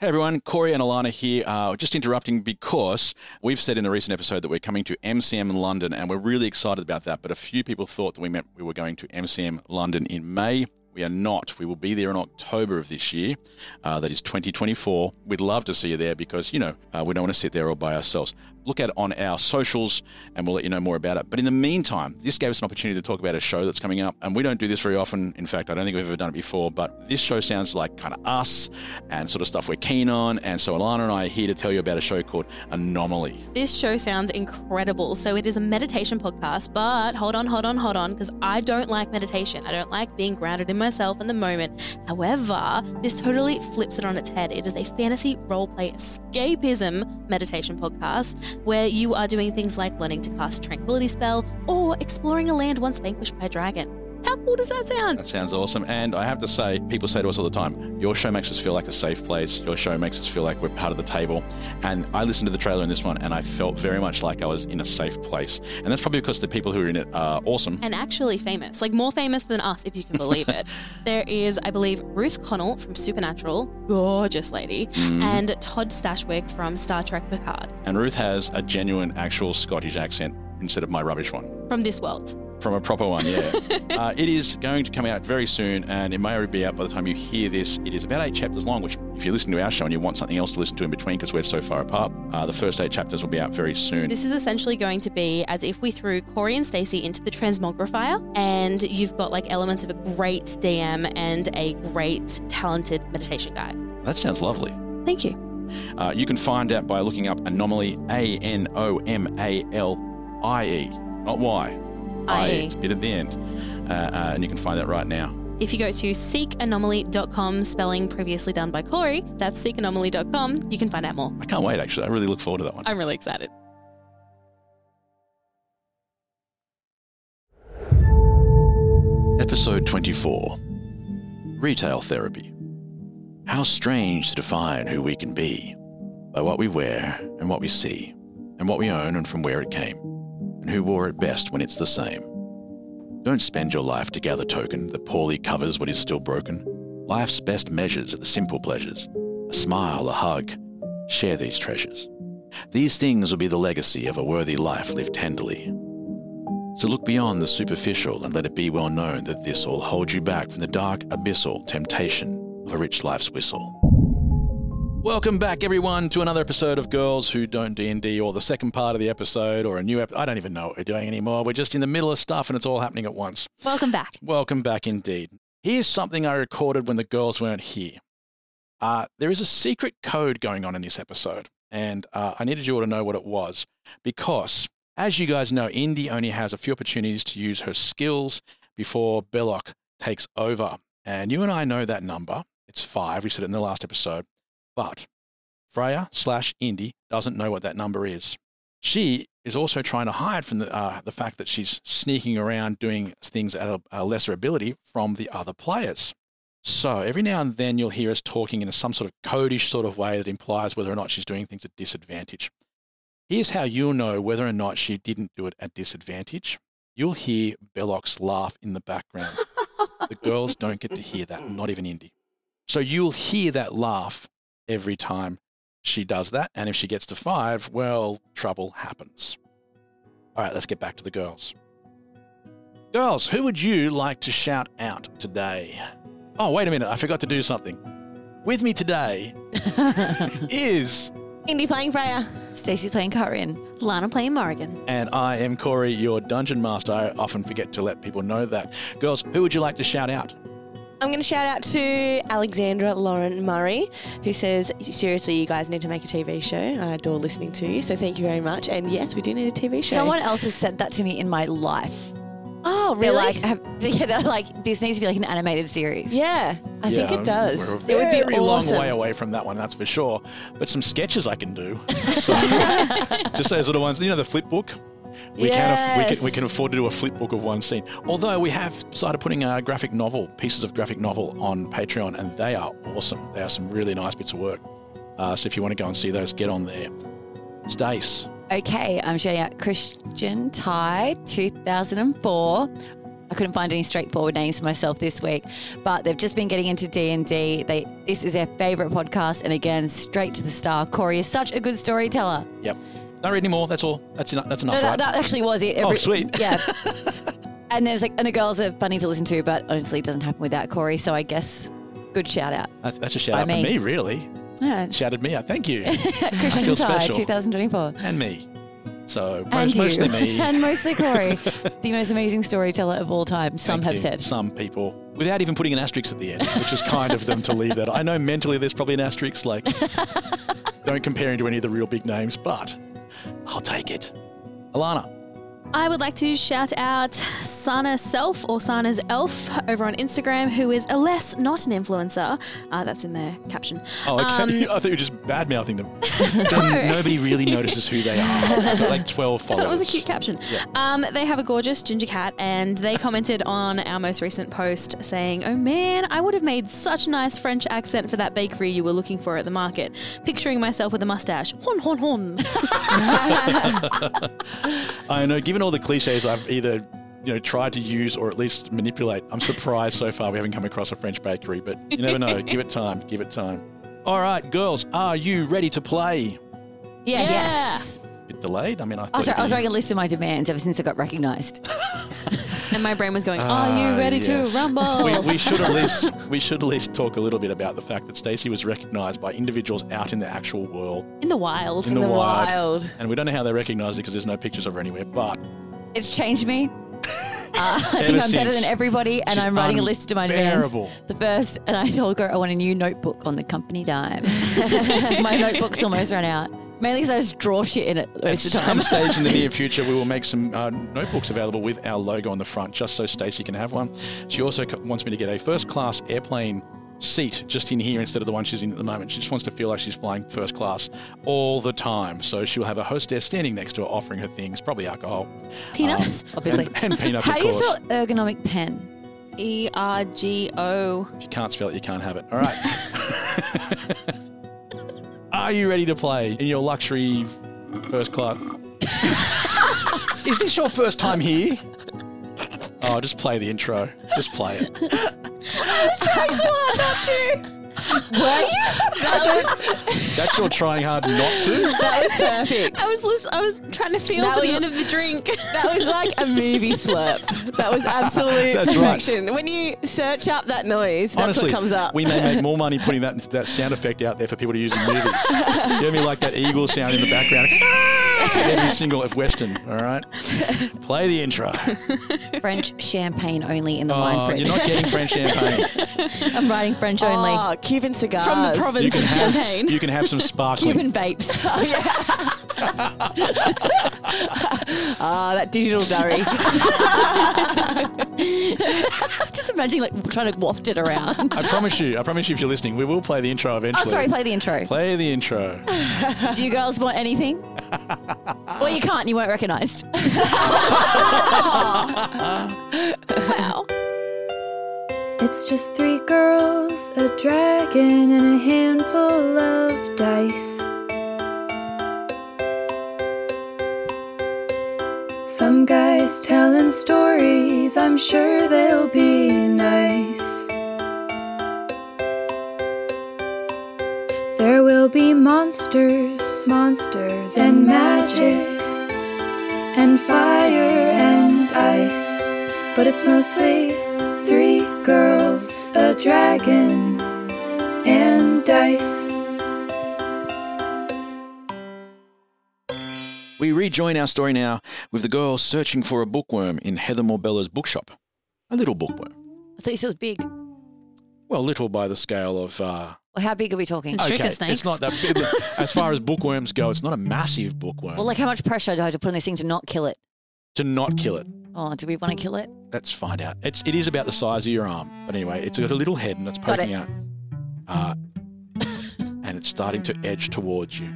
Hey everyone, Corey and Alana here. Uh, just interrupting because we've said in the recent episode that we're coming to MCM in London, and we're really excited about that. But a few people thought that we meant we were going to MCM London in May. We are not. We will be there in October of this year. Uh, that is 2024. We'd love to see you there because you know uh, we don't want to sit there all by ourselves. Look at it on our socials, and we'll let you know more about it. But in the meantime, this gave us an opportunity to talk about a show that's coming up, and we don't do this very often. In fact, I don't think we've ever done it before. But this show sounds like kind of us and sort of stuff we're keen on. And so Alana and I are here to tell you about a show called Anomaly. This show sounds incredible. So it is a meditation podcast, but hold on, hold on, hold on, because I don't like meditation. I don't like being grounded in myself in the moment. However, this totally flips it on its head. It is a fantasy roleplay escapism meditation podcast where you are doing things like learning to cast a tranquility spell or exploring a land once vanquished by a dragon. How cool does that sound? That sounds awesome. And I have to say, people say to us all the time, your show makes us feel like a safe place. Your show makes us feel like we're part of the table. And I listened to the trailer in this one and I felt very much like I was in a safe place. And that's probably because the people who are in it are awesome. and actually famous, like more famous than us, if you can believe it. there is, I believe, Ruth Connell from Supernatural, gorgeous lady, and Todd Stashwick from Star Trek Picard, And Ruth has a genuine, actual Scottish accent instead of my rubbish one. from this world. From a proper one, yeah. uh, it is going to come out very soon, and it may already be out by the time you hear this. It is about eight chapters long, which, if you listen to our show and you want something else to listen to in between because we're so far apart, uh, the first eight chapters will be out very soon. This is essentially going to be as if we threw Corey and Stacey into the transmogrifier, and you've got like elements of a great DM and a great talented meditation guide. That sounds lovely. Thank you. Uh, you can find out by looking up Anomaly, A N O M A L I E, not Y. I E. It's a bit at the end. Uh, uh, and you can find that right now. If you go to seekanomaly.com, spelling previously done by Corey, that's seekanomaly.com, you can find out more. I can't wait, actually. I really look forward to that one. I'm really excited. Episode 24 Retail Therapy. How strange to define who we can be by what we wear and what we see, and what we own and from where it came, and who wore it best when it's the same. Don't spend your life to gather token that poorly covers what is still broken. Life's best measures are the simple pleasures a smile, a hug. Share these treasures. These things will be the legacy of a worthy life lived tenderly so look beyond the superficial and let it be well known that this will hold you back from the dark abyssal temptation of a rich life's whistle. Welcome back, everyone, to another episode of Girls Who Don't D&D, or the second part of the episode, or a new episode. I don't even know what we're doing anymore. We're just in the middle of stuff, and it's all happening at once. Welcome back. Welcome back indeed. Here's something I recorded when the girls weren't here. Uh, there is a secret code going on in this episode, and uh, I needed you all to know what it was because, as you guys know, Indy only has a few opportunities to use her skills before Belloc takes over. And you and I know that number. It's five. We said it in the last episode. But Freya slash Indy doesn't know what that number is she is also trying to hide from the, uh, the fact that she's sneaking around doing things at a, a lesser ability from the other players. So every now and then you'll hear us talking in some sort of codish sort of way that implies whether or not she's doing things at disadvantage. Here's how you'll know whether or not she didn't do it at disadvantage. You'll hear Belloc's laugh in the background. the girls don't get to hear that, not even Indy. So you'll hear that laugh every time she does that. And if she gets to five, well, trouble happens. All right, let's get back to the girls. Girls, who would you like to shout out today? Oh, wait a minute. I forgot to do something. With me today is, Indy playing Freya. Stacey playing Korean. Lana playing Morrigan. and I am Corey, your dungeon master. I often forget to let people know that. Girls, who would you like to shout out? I'm going to shout out to Alexandra Lauren Murray, who says, Seriously, you guys need to make a TV show. I adore listening to you. So thank you very much. And yes, we do need a TV show. Someone else has said that to me in my life. oh, They're like, have, yeah, they're like, this needs to be like an animated series. yeah, I think it does. We're a It would be very long awesome. way away from that one, that's for sure. But some sketches I can do. So, just those little ones. You know the flip book. We, can aff- we, Yes. can, we can afford to do a flip book of one scene. Although we have started putting uh, graphic novel, pieces of graphic novel on Patreon, and they are awesome. They are some really nice bits of work. Uh, so if you want to go and see those, get on there. Stace. Okay, I'm shouting out Christian Ty 2004. I couldn't find any straightforward names for myself this week, but they've just been getting into D and D. They this is their favorite podcast, and again, straight to the star. Corey is such a good storyteller. Yep. Don't read anymore. That's all. That's enough. That's enough. No, right? that, that actually was it. Oh, Every- sweet. Yeah. and there's like, and the girls are funny to listen to, but honestly, it doesn't happen without Corey. So I guess good shout out. That's, that's a shout By out me. for me, really. Yeah, it's Shouted me out. Thank you. Christian feel Tire special. 2024. and me. So And most, you. mostly me. and mostly Corey, the most amazing storyteller of all time, some Thank have you. said. Some people, without even putting an asterisk at the end, which is kind of them to leave that. I know mentally there's probably an asterisk, like, don't compare him to any of the real big names, but I'll take it. Alana, I would like to shout out Sana Self or Sana's Elf over on Instagram, who is alas not an influencer. Uh, that's in the caption. Oh, okay. Um, I thought you were just bad mouthing them. Then nobody really notices who they are. It's like 12 I followers. thought it was a cute caption. Um, they have a gorgeous ginger cat, and they commented on our most recent post saying, "Oh man, I would have made such a nice French accent for that bakery you were looking for at the market. Picturing myself with a mustache. Hon hon hon." I know, given all the cliches I've either you know tried to use or at least manipulate, I'm surprised so far we haven't come across a French bakery, but you never know. give it time, give it time. All right, girls, are you ready to play? Yes. Yes. Bit delayed. I mean, I thought Oh, sorry, it'd I was be- writing a list of my demands ever since I got recognised. And my brain was going, Ah, "Are you ready yes. to rumble?" We, we should at least we should at least talk a little bit about the fact that Stacey was recognised by individuals out in the actual world, in the wild. in, the, wild. and we don't know how they recognised it because there's no pictures of her anywhere. But It's changed me. Uh, I Ever think I'm better since. than everybody, and She's I'm writing a list of my demands. unbearable. The first, and I told her I want a new notebook on the company dime. my notebook's almost run out. Mainly because I just draw shit in it at most of the some time. stage in the near future, we will make some uh, notebooks available with our logo on the front, just so Stacey can have one. She also co- wants me to get a first-class airplane seat just in here instead of the one she's in at the moment. She just wants to feel like she's flying first class all the time. So she'll have a hostess standing next to her, offering her things, probably alcohol, Um, Peanuts. Obviously. and, and peanuts. How of do you course. spell ergonomic pen? E R G O. If you can't spell it, you can't have it. All right. Are you ready to play in your luxury first class? Is this your first time here? Oh, just play the intro. Just play it. That's your trying hard not to. That was perfect. I was lis- I was trying to feel That for the was- end of the drink. That was like a movie slurp. That was absolute That's right. perfection. When you search up that noise, that's Honestly, what comes up. we may make more money putting that that sound effect out there for people to use in movies. you know me like that eagle sound in the background. Every single of Western. All right, play the intro. French champagne only in the wine Oh, fridge. you're not getting French champagne. I'm writing French only. oh, Cuban cigars From the province of have, Champagne. You can have some sparkling. Cuban vapes. Ah, that digital diary. Just imagine like trying to waft it around. I promise you, I promise you if you're listening, we will play the intro eventually. Oh, sorry, play the intro. Play the intro. Do you girls want anything? well, you can't. You weren't recognised. wow. It's just three girls, a dragon, and a handful of dice. Some guys telling stories, I'm sure they'll be nice. There will be monsters, monsters, and magic, and fire and ice but it's mostly three girls, a dragon, and dice. We rejoin our story now with the girl searching for a bookworm in Heather Morbella's bookshop. A little bookworm. I thought you said it was big. Well, little by the scale of. Uh, Well, how big are we talking? Constrictor okay, snakes. It's not that big. as far as bookworms go, it's not a massive bookworm. Well, like how much pressure do I have to put on this thing to not kill it? to not kill it. Oh, do we want to kill it? Let's find out. It's it is about the size of your arm, but anyway, it's got a little head and it's Got poking it. out, uh, and it's starting to edge towards you.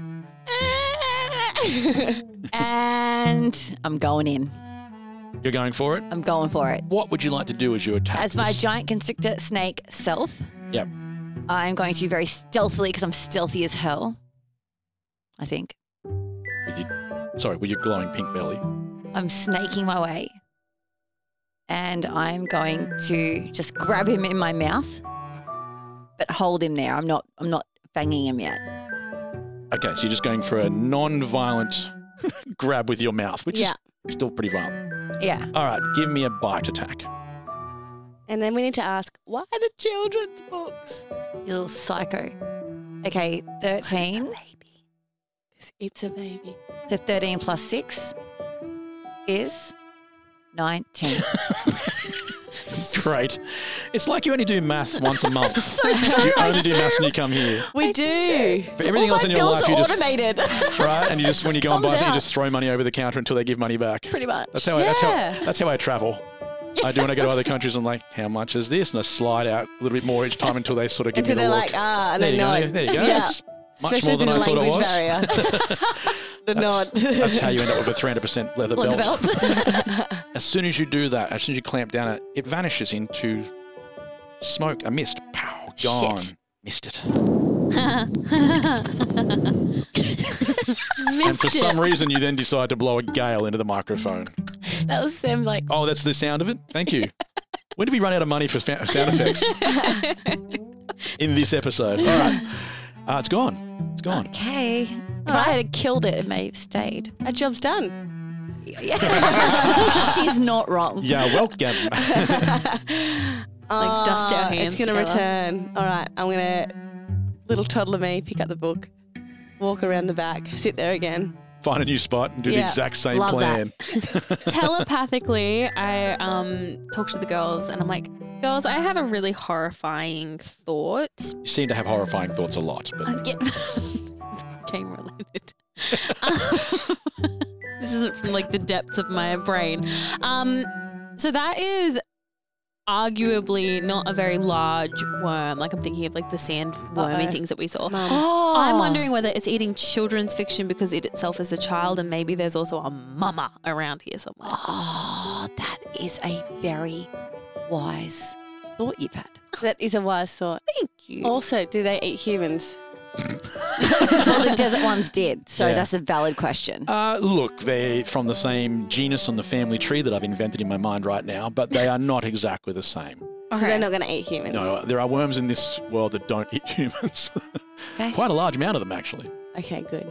and I'm going in. You're going for it. I'm going for it. What would you like to do as you attack? As my this? giant constrictor snake self, Yep. I'm going to very stealthily because I'm stealthy as hell. I think With your, sorry, with your glowing pink belly. I'm snaking my way and I'm going to just grab him in my mouth, but hold him there. I'm not. I'm not fanging him yet. Okay, so you're just going for a non-violent grab with your mouth, which Yeah. is still pretty violent. Yeah. All right, give me a bite attack. And then we need to ask, why the children's books? You little psycho. Okay, 13. Because it's a baby. So 13 plus 6 is 19. Great. It's like you only do maths once a month. you only do maths when you come here. We do. For everything else in your life, you just right, and you just when you go and buy comes something, you out. just throw money over the counter until they give money back. Pretty much. That's how I, that's Yeah. how that's how I travel. I do when I go to other countries. I'm like, how much is this? And I slide out a little bit more each time until they sort of give Until me they're the look. like, ah, and there they you nod. go. There you go. Yeah. That's much Especially more than I if there's a thought it language was. barrier. the That's- nod. That's how you end up with a 300% leather Leather belt. as soon as you do that, as soon as you clamp down, it, it vanishes into smoke, a mist. Pow, gone. Missed it. and for some reason, you then decide to blow a gale into the microphone. That was them like, Oh, that's the sound of it? Thank you. when did we run out of money for fa- sound effects? In this episode. All right. Uh, it's gone. It's gone. okay. If I had killed it, it may have stayed. Our job's done. She's not wrong. Yeah, welcome. Like dust our hands Ah, It's going to together. return. All right, I'm going to, little toddler me, pick up the book, walk around the back, sit there again. Find a new spot and do the Yeah, exact same love that. plan. telepathically, I um talked to the girls and I'm like, girls, I have a really horrifying thought. You seem to have horrifying thoughts a lot, but Yeah. Game related. Um, this isn't from like the depths of my brain. Um, so that is arguably not a very large worm. Like I'm thinking of like the sand wormy Uh-oh. things that we saw. Mum. Oh. I'm wondering whether it's eating children's fiction because it itself is a child, and maybe there's also a mama around here somewhere. Oh, that is a very wise thought you've had. That is a wise thought. Thank you. Also, do they eat humans? well, the desert ones did, so Yeah. that's a valid question. Uh, look, they're from the same genus on the family tree that I've invented in my mind right now, but they are not exactly the same. So they're not going to eat humans. No, there are worms in this world that don't eat humans. Okay. Quite a large amount of them, actually. Okay, good.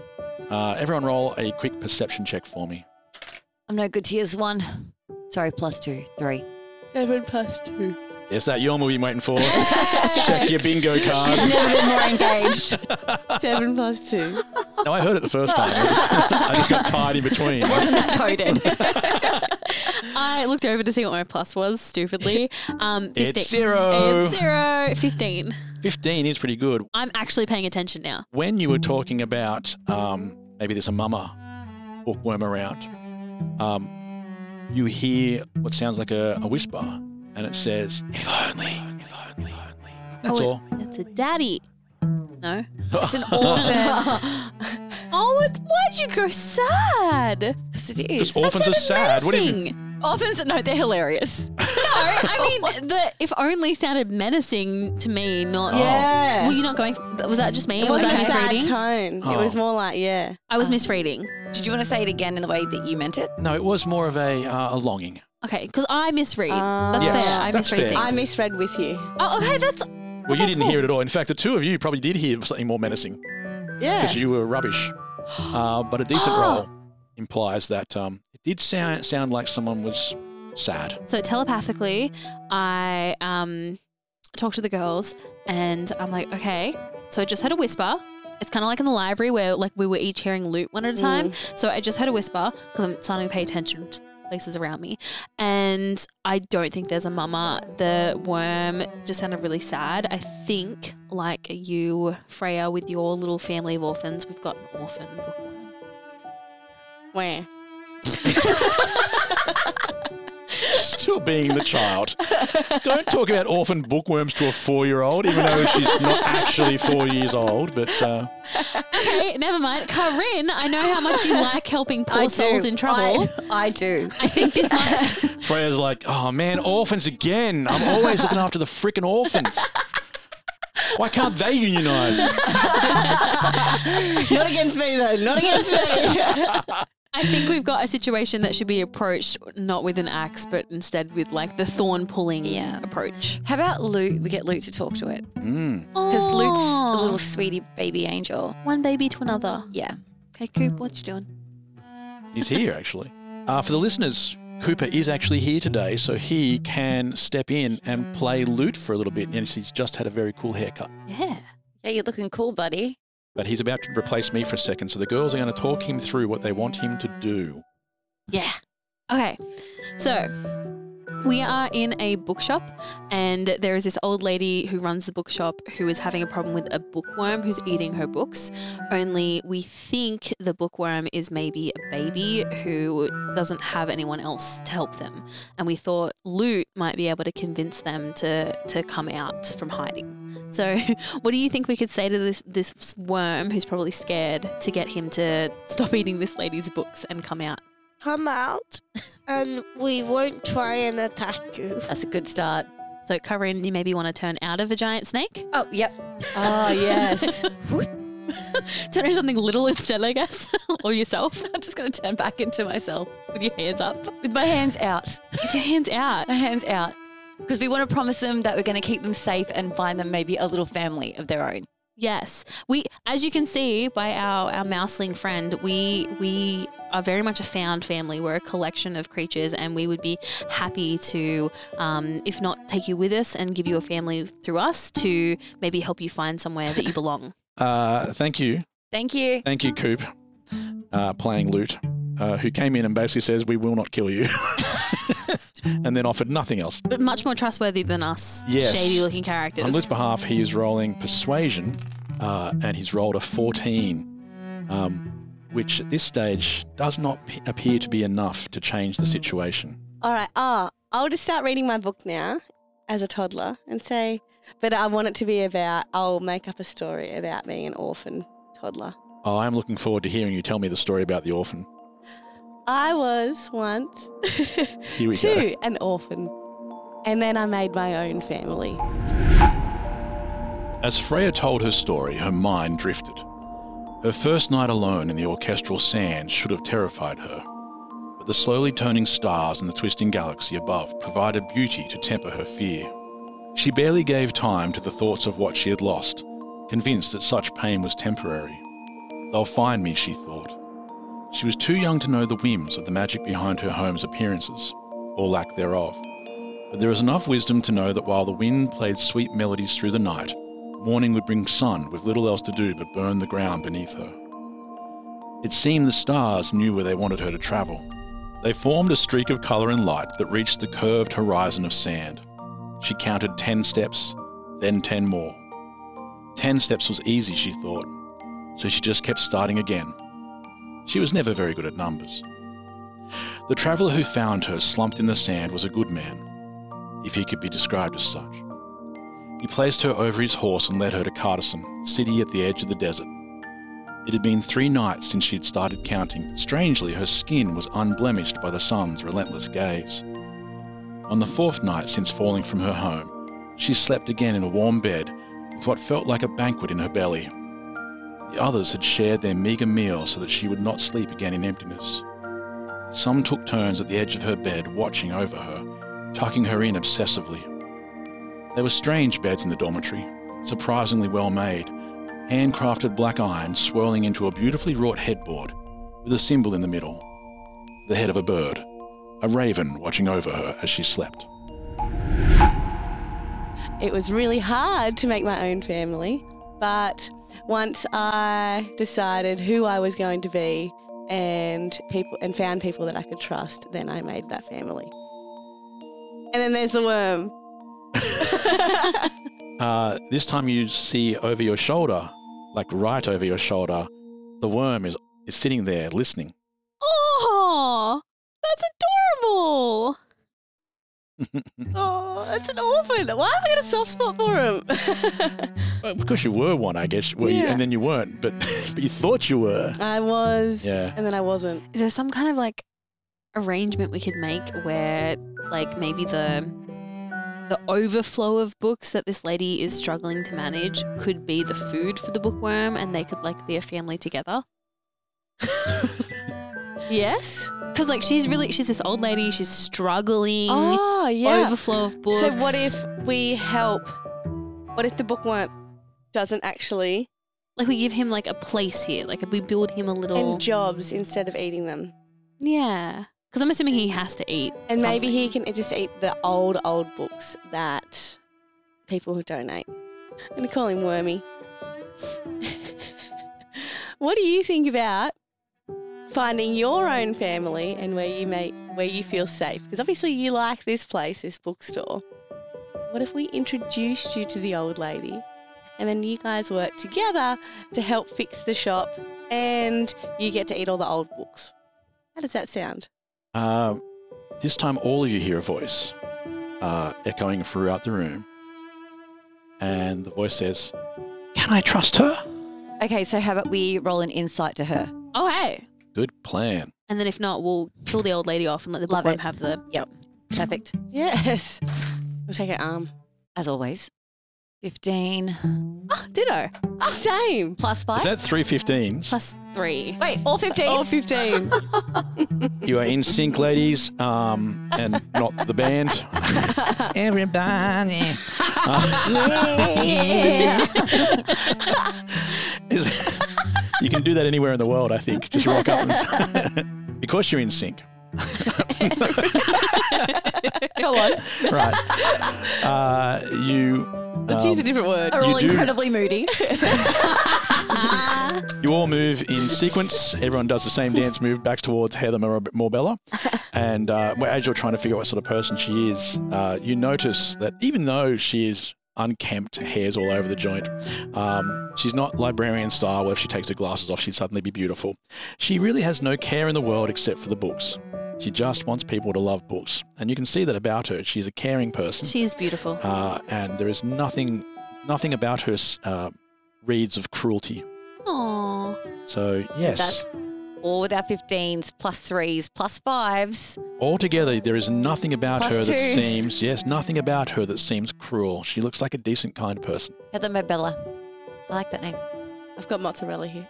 Uh, everyone, roll a quick perception check for me. I'm no good to yours one. Sorry, plus two, three. Seven plus two. Is that Yorm we've been waiting for? check your bingo cards. Never been more engaged. Seven plus two. No, I heard it the first time. I just, I just got tired in between. Coded. I looked over to see what my plus was, stupidly. Um, 15. It's zero. It's zero. 15. 15 is pretty good. I'm actually paying attention now. when you were talking about um, maybe there's a mama bookworm around, um, you hear what sounds like a, a whisper, and it says, "If only, if only, That's Oh, all. It's a daddy. No. It's an orphan. Oh, it's, why'd you go sad? Yes, it Because is. orphans are That's sad. What do you mean? menacing. Orphans, no, they're hilarious. No, I mean, the if only sounded menacing to me, not. Yeah. Were you not going? Was that just me? It Was wasn't I a sad misreading? tone. Oh. It was more like, yeah. I was misreading. Did you want to say it again in the way that you meant it? No, it was more of a, uh, a longing. Okay, because I misread. Ah. that's Yes, fair. I that's misread fair. things. I misread with you. oh, okay, that's. Well, you didn't hear it at all. In fact, the two of you probably did hear something more menacing Yeah. because you were rubbish. Uh, but a decent roll implies that um, it did sound sound like someone was sad. So telepathically, I um, talk to the girls and I'm like, okay, so I just heard a whisper. It's kind of like in the library where like we were each hearing loot one at a time. So I just heard a whisper because I'm starting to pay attention to places around me. And I don't think there's a mama. The worm just sounded really sad. I think like you, Freya, with your little family of orphans, we've got an orphan bookworm. Where? still being the child. Don't talk about orphan bookworms to a four-year-old, even though she's not actually four years old. But uh, Okay, never mind. Corinne, I know how much you like helping poor souls in trouble. I, I do. I think this might. Freya's like, "Oh man, orphans again! I'm always looking after the freaking orphans. Why can't they unionize?" Not against me, though. Not against me. I think we've got a situation that should be approached not with an axe, but instead with like the thorn pulling Yeah. approach. How about Luke? We get Luke to talk to it Mm. because Luke's a little sweetie baby angel. one baby to another. Yeah. Okay, Coop, what you doing? He's here, actually. Uh, for the listeners, Cooper is actually here today, so he can step in and play lute for a little bit. And he's just had a very cool haircut. Yeah. Yeah, you're looking cool, buddy. But he's about to replace me for a second, so the girls are going to talk him through what they want him to do. Yeah. Okay. So we are in a bookshop, and there is this old lady who runs the bookshop who is having a problem with a bookworm who's eating her books. Only we think the bookworm is maybe a baby who doesn't have anyone else to help them. And we thought Loot might be able to convince them to, to come out from hiding. So, what do you think we could say to this, this worm who's probably scared to get him to stop eating this lady's books and come out? Come out, and we won't try and attack you. That's a good start. So, Corinne, you maybe want to turn out of a giant snake. Oh, yep. Oh, yes. Turn into something little instead, I guess, or yourself I'm just going to turn back into myself with your hands up, with my hands out. with your hands out. My hands out. Because we want to promise them that we're going to keep them safe and find them maybe a little family of their own. Yes, we, as you can see by our our mouseling friend, we we are very much a found family. We're a collection of creatures, and we would be happy to, um, if not take you with us and give you a family through us, to maybe help you find somewhere that you belong. Uh, thank you. Thank you. Thank you, Coop, uh, playing lute, uh, who came in and basically says, We will not kill you. and then offered nothing else. But much more trustworthy than us, Yes. shady looking On Luke's characters. behalf, he is rolling persuasion, uh, and he's rolled a 14, um, which at this stage does not p- appear to be enough to change the situation. All right. Oh, I'll just start reading my book now as a toddler and say, but I want it to be about, I'll make up a story about being an orphan toddler. Oh, I'm looking forward to hearing you tell me the story about the orphan. I was once Here we go. two, an orphan. And then I made my own family. As Freya told her story, her mind drifted. Her first night alone in the orchestral sand should have terrified her, but the slowly turning stars and the twisting galaxy above provided beauty to temper her fear. She barely gave time to the thoughts of what she had lost, convinced that such pain was temporary. They'll find me, she thought. She was too young to know the whims of the magic behind her home's appearances, or lack thereof. But there is enough wisdom to know that while the wind played sweet melodies through the night, morning would bring sun with little else to do but burn the ground beneath her. It seemed the stars knew where they wanted her to travel. They formed a streak of colour and light that reached the curved horizon of sand. She counted ten steps, then ten more. Ten steps was easy, she thought, so she just kept starting again. She was never very good at numbers. The traveller who found her slumped in the sand was a good man, if he could be described as such. He placed her over his horse and led her to Cardison, city at the edge of the desert. It had been three nights since she had started counting, but strangely her skin was unblemished by the sun's relentless gaze. On the fourth night since falling from her home, she slept again in a warm bed with what felt like a banquet in her belly. The others had shared their meagre meal so that she would not sleep again in emptiness. Some took turns at the edge of her bed, watching over her, tucking her in obsessively. There were strange beds in the dormitory, surprisingly well made, handcrafted black iron swirling into a beautifully wrought headboard with a symbol in the middle the head of a bird, a raven watching over her as she slept. It was really hard to make my own family, but once I decided who I was going to be and people and found people that I could trust, then I made that family. And then there's the worm. Uh, this time you see over your shoulder, like right over your shoulder, the worm is, is sitting there listening. Oh, that's adorable. Oh, it's an orphan. Why have I got a soft spot for him? Well, because you were one, I guess, were you? Yeah. and then you weren't, but, but you thought you were. I was, Yeah. and then I wasn't. Is there some kind of like arrangement we could make where like maybe the the overflow of books that this lady is struggling to manage could be the food for the bookworm and they could like be a family together? Yes. Because like she's really she's this old lady. She's struggling. Oh, yeah. Overflow of books. So what if we help? What if the bookworm doesn't actually like we give him like a place here? Like we build him a little. and jobs instead of eating them? yeah. Because I'm assuming he has to eat. And maybe something. he can just eat the old, old books that people who donate. I'm going to call him Wormy. what do you think about finding your own family and where you may, where you feel safe? Because obviously you like this place, this bookstore. What if we introduced you to the old lady and then you guys work together to help fix the shop and you get to eat all the old books? How does that sound? Uh, this time, all of you hear a voice uh, echoing throughout the room. And the voice says, Can I trust her? Okay, so how about we roll an insight to her? Oh hey. Good plan. And then if not, we'll kill the old lady off and let the Love bookworm it. have the. Yep. Perfect. Yes. We'll take her arm. As always. 15 Oh, ditto. Same. plus 5. Is that 315s? Plus three. Wait, all 15? All 15. You are in sync, ladies, um, and not the band. Everybody. Is- you can do that anywhere in the world, I think. Just rock up and because you're in sync. Go on. Right. Uh, you. um, Let's use a different word. Are You all do. incredibly moody. You all move in sequence. Everyone does the same dance move back towards Heather Mor- Morbella. And uh, well, as you're trying to figure out what sort of person she is, uh, you notice that even though she is unkempt, hairs all over the joint, um, she's not librarian style where if she takes her glasses off, she'd suddenly be beautiful. She really has no care in the world except for the books. She just wants people to love books. And you can see that about her. She's a caring person She is beautiful. uh, and there is nothing nothing about her uh, reads of cruelty. Aww. So yes, That's all with our 15s, plus 3s, plus 5s. altogether there is nothing about Plus her that twos. seems yes, nothing about her that seems cruel. She looks like a decent, kind person. Heather Mabella. I like that name. I've got mozzarella here.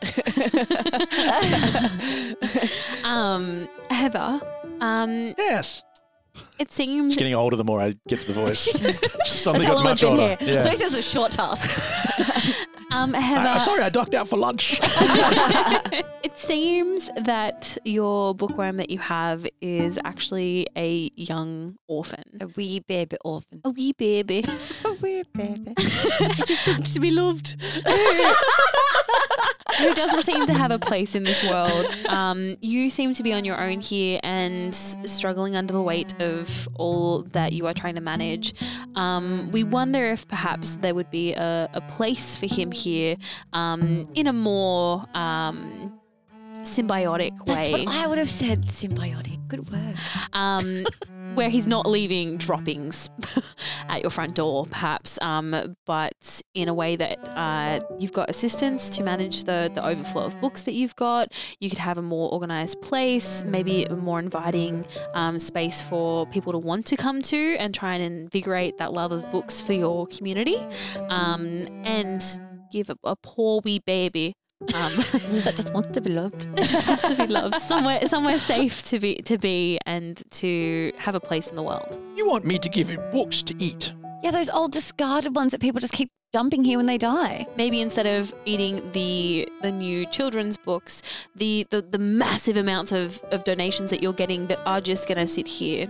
Um, Heather. Um, Yes, it seems it's getting older the more I get to the voice. Something That's how got long I've much been older. here. So Yeah. this is a short task. um Heather. I, sorry, I docked out for lunch. It seems that your bookworm that you have is actually a young orphan. a wee baby orphan. A wee baby. A wee baby. just to, to be loved. who doesn't seem to have a place in this world. Um, you seem to be on your own here and struggling under the weight of all that you are trying to manage. Um, we wonder if perhaps there would be a, a place for him here um, in a more um, symbiotic That's way, what I would have said. Symbiotic. Good word. um, where he's not leaving droppings at your front door, perhaps, um, but in a way that uh, you've got assistance to manage the, the overflow of books that you've got. You could have a more organized place, maybe a more inviting um, space for people to want to come to and try and invigorate that love of books for your community um, and give a, a poor wee baby. Um, That just wants to be loved. that just wants to be loved somewhere somewhere safe to be to be and to have a place in the world you want me to give you books to eat? Yeah, those old discarded ones that people just keep dumping here when they die. maybe instead of eating the the new children's books the the, the massive amounts of, of donations that you're getting that are just going to sit here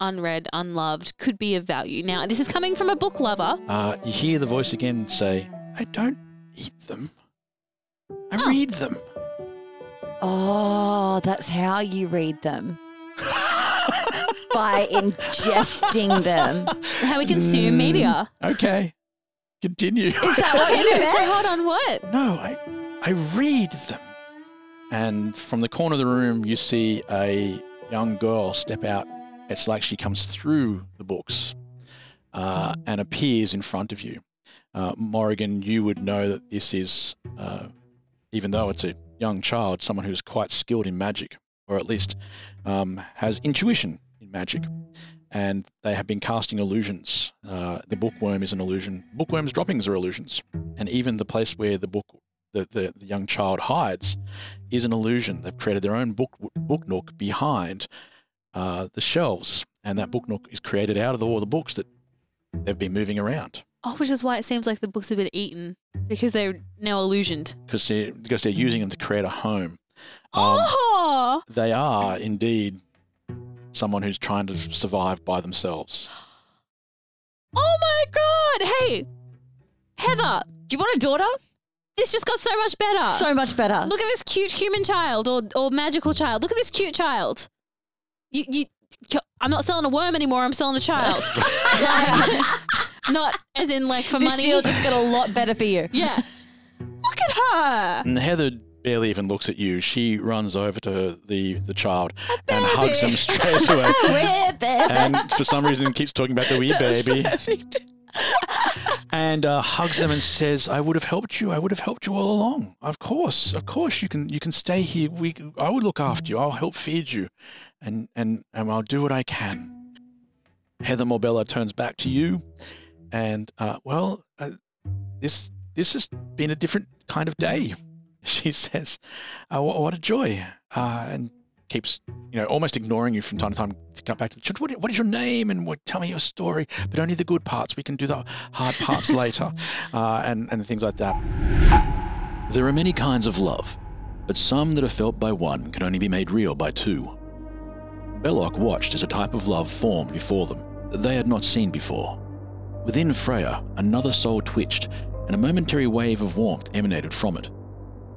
unread unloved could be of value now this is coming from a book lover Uh, you hear the voice again say, "I don't eat them. I read them." Oh, that's how you read them. By ingesting them. how we consume Mm. media Okay, continue. Is that what you so meant? hold on what No, I, I read them. And from the corner of the room, you see a young girl step out. It's like she comes through the books uh, and appears in front of you. Uh, Morrigan, you would know that this is, uh, even though it's a young child, someone who's quite skilled in magic, or at least um, has intuition in magic. And they have been casting illusions. Uh, the bookworm is an illusion. Bookworm's droppings are illusions and even the place where the book the, the, the young child hides is an illusion. They've created their own book, book nook behind uh, the shelves, and that book nook is created out of all the books that they've been moving around Oh, which is why it seems like the books have been eaten because they're now illusioned. because they're, because they're using them to create a home. Um, Oh, They are indeed someone who's trying to survive by themselves. oh my God! Hey, Heather, Do you want a daughter? this just got so much better. So much better. look at this cute human child or or magical child. Look at this cute child. You you. I'm not selling a worm anymore. I'm selling a child. Like, not as in like for this money. deal just got a lot better for you. yeah. Look at her. And Heather barely even looks at you. She runs over to the, the child and hugs him straight away. and for some reason keeps talking about the wee baby. and uh, hugs them and says, "I would have helped you. I would have helped you all along. Of course, of course, you can you can stay here. We I will look after you. I'll help feed you, and and and I'll do what I can." Heather Morbella turns back to you, and uh, well, uh, this this has been a different kind of day. She says, uh, what, "What a joy!" Uh, and keeps you know almost ignoring you from time to time to come back to the children. What, what is your name? And what, tell me your story, but only the good parts. We can do the hard parts later, uh, and and things like that. There are many kinds of love, but some that are felt by one can only be made real by two. Belloc watched as a type of love formed before them that they had not seen before. Within Freya, another soul twitched, and a momentary wave of warmth emanated from it.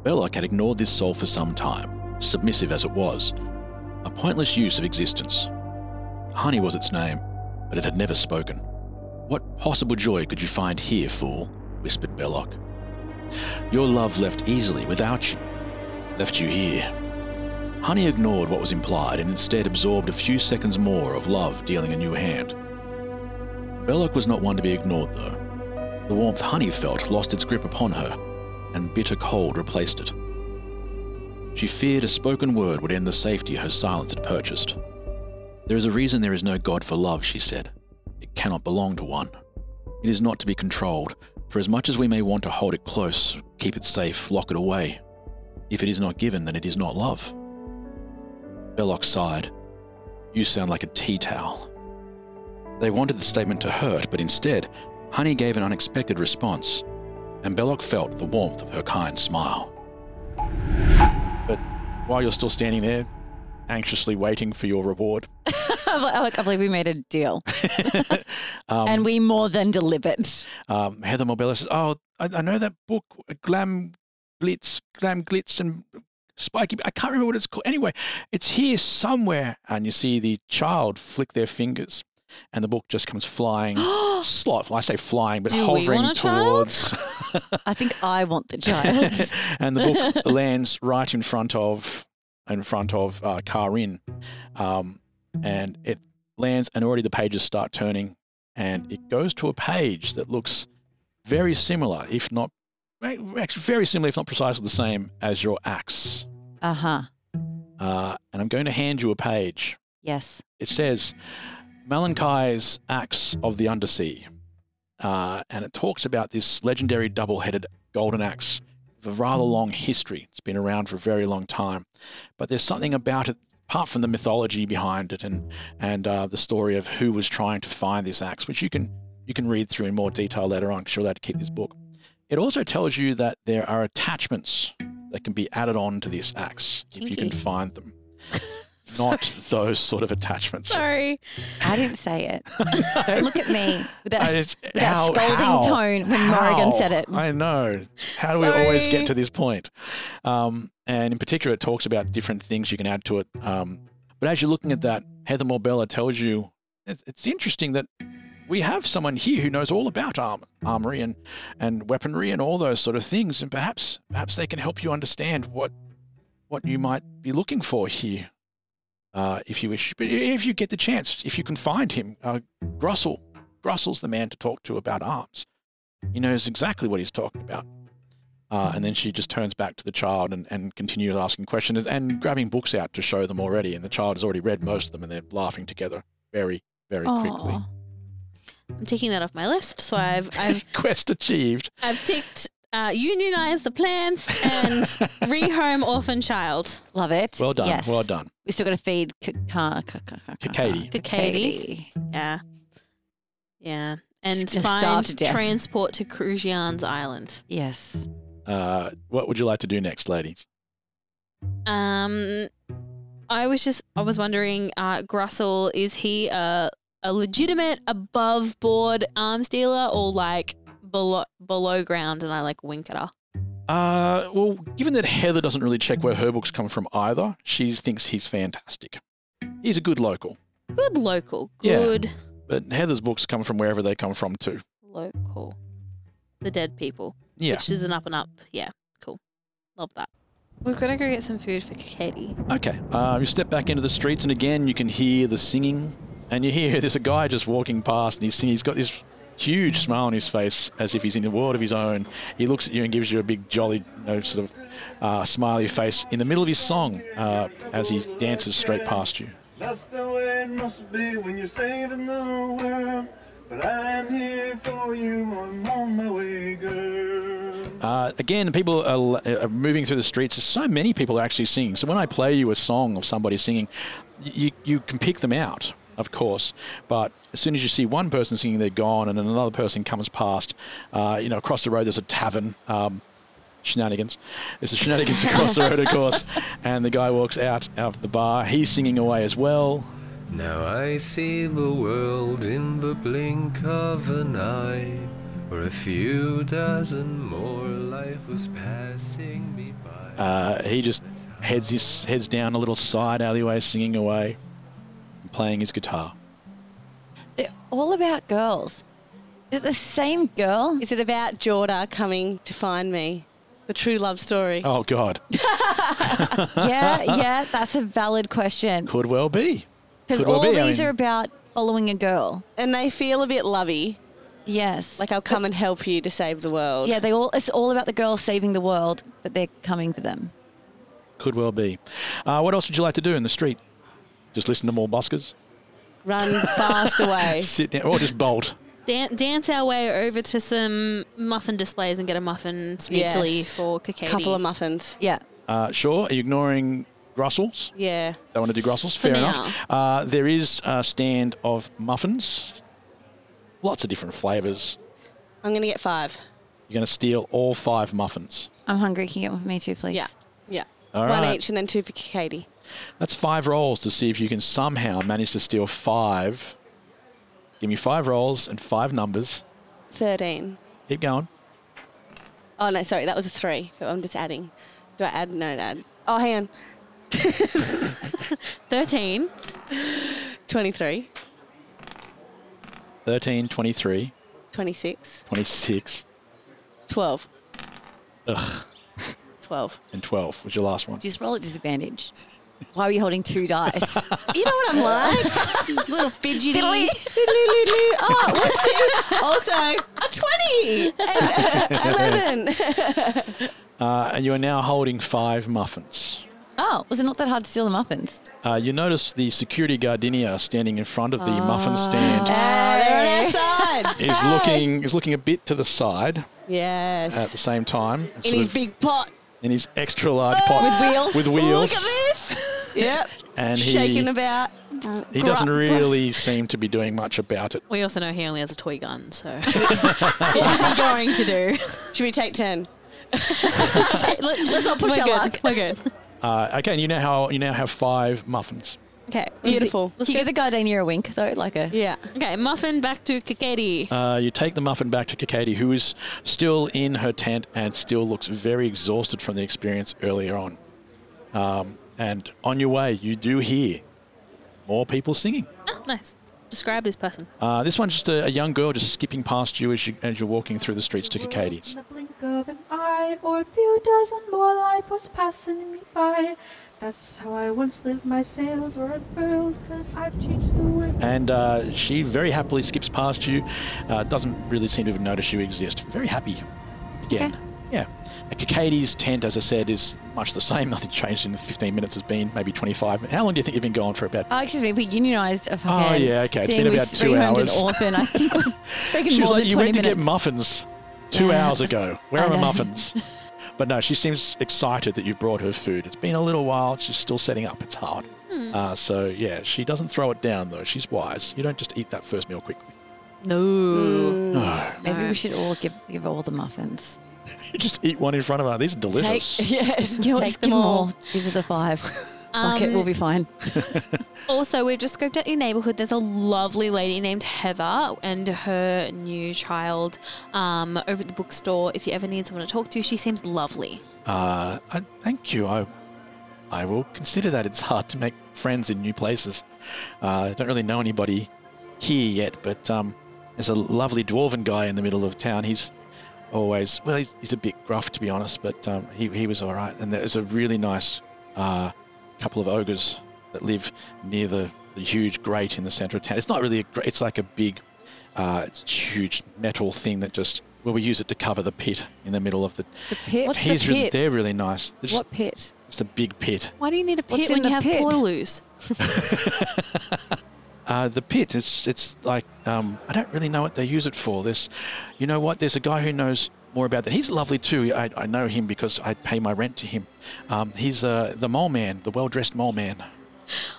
Belloc had ignored this soul for some time, submissive as it was, a pointless use of existence. Honey was its name, but it had never spoken. What possible joy could you find here, fool? whispered Belloc. Your love left easily without you, left you here. Honey ignored what was implied and instead absorbed a few seconds more of love dealing a new hand. Belloc was not one to be ignored, though. The warmth Honey felt lost its grip upon her, and bitter cold replaced it. She feared a spoken word would end the safety her silence had purchased. There is a reason there is no God for love, she said. It cannot belong to one. It is not to be controlled, for as much as we may want to hold it close, keep it safe, lock it away, if it is not given, then it is not love. Belloc sighed. You sound like a tea towel. They wanted the statement to hurt, but instead, Honey gave an unexpected response and Belloc felt the warmth of her kind smile. But while you're still standing there, anxiously waiting for your reward, I can't believe we made a deal. um, and we more than delivered. um, Heather Morbella says, "Oh, I, I know that book, Glam Glitz, Glam Glitz, and Spiky. I can't remember what it's called. Anyway, it's here somewhere." And you see the child flick their fingers, and the book just comes flying. slot. I say flying, but Do we hovering want a child? towards. I think I want the child. and the book lands right in front of in front of uh, Karin, um, and it lands, and already the pages start turning, and it goes to a page that looks very similar, if not eh, actually very similar, if not precisely the same as your axe. Uh huh. Uh, and I'm going to hand you a page. Yes. It says Malankai's axe of the undersea. Uh, and it talks about this legendary double headed golden axe with a rather long history. It's been around for a very long time. But there's something about it, apart from the mythology behind it and, and uh, the story of who was trying to find this axe, which you can, you can read through in more detail later on because you're allowed to keep this book. It also tells you that there are attachments that can be added on to this axe if you can Kinky. find them. Not those sort of attachments. Sorry. I didn't say it. Don't look at me with that, I just- with that how- scolding how? tone when Morrigan said it. I know. How do we always get to this point? Um, and in particular, it talks about different things you can add to it. Um, but as you're looking at that, Heather Morbella tells you it's, it's interesting that we have someone here who knows all about arm, armory and, and weaponry and all those sort of things, and perhaps perhaps they can help you understand what what you might be looking for here, uh, if you wish. But if you get the chance, if you can find him, uh, Grussel, Grussel's the man to talk to about arms he knows exactly what he's talking about. Uh, and then she just turns back to the child and, and continues asking questions and grabbing books out to show them already. And the child has already read most of them and they're laughing together very, very quickly. Aw. I'm taking that off my list. So I've I've Quest achieved. I've ticked uh, unionize the plants and rehome orphan child. Love it. Well done. Yes. Well done. We still got to feed c- ca- ca- ca- ca- ca- Katie. Good Katie. Yeah. Yeah. And She's gonna starve to find death. transport to Crujian's Island. Yes. Uh, what would you like to do next, ladies? Um, I was just, I was wondering, uh, Grussell, is he a, a legitimate above board arms dealer or like below, below ground? And I like wink at her. Uh, well, given that Heather doesn't really check where her books come from either, she thinks he's fantastic. He's a good local, Good local. Yeah. Good but Heather's books come from wherever they come from too. local. The dead people, Yeah. which is an up and up. Yeah. Cool. Love that. We've got to go get some food for Katie. Okay. Uh, you step back into the streets, and again, you can hear the singing, and you hear there's a guy just walking past, and he's singing. He's got this huge smile on his face, as if he's in a world of his own. He looks at you and gives you a big jolly, you know, sort of uh, smiley face in the middle of his song uh, as he dances straight past you. That's the way it must be when you're saving the world. But I'm here for you, I'm on my way, girl. Uh, again, people are, uh, are moving through the streets. There's so many people are actually singing. So when I play you a song of somebody singing, you, you can pick them out, of course. But as soon as you see one person singing, they're gone, and then another person comes past. Uh, you know, across the road there's a tavern. Um, shenanigans. There's a shenanigans across the road, of course. And the guy walks out of the bar. He's singing away as well. Now I see the world in the blink of an eye. Where a few dozen more life was passing me by. Uh, he just heads his heads down a little side alleyway, singing away, and playing his guitar. They're all about girls. They're the same girl. Is it about Jorda coming to find me? The true love story. Oh God. yeah, yeah, that's a valid question. Could well be. Because Could well all be, I these mean- are about following a girl. And they feel a bit lovey. Yes. Like I'll come and help you to save the world. yeah, they all it's all about the girl saving the world, but they're coming for them. Could well be. Uh, what else would you like to do in the street? Just listen to more buskers? Run fast away. Sit down or just bolt. Dan- dance our way over to some muffin displays and get a muffin sneakily Yes. for Kakadi. Couple of muffins. Yeah. Uh, sure. Are you ignoring Grussells? Yeah. Don't want to do Grussells? For Fair now. enough. Uh, there is a stand of muffins. Lots of different flavours. I'm going to get five. You're going to steal all five muffins. I'm hungry. Can you get one for me too, please? Yeah. Yeah. All One right. each and then two for Katie. That's five rolls to see if you can somehow manage to steal five. Give me five rolls and five numbers. 13. Keep going. Oh, no, sorry. That was a three. So I'm just adding. Do I add? No, add. Oh, hang on. 13. 23, 13, 23, 26, 26, 12. ugh, 12. and 12 was your last one. Just roll at disadvantage. Why are you holding two dice? You know what I'm like? Little fidgety. Diddly. oh, what's it? Also, 20. 11. Uh, and you are now holding five muffins. oh, was it not that hard to steal the muffins? Uh, you notice the security gardenia standing in front of the muffin stand Oh, they're on our side. is looking is looking a bit to the side at the Yes. same time and In sort his of- big pot. in his extra large pot With wheels? with Look at wheels this. Yep. and Shaking he about. he doesn't really seem to be doing much about it. We also know he only has a toy gun, so. what is he going to do? Should we take 10? Let's not push We're our good. luck. We're good. Uh, okay, and you now how you now have five muffins. Okay. Beautiful. Let's Do you go. give the gardenia a wink though? Like a Yeah. Okay, muffin back to Kakadi. Uh, you take the muffin back to Kakadi, who is still in her tent and still looks very exhausted from the experience earlier on. Um, and on your way, you do hear more people singing. Ah, nice. Describe this person. Uh, this one's just a, a young girl just skipping past you as, you as you're walking through the streets to Kakadi's. In the blink of an eye, or a few dozen more life was passing me by. That's how I once lived, my sails were unfurled, cause I've changed the way. And uh, she very happily skips past you, uh, doesn't really seem to have noticed you exist. Very happy again. Yeah. Uh, Kakadi's tent, as I said, is much the same. Nothing changed in the 15 minutes it's been, maybe 25. How long do you think you've been gone for? About Oh, excuse me, we unionised a Oh, fucking yeah, okay. It's thing. been We about two rehomed hours. An orphan. I think we're speaking She was more like, than "You 20 went to minutes. get muffins." two Yeah. hours ago. Where I are my know. muffins? But no, she seems excited that you brought her food. It's been a little while. She's still setting up. It's hard. Hmm. Uh, so yeah, she doesn't throw it down though. She's wise. You don't just eat that first meal quickly. No. No, Mm. Maybe No. we should all give give all the muffins. you just eat one in front of her. These are delicious. yes, Take give them them all. all. Give her the five. Fuck it, Um, we'll be fine. Also, we've just scoped out your neighborhood. There's a lovely lady named Heather and her new child um, over at the bookstore. If you ever need someone to talk to, she seems lovely. Uh, I, thank you. I, I will consider that. It's hard to make friends in new places. Uh, I don't really know anybody here yet, but um, there's a lovely dwarven guy in the middle of town. He's always well. He's, he's a bit gruff, to be honest, but um, he he was all right. And there's a really nice uh, couple of ogres that live near the, the huge grate in the center of town. It's not really a grate. It's like a big, uh, it's huge metal thing that just well, we use it to cover the pit in the middle of the The pit. What's He's the really- pit? they're really nice. They're just, What pit? It's a big pit. Why do you need a What's pit in when you have the pit? portaloos? Uh, the pit. It's it's like um, I don't really know what they use it for. This, you know what? There's a guy who knows more about that. He's lovely too. I, I know him because I pay my rent to him. Um, he's uh, the mole man, the well dressed mole man.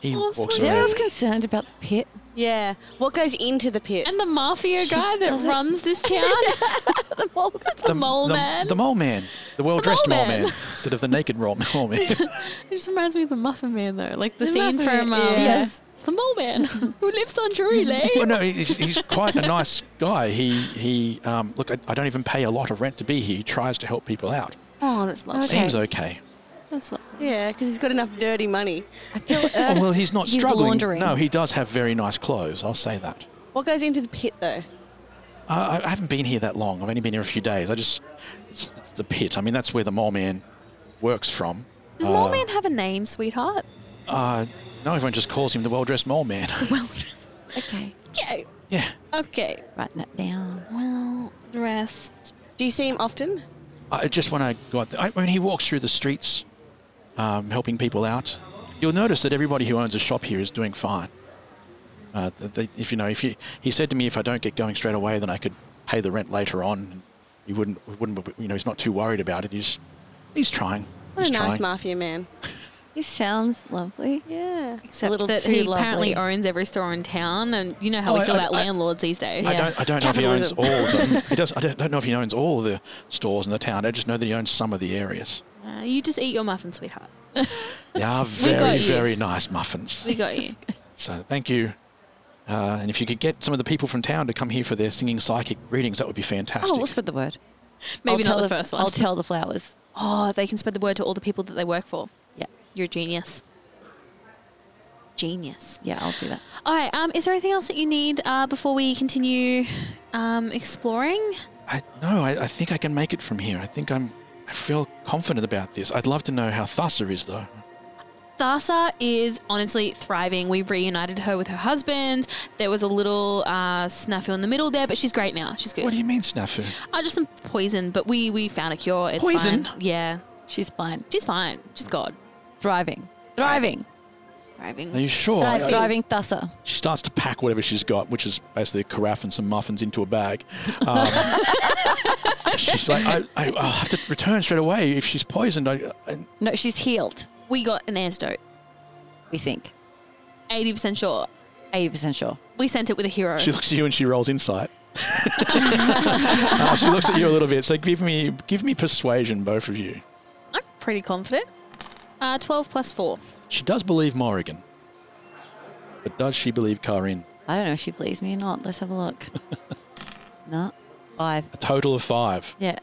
He Oh, so walks is Sarah around. was concerned about the pit. Yeah. What goes into the pit? And the mafia guy that doesn't- runs this town. the mole, the, mole the, man. The mole man. The well dressed mole mole man. man. Instead of the naked mole, mole man. it just reminds me of the Muffin Man, though. Like the, scene Muffin from um, Man, yeah. yes. the mole man who lives on Drury Lane. well, no, he's, he's quite a nice guy. He he. Um, look, I, I don't even pay a lot of rent to be here. He tries to help people out. Oh, that's lovely. Seems okay. That's lovely. Yeah, because he's got enough dirty money. I feel Oh, well, he's not He's struggling. laundering. No, he does have very nice clothes. I'll say that. What goes into the pit though? I, I haven't been here that long. I've only been here a few days. I just, it's, it's the pit. I mean, that's where the mole man works from. Does Uh, mole man have a name, sweetheart? Uh, no, everyone just calls him the well dressed mole man. Well, okay. Okay. yeah. Okay. Writing that down. well dressed. Do you see him often? I just when I got, I, when he walks through the streets, um, helping people out, you'll notice that everybody who owns a shop here is doing fine. Uh, th they, if you know, if you, he said to me, if I don't get going straight away, then I could pay the rent later on. He wouldn't, wouldn't, you know, he's not too worried about it. He's, he's trying. What he's a nice trying. mafia man. He sounds lovely. Yeah. Except little that that he he apparently lovely. owns every store in town, and you know how Oh, we I- feel I- about I- landlords these days. I don't, I don't know if he owns all of them. he does, I don't, don't know if he owns all the stores in the town. I just know that he owns some of the areas. Uh, you just eat your muffin, sweetheart. They are got very, you. very nice muffins. We got you. So thank you. Uh, and if you could get some of the people from town to come here for their singing psychic readings, that would be fantastic. Oh, we'll spread the word. Maybe I'll not tell the first one. I'll tell the flowers. oh, they can spread the word to all the people that they work for. Yeah. You're a genius. Genius. Yeah, I'll do that. All right. Um, is there anything else that you need uh, before we continue um, exploring? I, no, I, I think I can make it from here. I think I'm. I feel confident about this. I'd love to know how Thassa is, though. Thassa is honestly thriving. We reunited her with her husband. There was a little uh, snafu in the middle there, but she's great now. She's good. What do you mean, snafu? Uh, just some poison, but we we found a cure. It's Poison? Fine. Yeah, She's fine. she's fine. She's God. Thriving. Thriving. Are Thriving. you sure? Thri- I- I- thriving Thassa. she starts to pack whatever she's got, which is basically a carafe and some muffins, into a bag. Um, she's like, I, I, I'll have to return straight away if she's poisoned. I, I, No, she's healed, We got an antidote. we think. Eighty percent sure. 80% sure. We sent it with a hero. She looks at you and she rolls insight. Uh, she looks at you a little bit. So give me give me persuasion, both of you. I'm pretty confident. Uh, Twelve plus four. She does believe Morrigan, but does she believe Karin? I don't know if she believes me or not. Let's have a look. no. Five. A total of five. Yeah.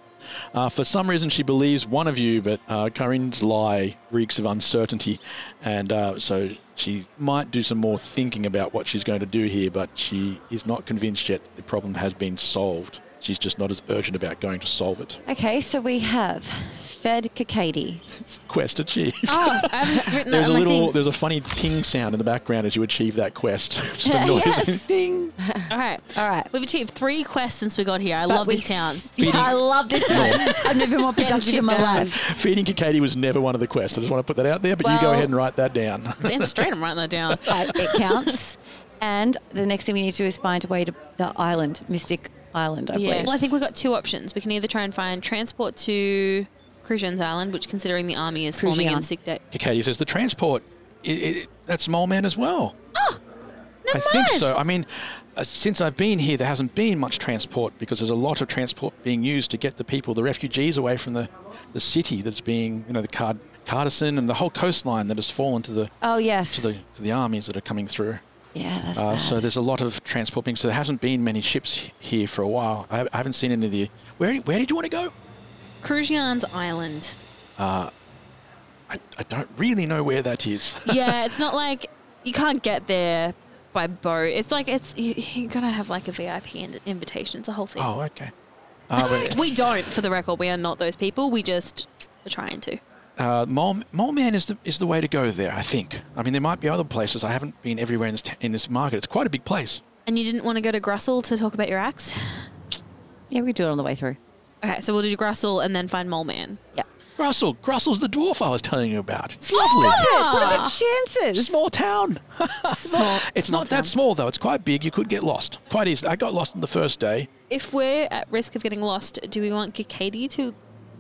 Uh, for some reason, she believes one of you, but uh, Karin's lie reeks of uncertainty, and uh, so she might do some more thinking about what she's going to do here. But she is not convinced yet that the problem has been solved. She's just not as urgent about going to solve it. Okay, so we have fed Kakadi. Quest achieved. Oh, I haven't written There's that a on my little, thing. there's a funny ting sound in the background as you achieve that quest. Just a noise. Ding. All right. All right. We've achieved three quests since we got here. I But love we this town. s- Yeah, I love this town. I've never been more productive in my life. Feeding Kakadi was never one of the quests. I just want to put that out there, but you go Well- ahead and write that down. Damn straight, I'm writing that down. But it counts. And the next thing we need to do is find a way to the island, Mystic Island, I Yeah. believe. Well, I think we've got two options. We can either try and find transport to Cruzian's Island, which, considering the army is forming in Cruzian. sick day. Katie says the transport. i i that's Mole Man as well. No I think so. I mean, uh, since I've been here, there hasn't been much transport because there's a lot of transport being used to get the people, the refugees, away from the, the city that's being, you know, the Card- Cardassian and the whole coastline that has fallen to the oh, yes. to the to the armies that are coming through. yeah, that's Uh, bad. so there's a lot of transport being. So there hasn't been many ships h- here for a while. I, I haven't seen any of the. Where where did you want to go? Cruzian's Island. I, I don't really know where that is. yeah, it's not like you can't get there by boat. It's like it's you, you gotta have like a VIP in- invitation. It's a whole thing. Oh, okay. Uh, but, We don't, for the record. We are not those people. We just are trying to. uh, Mole, Mole Man is the is the way to go there. I think. I mean, there might be other places. I haven't been everywhere in this t- in this market. It's quite a big place. And you didn't want to go to Grussel to talk about your axe. yeah, we could do it on the way through. Okay, so we'll do Grussel and then find Mole Man. Grussel, Grussel's the dwarf I was telling you about. It's Stop lovely. it! What are the chances? Small town. Small. It's not that small though. It's quite big. You could get lost quite easily. I got lost on the first day. If we're at risk of getting lost, do we want Katie to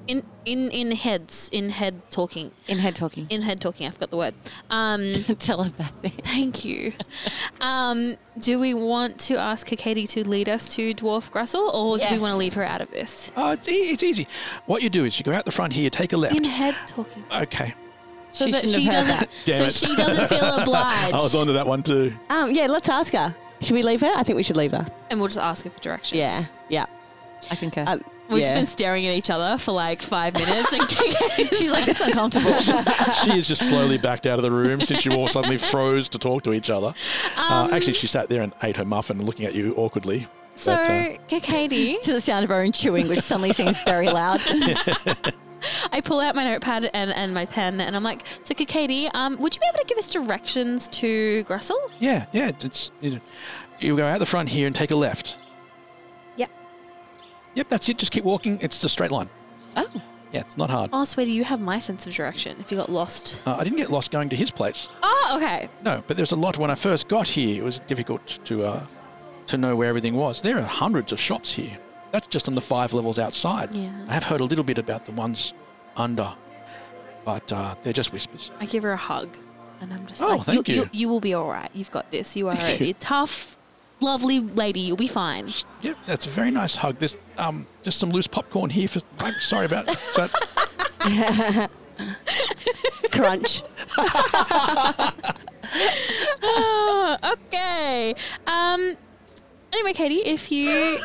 in in in heads in head talking In head talking. in head talking? I forgot the word. Um. Telepathic. Thank you. Um, do we want to ask Kaketi to lead us to Dwarf Grussel, or do we Yes. want to leave her out of this? Oh, it's, e- it's easy. What you do is you go out the front here, take a left. In head talking, okay. so She that shouldn't she have heard doesn't, so it. she doesn't feel obliged. to that one too. Um, yeah, let's ask her. Should we leave her? I think we should leave her. and we'll just ask her for directions. Yeah, yeah. I concur. Um, We've just yeah. been staring at each other for like five minutes, and Kaketi's She's like, it's uncomfortable. she is just slowly backed out of the room since you all suddenly froze to talk to each other. Uh, actually, she sat there and ate her muffin, looking at you awkwardly. so But, uh, Kaketi. to the sound of her own chewing, which suddenly seems very loud. I pull out my notepad and, and my pen, and I'm like, so Kaketi, um, would you be able to give us directions to Grussel? yeah, yeah. It's you, know, you go out the front here and take a left. Yep. Yep, that's it. Just keep walking. It's a straight line. Oh. Yeah, it's not hard. Oh, sweetie, you have my sense of direction. If you got lost. Uh, I didn't get lost going to his place. Oh, okay. No, but there's a lot. When I first got here, it was difficult to uh, to know where everything was. There are hundreds of shops here. That's just on the five levels outside. Yeah. I have heard a little bit about the ones under, but uh, they're just whispers. I give her a hug, and I'm just Oh, like, thank you, you. you. will be all right. You've got this. You are Thank a you. tough, lovely lady. You'll be fine. Yep, that's a very nice hug. There's um, just some loose popcorn here. For I'm sorry about that. Crunch. oh, okay. Um. Anyway, Katie, if you,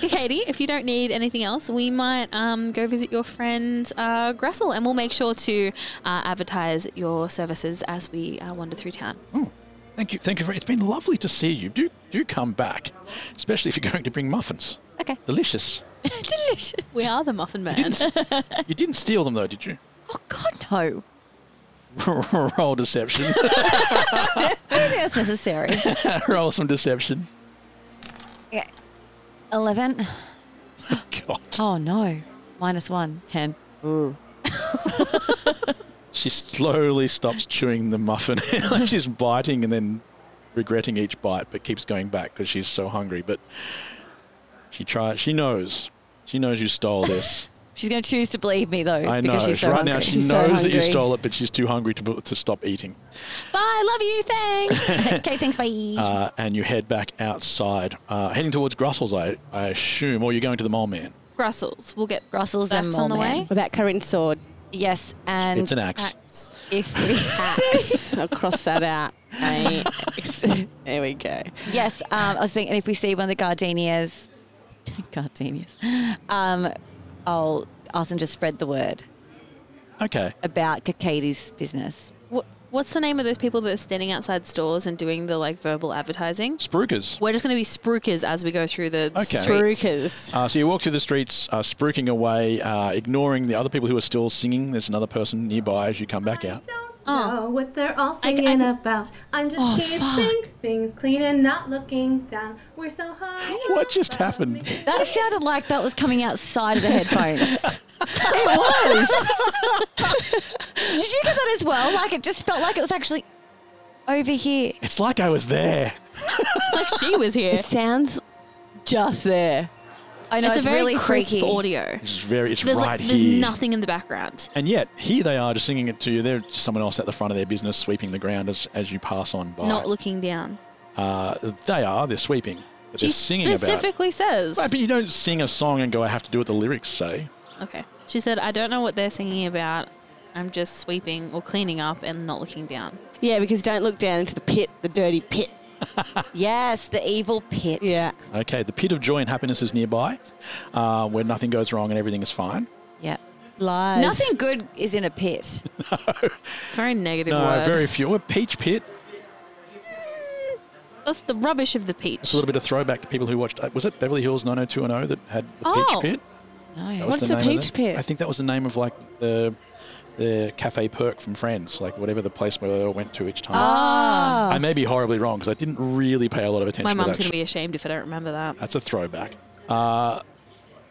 Katie, if you don't need anything else, we might um, go visit your friend uh, Gressel, and we'll make sure to uh, advertise your services as we uh, wander through town. Oh, thank you, thank you. Very, it's been lovely to see you. Do do come back, especially if you're going to bring muffins. Okay. Delicious. Delicious. We are the Muffin Man. You didn't, s- you didn't steal them though, did you? oh, God, no. Roll deception. I don't think that's necessary. Roll some deception. 11. God. Oh, no. Minus one. 10. She slowly stops chewing the muffin. Like she's biting and then regretting each bite, but keeps going back because she's so hungry. But she tries. She knows. She knows you stole this. She's going to choose to believe me, though. I know. Because she's so right hungry. now, she She's so knows that you hungry. stole it, but she's too hungry to, bu- to stop eating. Bye. Love you. Thanks. okay, thanks, bye. Uh, and you head back outside, uh, heading towards Grussel's, I, I assume, or you're going to the Mole Man. Grussel's. We'll get Russell's and that's on the Mole Man. way. About Corinne's sword. Yes, and uh, It's an axe. if we I'll cross that out. Axe. there we go. yes, um, I was thinking if we see one of the gardenias, gardenias, um, I'll ask them to spread the word Okay. about Kakadi's business. Wha- What's the name of those people that are standing outside stores and doing the like verbal advertising? Spruikers. We're just going to be spruikers as we go through the Okay. streets. Uh, so you walk through the streets, uh, spruiking away, uh, ignoring the other people who are still singing. There's another person nearby as you come back out. Oh. know what they're all I- I- singing about. I'm just Oh, here fuck. saying things clean and not looking down. We're so high. What just happened? That sounded like that was coming outside of the headphones. it was. Did you get that as well? Like it just felt like it was actually over here. It's like I was there. It's like she was here. It sounds just there. I know it's, it's, a very really crisp creaky. audio. It's very, it's There's right like there's here. nothing in the background. And yet, here they are just singing it to you. They're just someone else at the front of their business sweeping the ground as, as you pass on by. Not looking down. uh, they are, they're sweeping. But She they're singing about it. specifically says. Right, but you don't sing a song and go, I have to do what the lyrics say. Okay. She said, I don't know what they're singing about. I'm just sweeping or cleaning up and not looking down. Yeah, because don't look down into the pit, the dirty pit. Yes, the evil pit. Yeah. Okay, the pit of joy and happiness is nearby, uh, where nothing goes wrong and everything is fine. Yeah. Lies. Nothing good is in a pit. Very negative No, word. very few. A peach pit. That's the rubbish of the peach. It's a little bit of throwback to people who watched. uh, Was it Beverly Hills 90210 that had the Oh. peach pit? No. That was What's a name of peach the- pit? I think that was the name of like the the cafe perk from Friends, like whatever the place where they all went to each time. Ah. I may be horribly wrong because I didn't really pay a lot of attention. My to mum's that going to be ashamed if I don't remember that. That's a throwback. Uh,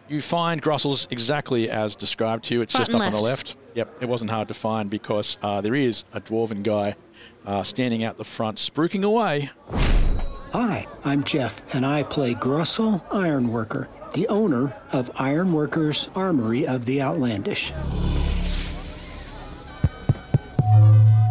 you find Grossel's exactly as described to you. It's Front just up and on the left. left. Yep, it wasn't hard to find because uh, there is a dwarven guy uh, standing out the front, spruiking away. Hi, I'm Jeff, and I play Grussel Ironworker, the owner of Ironworker's Armory of the Outlandish.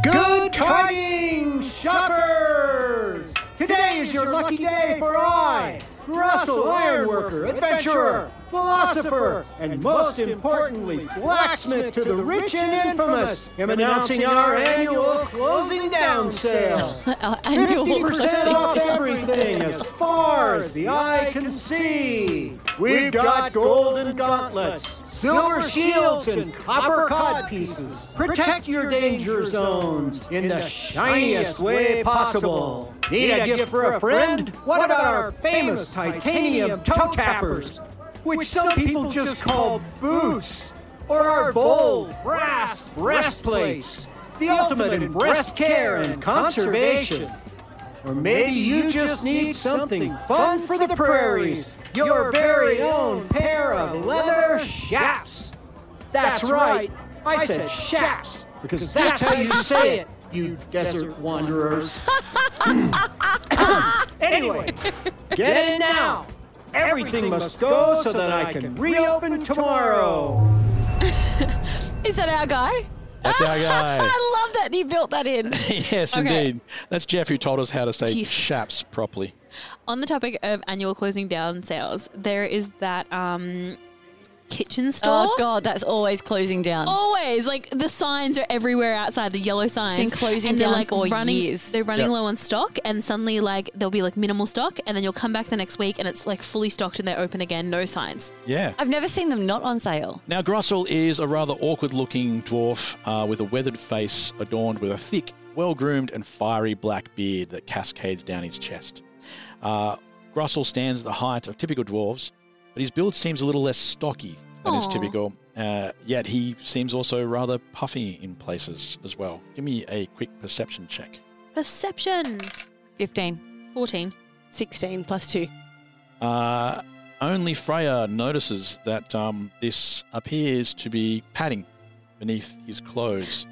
Good tidings, shoppers! Today is your lucky day for I, Grussel Ironworker, adventurer, philosopher, and most importantly, blacksmith to the rich and infamous, am announcing our annual closing down sale. Our annual closing down. everything as far as the eye can see. We've got golden gauntlets, silver shields, and copper cod pieces. Protect your danger zones in the shiniest way possible. Need a gift for a friend? What about our famous titanium toe tappers, which some people just call boots, or our bold brass breastplates? The ultimate in breast care and conservation. Or maybe you just need something fun for the prairies. Your very own pair of leather shaps. That's right. I said shaps because that's how you say it, you desert wanderers. anyway, get in now. Everything must go so that I can reopen tomorrow. Is that our guy? That's our guy. I love that you built that in. yes, Okay. indeed. That's Jeff who told us how to say Jeff. shaps properly. On the topic of annual closing down sales, there is that um, kitchen store. Oh God, that's always closing down. Always, like the signs are everywhere outside. The yellow signs. been closing and they're down like for running, years. They're running Yeah. low on stock, and suddenly like there'll be like minimal stock, and then you'll come back the next week, and it's like fully stocked, and they're open again, no signs. Yeah. I've never seen them not on sale. Now, Grussel is a rather awkward looking dwarf uh, with a weathered face adorned with a thick, well groomed, and fiery black beard that cascades down his chest. Uh, Grussel stands at the height of typical dwarves, but his build seems a little less stocky than is Aw. typical. Uh, yet he seems also rather puffy in places as well. Give me a quick perception check. Perception. Fifteen. 14. 16 plus 2. Uh, only Freya notices that um, this appears to be padding beneath his clothes,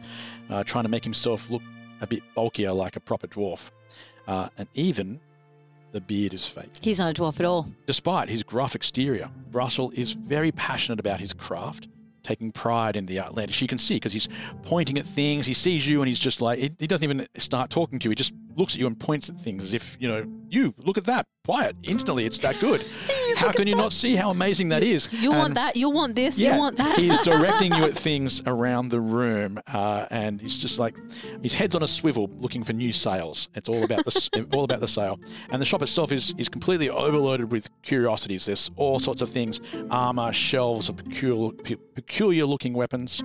uh, trying to make himself look a bit bulkier like a proper dwarf. Uh, and even the beard is fake. He's not a dwarf at all. Despite his gruff exterior, Russell is very passionate about his craft, taking pride in the outlandish. You can see because he's pointing at things. He sees you and he's just like, he, he doesn't even start talking to you. He just looks at you and points at things as if, you know, you, look at that. Quiet. Instantly, it's that good. how can you not see how amazing that is? You'll want And- that. You'll want this. Um, yeah, You'll want that. he's directing you at things around the room, uh, and he's just like his head's on a swivel, looking for new sales. It's all about the s- all about the sale, and the shop itself is is completely overloaded with curiosities. There's all sorts of things: armor, shelves of peculiar peculiar looking weapons,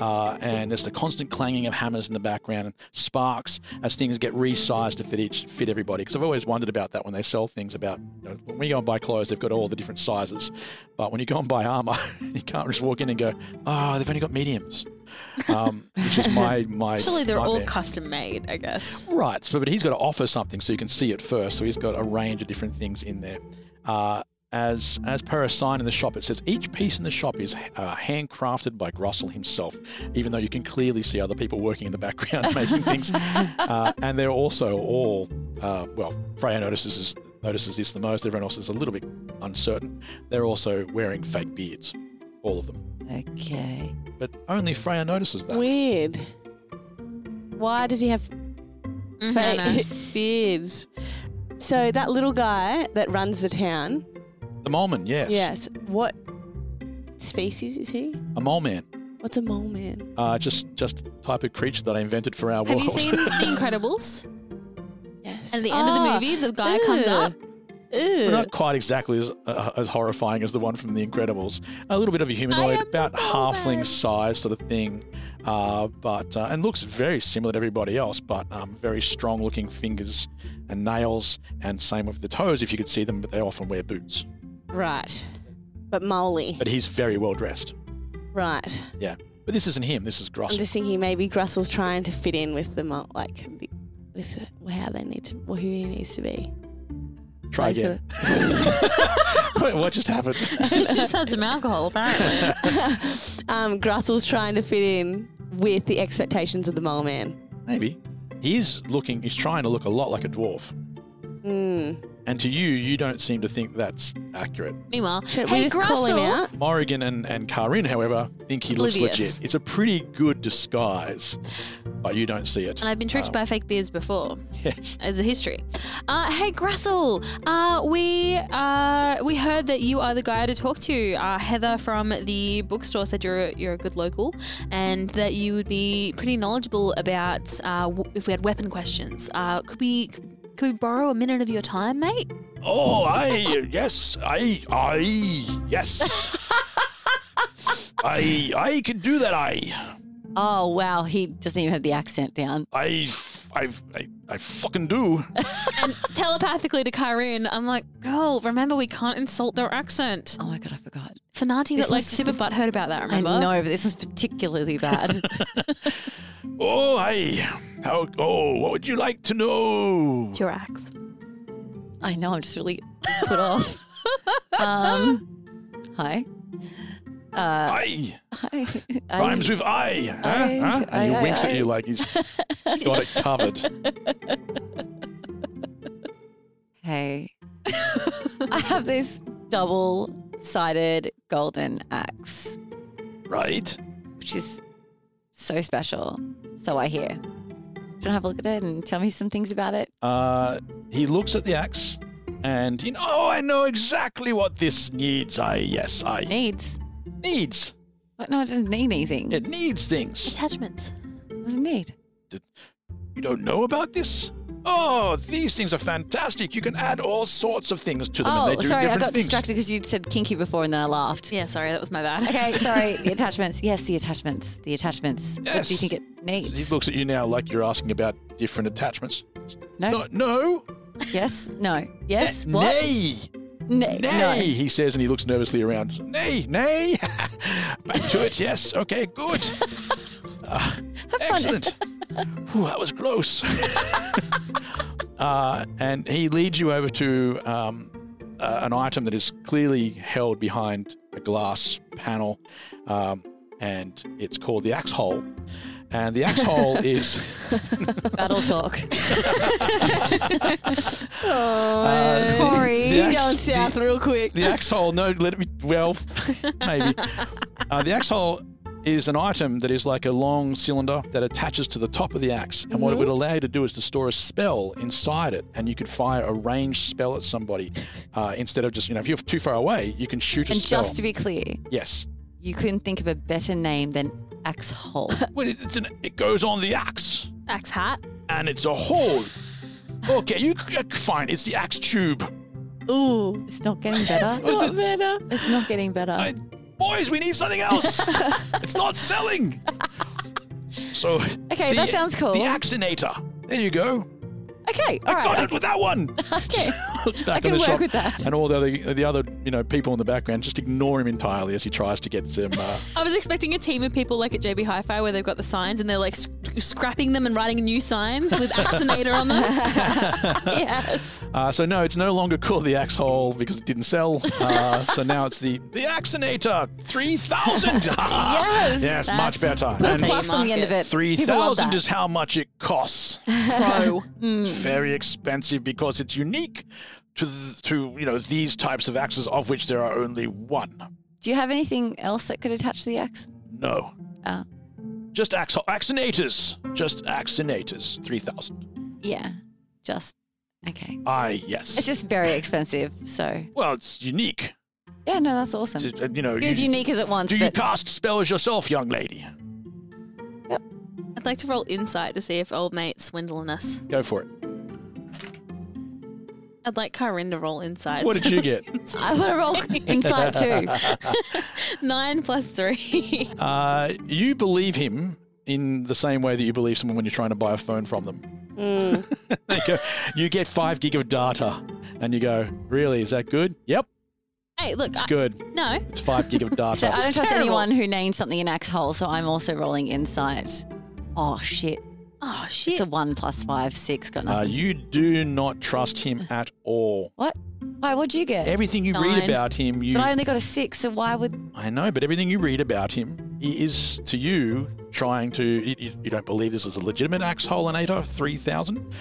uh, and there's the constant clanging of hammers in the background and sparks as things get resized to fit each fit everybody. Because I've always wondered about that when they sell things about you know, when we go and buy clothes, they've got all the different sizes, but when you go and buy armor, you can't just walk in and go, oh, they've only got mediums, um, which is my my. Actually, they're all nightmare. custom made, I guess. Right, so, but he's got to offer something so you can see it first. So he's got a range of different things in there. Uh, as as per a sign in the shop, it says each piece in the shop is uh, handcrafted by Grossel himself. Even though you can clearly see other people working in the background making things, uh, and they're also all uh, well. Freya notices this, notices this the most. Everyone else is a little bit uncertain. They're also wearing fake beards, all of them. Okay. But only Freya notices that. Weird. Why does he have Mm, I know. fake beards? So that little guy that runs the town. The moleman, yes. Yes. What species is he? A mole man. What's a mole man? Uh, just just a type of creature that I invented for our Have world. you seen The Incredibles? Yes. At the end of the Ah, movie, the guy comes up. Well, Ew. not quite exactly as uh, as horrifying as the one from The Incredibles. A little bit of a humanoid, am about the Bellman. halfling size sort of thing, uh, but uh, and looks very similar to everybody else, but um, very strong looking fingers and nails, and same with the toes if you could see them, but they often wear boots. Right. But moley. But he's very well dressed. Right. Yeah, but this isn't him. This is I'm Gross. just thinking maybe Grussel's trying to fit in with the mole, like the- with the, how they need to, who he needs to be. Try Like again. what just happened? She just had some alcohol, apparently. Um, Grussel's trying to fit in with the expectations of the mole man. Maybe he is looking. He's trying to look a lot like a dwarf. Hmm. Mm. And to you, you don't seem to think that's accurate. Meanwhile, Should we hey, just call him Grussel. out? Morrigan and, and Karin, however, think he looks Oblivious. legit. It's a pretty good disguise, but you don't see it. And I've been tricked Um, by fake beards before. Yes. as a history. Uh, hey, Grassel, uh, we uh, we heard that you are the guy to talk to. Uh, Heather from the bookstore said you're a, you're a good local, and that you would be pretty knowledgeable about uh, w- if we had weapon questions. Uh, could we could we borrow a minute of your time, mate? Oh, I, yes, I, I, yes. I, I can do that. I, Oh, wow. He doesn't even have the accent down. I, I, I, I fucking do. And telepathically to Kyrene, I'm like, girl, remember we can't insult their accent. Oh, my God. I forgot. Fanati This got like is- super butthurt about that. Remember? I know, but this was particularly bad. Oh, I, how, oh, what would you like to know? It's your accent. I know. I'm just really put off. Um, hi. Uh, I, hi. I- rhymes with I, huh? I- huh? And he I- I- winks I- at you like he's got it covered. Hey. I have this double sided golden axe, Right? which is so special. So I hear. Do you want to have a look at it and tell me some things about it? Uh, he looks at the axe and he, oh, I know exactly what this needs. I, yes, I Needs. needs. What? No, it doesn't need anything. It It needs things. Attachments. doesn't need. You don't know about this? Oh, these things are fantastic. You can add all sorts of things to them and Oh, they do sorry. I different got things. distracted because you'd said kinky before and then I laughed. Yeah, sorry, that was my bad. Okay, sorry. the attachments. Yes, the attachments. The attachments. What do you Yes. think it needs? He looks at you now like you're asking about different attachments. no. No, no. Yes. No. Yes. Eh, what? Nay. Nay. Nay, No. he says, and he looks nervously around. Nay, nay. Back to it, yes. Okay, good. Uh, excellent. Whew, that was close. uh, and he leads you over to um, uh, an item that is clearly held behind a glass panel, um, and it's called the axe hole. And the axe hole is. Battle talk. uh, Corey. the He's axe- Going the- south real quick. The axe hole, no, let me, well, maybe. Uh, the axe hole is an item that is like a long cylinder that attaches to the top of the axe. And what it would Mm-hmm. allow you to do is to store a spell inside it. And you could fire a ranged spell at somebody uh, instead of just, you know, if you're too far away, you can shoot a and spell. just to be clear, yes. you couldn't think of a better name than axe hole. Well, it- it's an, it goes on the axe Axe hat. and it's a hole. Okay, you c- uh, fine. It's the axe tube. Ooh. it's not getting better. Uh, th- Better. it's not getting better. I- boys, we need something else. it's not selling. So Okay, that sounds cool. The Axinator. There you go. okay. All Got right. it with that one. Okay. Looks back I can in the work shop, with that. and all the other, the other you know people in the background just ignore him entirely as he tries to get some. Uh, I was expecting a team of people like at JB Hi-Fi where they've got the signs and they're like sc- scrapping them and writing new signs with Axinator on them. yes. uh, so no, it's no longer called the Axe Hole because it didn't sell. Uh, so now it's the the Axinator three thousand. Yes. Yes, much That's- better. Put a And plus on the end of it. three People love thousand that. is how much it costs. Pro. Hmm. It's very expensive because it's unique. to th- to you know these types of axes, of which there are only one. Do you have anything else that could attach to the axe? No. Oh. Just ax- axinators. Just axinators. Three thousand. Yeah, just okay. Ah, yes. It's just very expensive. So well, it's unique. yeah, no, that's awesome. It's, uh, you know, It was you- unique as it once, Do you but cast spells yourself, young lady? I'd like to roll insight to see if old mate's swindling us. Go for it. I'd like Kyrin to roll insight. What did you get? I want to roll insight too. Nine plus three. Uh, you believe him in the same way that you believe someone when you're trying to buy a phone from them. Hmm. They go, you get five gig of data, and you go, "Really? Is that good? Yep, hey, look. it's I, good. no. It's five gig of data." So I don't It's trust terrible. anyone who names something an axe hole. So I'm also rolling insight. Oh shit! Oh, shit. It's a one plus five six. Got uh, nothing. you do not trust him at all. what? Why? What'd you get? Everything you read Nine. about him, you but I only got a six. So why would? I know, but everything you read about him, he is to you trying to. You, you- you don't believe this is a legitimate axe holinator, 3000.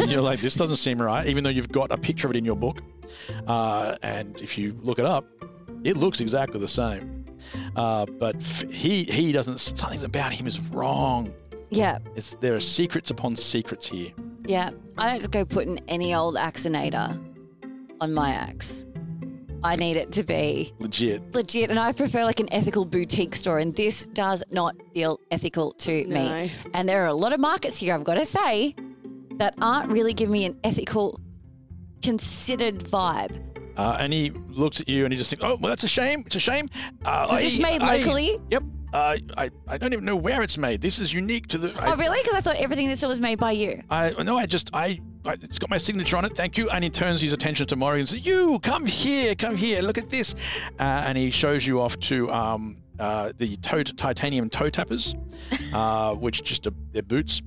Uh, you're like, this doesn't seem right, even though you've got a picture of it in your book. Uh, and if you look it up, it looks exactly the same. Uh, but f- he he doesn't. Something about him is wrong. Yeah, It's there are secrets upon secrets here. yeah. I don't just go putting any old axinator on my axe. I need it to be Legit. legit, and I prefer like an ethical boutique store. And this does not feel ethical to No. me. And there are a lot of markets here. I've got to say that aren't really giving me an ethical, considered vibe. Uh, and he looks at you and he just thinks, "Oh, well, that's a shame. It's a shame." Uh, Was this made locally? yep. Uh, I I don't even know where it's made. This is unique to the. I, oh, really? Because I thought everything that said was made by you. I no, I just I, I it's got my signature on it. Thank you. And he turns his attention to Mori and says, "You come here, come here. Look at this." Uh, and he shows you off to um uh, the toe, titanium toe tappers, uh, which just a, they're boots.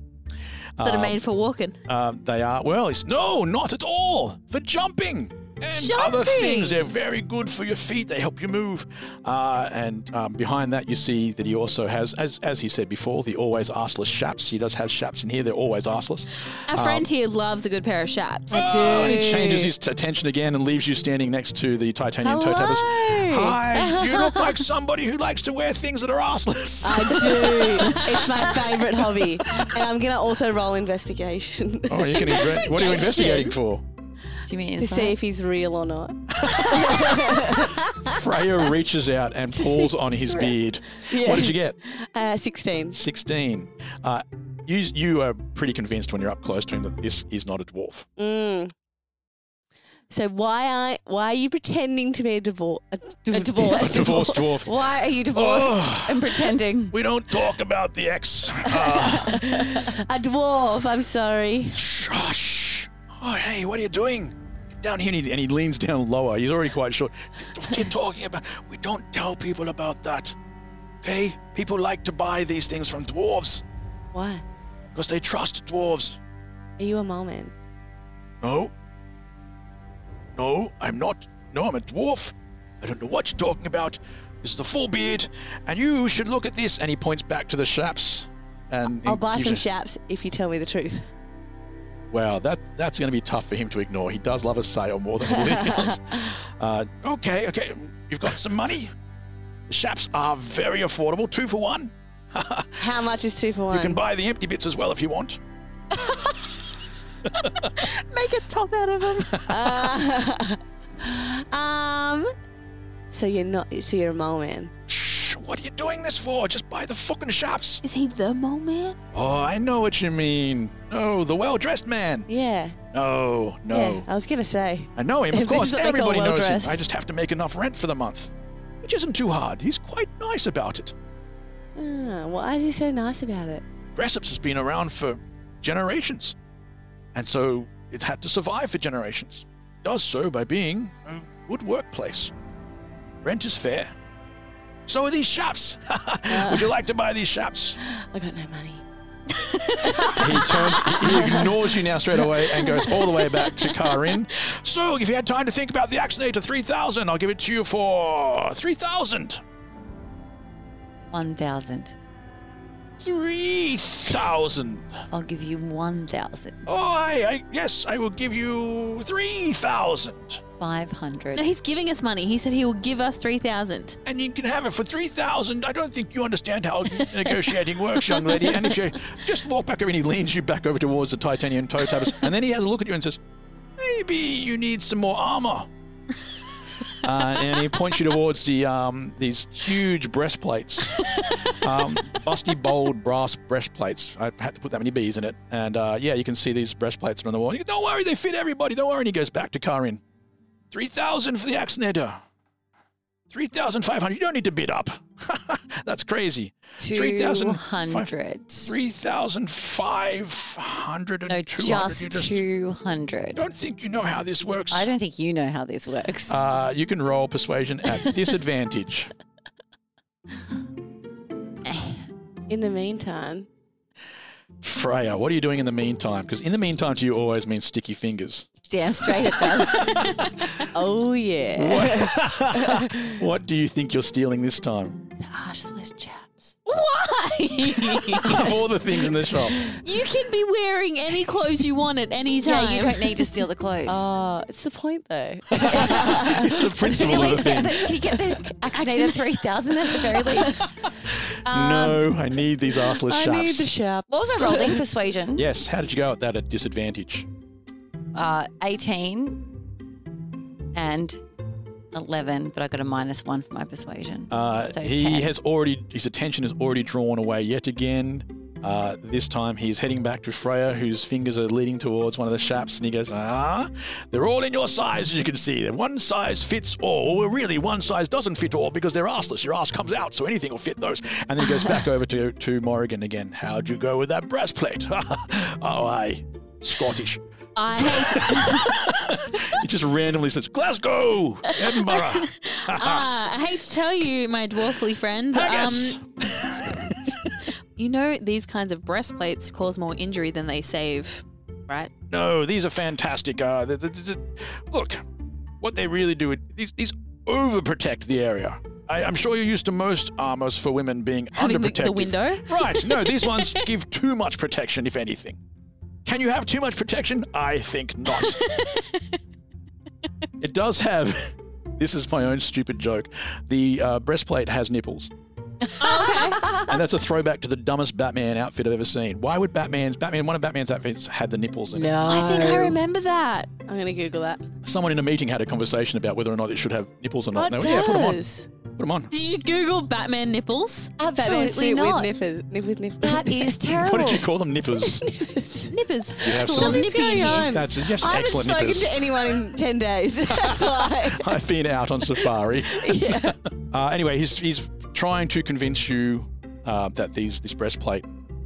that are made for walking. Um, they are well. It's, no, not at all. For jumping and other things, they're very good for your feet. They help you move. Uh, and um, behind that, you see that he also has, as as he said before, the always arseless shaps. He does have shaps in here. They're always arseless. Our friend here loves a good pair of shaps. Oh, he changes his t- attention again and leaves you standing next to the titanium toe tappers. Hi, you look like somebody who likes to wear things that are arseless. I do. it's my favourite hobby. And I'm going to also roll investigation oh, you're getting great. What are you investigating for? Do you mean to see if he's real or not. Freya reaches out and pulls on his beard. What did you get? Uh, 16. 16. Uh, you, you are pretty convinced when you're up close to him that this is not a dwarf. Mm. So why are why are you pretending to be a divorce? A, div- divorce. Divorced dwarf. Why are you divorced Oh. and pretending? We don't talk about the ex. Uh, a dwarf. I'm sorry. shush. Oh, hey, what are you doing? Get down here. And he, and he leans down lower. He's already quite short. What are you talking about? We don't tell people about that. Okay? People like to buy these things from dwarves Why? because they trust dwarves. Are you a moment? No. No, I'm not. No, I'm a dwarf. I don't know what you're talking about. This is the full beard, and you should look at this. And he points back to the shaps. And I'll buy gives some you- shaps if you tell me the truth. Wow, that that's going to be tough for him to ignore. He does love a sale more than anything else. Uh, okay, okay, you've got some money. The shaps are very affordable, two for one. How much is two for one? You can buy the empty bits as well if you want. Make a top out of him. um. So you're not. So you're a mole man. Shh, what are you doing this for? Just buy the fucking shaps. Is he the mole man? Oh, I know what you mean. Oh, the well-dressed man. Yeah. No, no. Yeah. I was gonna say. I know him, of This course. is what they call Everybody knows well-dressed. him. I just have to make enough rent for the month, which isn't too hard. He's quite nice about it. Ah, why is he so nice about it? Gressups has been around for generations, and so it's had to survive for generations. does so by being a good workplace. Rent is fair. So are these shops. Would you like to buy these shops? I got no money. He turns, he- he ignores you now straight away and goes all the way back to Karin. So, if you had time to think about the Axinator 3000, I'll give it to you for 3000. One thousand. Three thousand. I'll give you 1,000. Oh, I, I yes, I will give you three thousand, 500. No, he's giving us money. He said he will give us 3,000. and you can have it for three thousand. I don't think you understand how negotiating works, young lady. And if you just walk back over, and he leans you back over towards the titanium toe tappers, and then he has a look at you and says, "Maybe you need some more armor." Uh, and he points you towards the um, these huge breastplates, um, busty bold brass breastplates. I had to put that many B's in it, and uh, yeah, you can see these breastplates on the wall. And you go, don't worry, they fit everybody. Don't worry. And he goes back to Karin. Three thousand for the Axinator. Three thousand five hundred. You don't need to bid up. That's crazy. 200. Three thousand five hundred. No, just 200. Don't think you know how this works. I don't think you know how this works. Uh, you can roll persuasion at disadvantage. In the meantime, Freya, what are you doing in the meantime? Because in the meantime to you always means sticky fingers. Damn straight it does. oh yeah. What, what do you think you're stealing this time? Arseless chaps. of all the things in the shop. You can be wearing any clothes you want at any time. Yeah, you don't need to steal the clothes. Oh, it's the point though. It's the At principle of the least get thing. the, can you get the Axinator 3000 at the very least? no, I need these arseless I need shafts. the shaps. What was I rolling? Persuasion. yes, how did you go at that at disadvantage? Uh, 18 and 11, but I got a minus one for my persuasion. Uh, So he 10. has already, his attention is already drawn away yet again. Uh, this time he's heading back to Freya, whose fingers are leading towards one of the shafts, and he goes, Ah, they're all in your size, as you can see. They're One size fits all. Well, really, one size doesn't fit all because they're arseless. Your ass comes out, so anything will fit those. And then he goes back over to, to Morrigan again. How'd you go with that breastplate? oh, I. Scottish. I hate, He just randomly says, Glasgow! Edinburgh! Ah, I hate to tell you, my dwarfly friend. Haggis! you know, these kinds of breastplates cause more injury than they save, right? No, these are fantastic. Uh, the, the, the, look, what they really do, these, these overprotect the area. I, I'm sure you're used to most armors for women being Having the- underprotected. the window? Right. No, these ones give too much protection, if anything. Can you have too much protection? I think not. it does have. This is my own stupid joke. The uh, breastplate has nipples. Oh, and that's a throwback to the dumbest Batman outfit I've ever seen. Why would Batman's Batman one of Batman's outfits had the nipples in it? I think Oh. I remember that. I'm gonna Google that. someone in a meeting had a conversation about whether or not it should have nipples or not. What And they were, yeah, put them on. Oh, does? Put them on. Did you Google Batman nipples? Batman Absolutely suit not. With nippers, nip with nippers. That is terrible. What did you call them? Nippers. Nippers. You have It's a some- little nippy in here. That's you have some I haven't excellent spoken nippers. to anyone in ten days. That's why. I've been out on safari. uh, anyway, he's, he's trying to convince you uh, that these this breastplate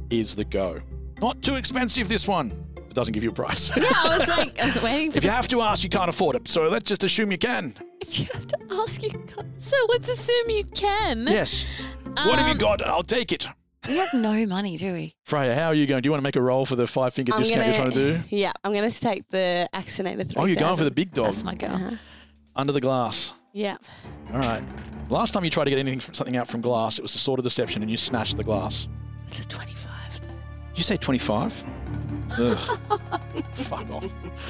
is the go. Not too expensive, this one. It doesn't give you a price. Yeah, I was like, I was waiting for if you have to ask, you can't afford it. So let's just assume you can. If you have to ask, you can't. So let's assume you can. Yes. what have you Um, got? I'll take it. We have no money, do we? Freya, how are you going? Do you want to make a roll for the five finger I'm discount gonna, you're trying to do? Yeah, I'm gonna take the Axinator three. Oh, you're going for the big dog That's my girl. Uh-huh. under the glass. Yeah. All right. Last time you tried to get anything something out from glass, it was the sword of deception, and you smashed the glass. It's a 25. Did you say twenty-five? Ugh. Fuck off.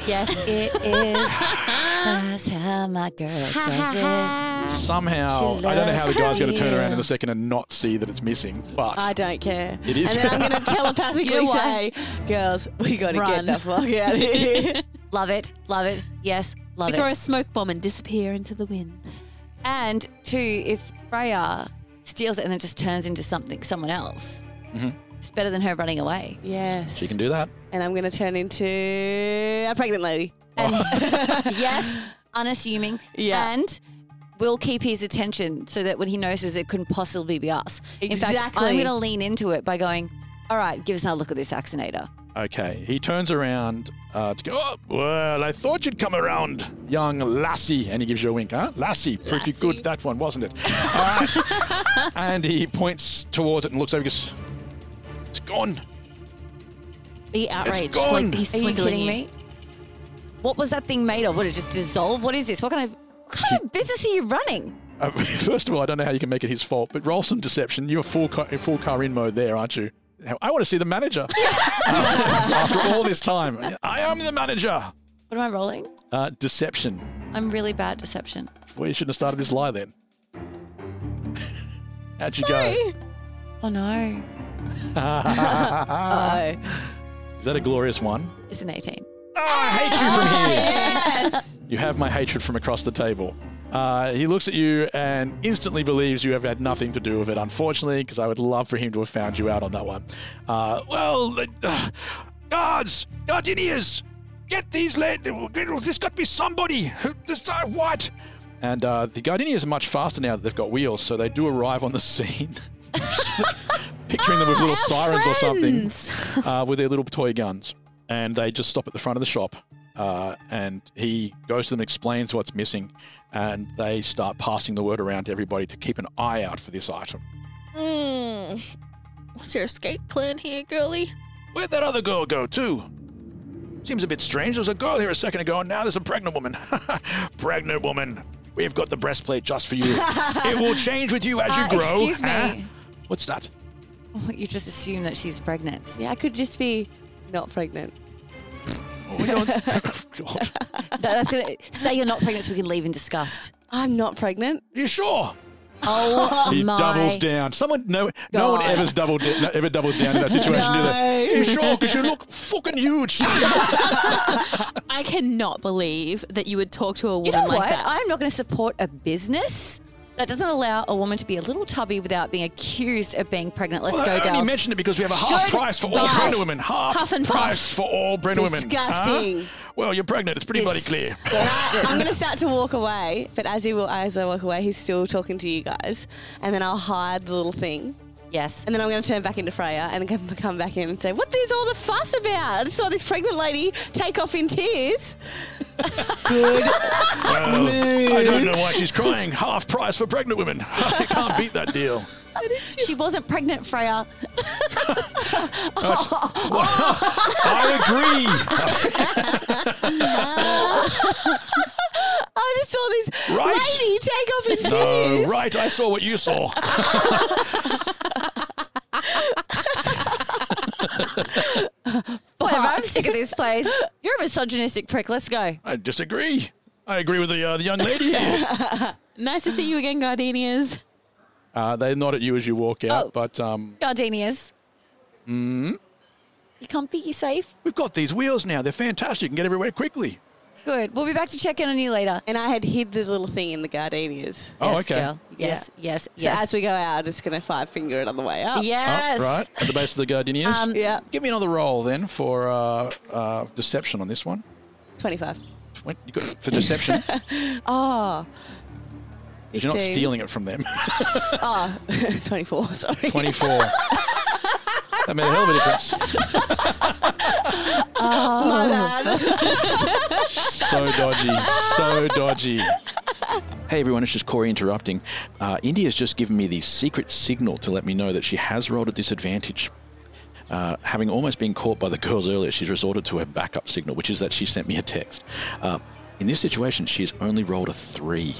Yes, it is. That's how my girl does it. Somehow, She I don't know how the loves guy's going to turn around you. in a second and not see that it's missing, but I don't care. It is- And then I'm gonna telepathically You say, girls, we gotta Run. get the fuck out of here. Love it, love it. Yes, love We it. throw a smoke bomb and disappear into the wind. And two, if Freya steals it and then just turns into something, someone else, Mm-hmm. it's better than her running away. yes. she can do that. And I'm gonna turn into a pregnant lady. And yes, unassuming. Oh. Yeah. And we'll keep his attention so that when he notices it couldn't possibly be us. In fact, I'm Exactly. going to lean into it by going, all right, give us another look at this vaccinator. Okay. He turns around uh, to go. Oh, well, I thought you'd come around, young lassie, and he gives you a wink. Huh, lassie? Pretty good that one, wasn't it? All right. and he points towards it and looks over. and Goes, it's gone. Be outraged. gone. Like he's Are you swindling kidding me? What was that thing made of? Would it just dissolve? What is this? What kind of, what kind of business are you running? Uh, first of all, I don't know how you can make it his fault, but roll some deception. You're full car, full car in mode there, aren't you? I want to see the manager after all this time. I am the manager. What am I rolling? Uh, deception. I'm really bad at deception. Well, you shouldn't have started this lie then. How'd you Oh go? no. Oh, Is that a glorious one? it's an 18. Oh, I hate you from here. You have my hatred from across the table. Uh, he looks at you and instantly believes you have had nothing to do with it, unfortunately, because I would love for him to have found you out on that one. Uh, well, uh, guards, gardenias, get these led. This got to be somebody. Who- This, uh, what? And uh, the gardenias are much faster now that they've got wheels, so they do arrive on the scene. Picturing them with little sirens or something uh, with their little toy guns. And they just stop at the front of the shop. Uh, and he goes to them, explains what's missing, and they start passing the word around to everybody to keep an eye out for this item. Mm. What's your escape plan here, girly? Where'd that other girl go to? Seems a bit strange. There was a girl here a second ago, and now there's a pregnant woman. pregnant woman. We've got the breastplate just for you. it will change with you as you Uh, grow. excuse me. huh? What's that? Oh, you just assume that she's pregnant. Yeah, I could just be not pregnant. Oh, we don't- God. That- that's gonna, say you're not pregnant so we can leave in disgust. I'm not pregnant. You sure? Oh, He my. doubles down. Someone no no one God. ever's doubled no- ever doubles down in that situation. do they? No. You sure? Because you look fucking huge. I cannot believe that you would talk to a woman You know like what? that. I'm not going to support a business that doesn't allow a woman to be a little tubby without being accused of being pregnant. Let's Well, I go, girls. only mentioned it because we have a half Go- price for all Half. pregnant women. Half, Huff and price for all pregnant women. Huh? Disgusting. Well, you're pregnant. It's pretty bloody clear. I'm gonna start to walk away, but as he will, as I walk away, he's still talking to you guys, and then I'll hide the little thing, yes. and then I'm gonna turn back into Freya and then come- come back in and say, "What is all the fuss about? I just saw this pregnant lady take off in tears." Well, I don't know why she's crying. Half price for pregnant women. you can't beat that deal. She wasn't pregnant, Freya. That's- I I just saw this Right. lady take off in agree. tears. No, right. I saw what you saw. Whatever, I'm sick of this place. You're a misogynistic prick. Let's go. I disagree. I agree with the, uh, the young lady. Nice to see you again, Gardenias. Uh, they nod at you as you walk out, Oh. but um, Gardenias. Mm. Mm-hmm. You comfy? You safe? we've got these wheels now. They're fantastic. You can get everywhere quickly. Good. We'll be back to check in on you later. And I had hid the little thing in the gardenias. Oh, yes, okay. Girl. Yes, yes, So yes. as we go out, I'm just gonna five finger it on the way up. Oh, yes. right. At the base of the gardenias. Um, Yeah. Give me another roll then for uh, uh, deception on this one. 25. Went- You got for deception. 'cause Oh. Ah. you're not 15. stealing it from them. Oh, 24, sorry. 24. that made a hell of a difference. Oh, My bad. So dodgy. So dodgy. Hey everyone, it's just Corey interrupting. Uh, India's just given me the secret signal to let me know that she has rolled at disadvantage. Uh, having almost been caught by the girls earlier, she's resorted to her backup signal, which is that she sent me a text. Uh, in this situation, she's only rolled a three.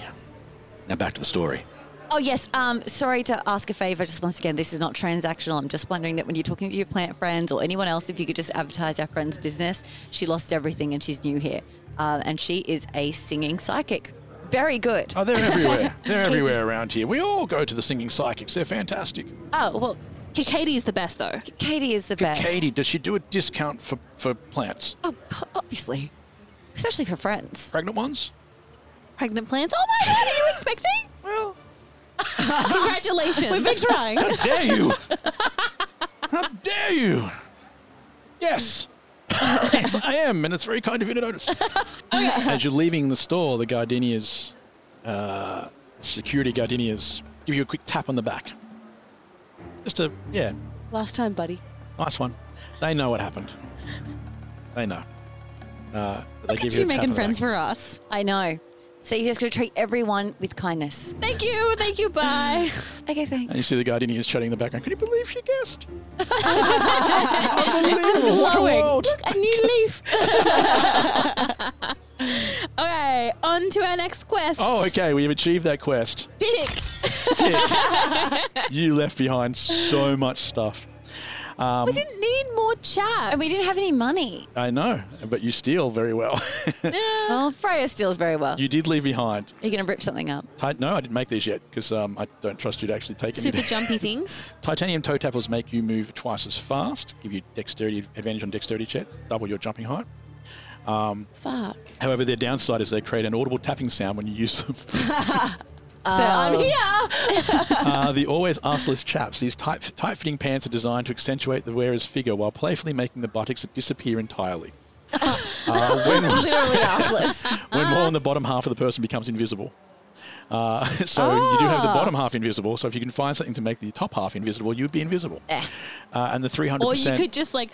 Now back to the story. Oh yes. Um, sorry to ask a favour. Just once again, this is not transactional. I'm just wondering that when you're talking to your plant friends or anyone else, if you could just advertise our friend's business. She lost everything and she's new here, um, and she is a singing psychic. Very good. Oh, they're everywhere. they're everywhere around here. We all go to the singing psychics. They're fantastic. Oh well, Katie is the best, though. Katie is the best. Katie, does she do a discount for, for plants? Oh, co- obviously, especially for friends. Pregnant ones? Pregnant plants. Oh my god, are you expecting? Well, Congratulations. We've been trying. how dare you? how dare you? Yes. yes, I am, and it's very kind of you to notice. As you're leaving the store, the gardenias, uh, security gardenias, give you a quick tap on the back. Just a, yeah, Last time, buddy. Nice one. They know what happened. They know. Uh, but they Look give at you you a tap making on the friends back. for us. I know. So you're just going to treat everyone with kindness. Thank you. Thank you. Bye. Okay, And you thanks. see the gardenias chatting in the background. Can you believe she guessed? Glowing. Look, a new leaf. Okay, on on to our next quest. Oh, okay. We have achieved that quest. Tick. You left behind so much stuff. Um, we didn't need more chaps. And we didn't have any money. I know, but you steal very well. Well, Oh, Freya steals very well. you did leave behind. You're going to rip something up. Tit- no, I didn't make these yet because um, I don't trust you to actually take Super anything. jumpy things. Titanium toe tappers make you move twice as fast, give you dexterity advantage on dexterity checks, double your jumping height. Um, Fuck. however, their downside is they create an audible tapping sound when you use them. Um, So I'm here. uh, the always arseless chaps. These tight, tight-fitting pants are designed to accentuate the wearer's figure while playfully making the buttocks disappear entirely. Uh, when, Literally arseless. when more on the bottom half of the person becomes invisible. Uh, so you do have Ah. the bottom half invisible. So if you can find something to make the top half invisible, you'd be invisible. Uh, and the 300%. Eh. Or you could just like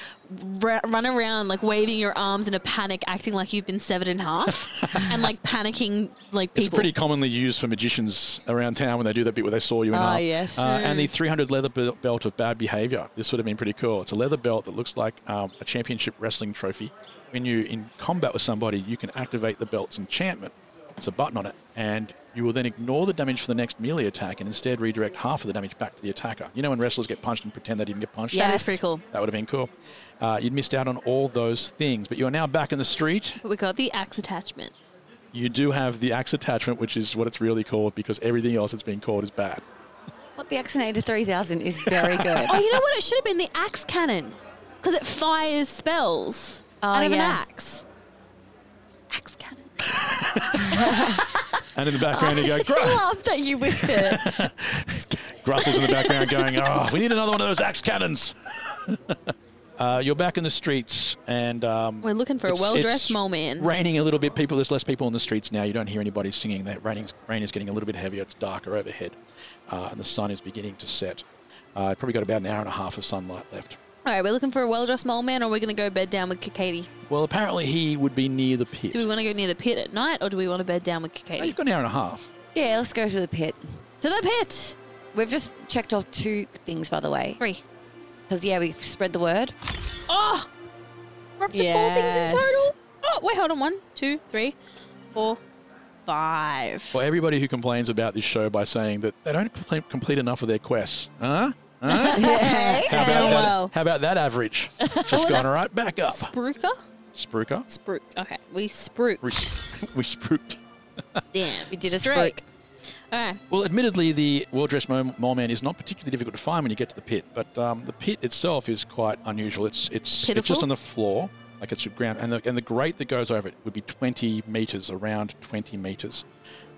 ra- run around like waving your arms in a panic, acting like you've been severed in half, and like panicking like people. It's pretty commonly used for magicians around town when they do that bit where they saw you in Ah, half. yes. Uh, And the 300 leather bel- belt of bad behavior. This would have been pretty cool. It's a leather belt that looks like um, a championship wrestling trophy. When you're in combat with somebody, you can activate the belt's enchantment. It's a button on it, and you will then ignore the damage for the next melee attack and instead redirect half of the damage back to the attacker. You know when wrestlers get punched and pretend they didn't get punched? Yeah. That is pretty cool. That would have been cool. Uh, you'd missed out on all those things, but you are now back in the street. But we got the axe attachment. You do have the axe attachment, which is what it's really called because everything else that's been called is bad. Look, the Axinator 3000 is very good. Oh, you know what? It should have been the axe cannon because it fires spells out of an yeah. axe. Axe cannon. And in the background, you go, I Gr- love that you whisper. Grussell's in the background going, oh, we need another one of those axe cannons. uh, you're back in the streets and. Um, We're looking for a it's- well-dressed it's mole man. Raining a little bit. People, there's less people on the streets now. You don't hear anybody singing. That raining, rain is getting a little bit heavier. It's darker overhead, uh, and the sun is beginning to set. Uh, probably got about an hour and a half of sunlight left. All right, we're looking for a well-dressed mole man, or we're gonna go bed down with Katie. Well, apparently he would be near the pit. Do we want to go near the pit at night, or do we want to bed down with Oh, Katie? you've got an hour and a half. yeah, let's go to the pit. To the pit. We've just checked off two things, by the way. Three. Because, yeah, we've spread the word. Oh, we're up to four things in Yes. total. Oh, wait, hold on. One, two, three, four, five. Well, everybody who complains about this show by saying that they don't complete, complete enough of their quests. Huh? Huh? How about, Doing that, well. how about that average? Just gone right back up. Spruker? Spruker. Spruik. Okay, we We, spruik. sp- we spruiked. Damn, We did a Strike. spook. All right. Well, admittedly, the well dressed mole, mole man is not particularly difficult to find when you get to the pit, but um, the pit itself is quite unusual. It's it's it's just Pitiful? on the floor, like it's ground, and the, and the grate that goes over it would be 20 meters, around 20 meters.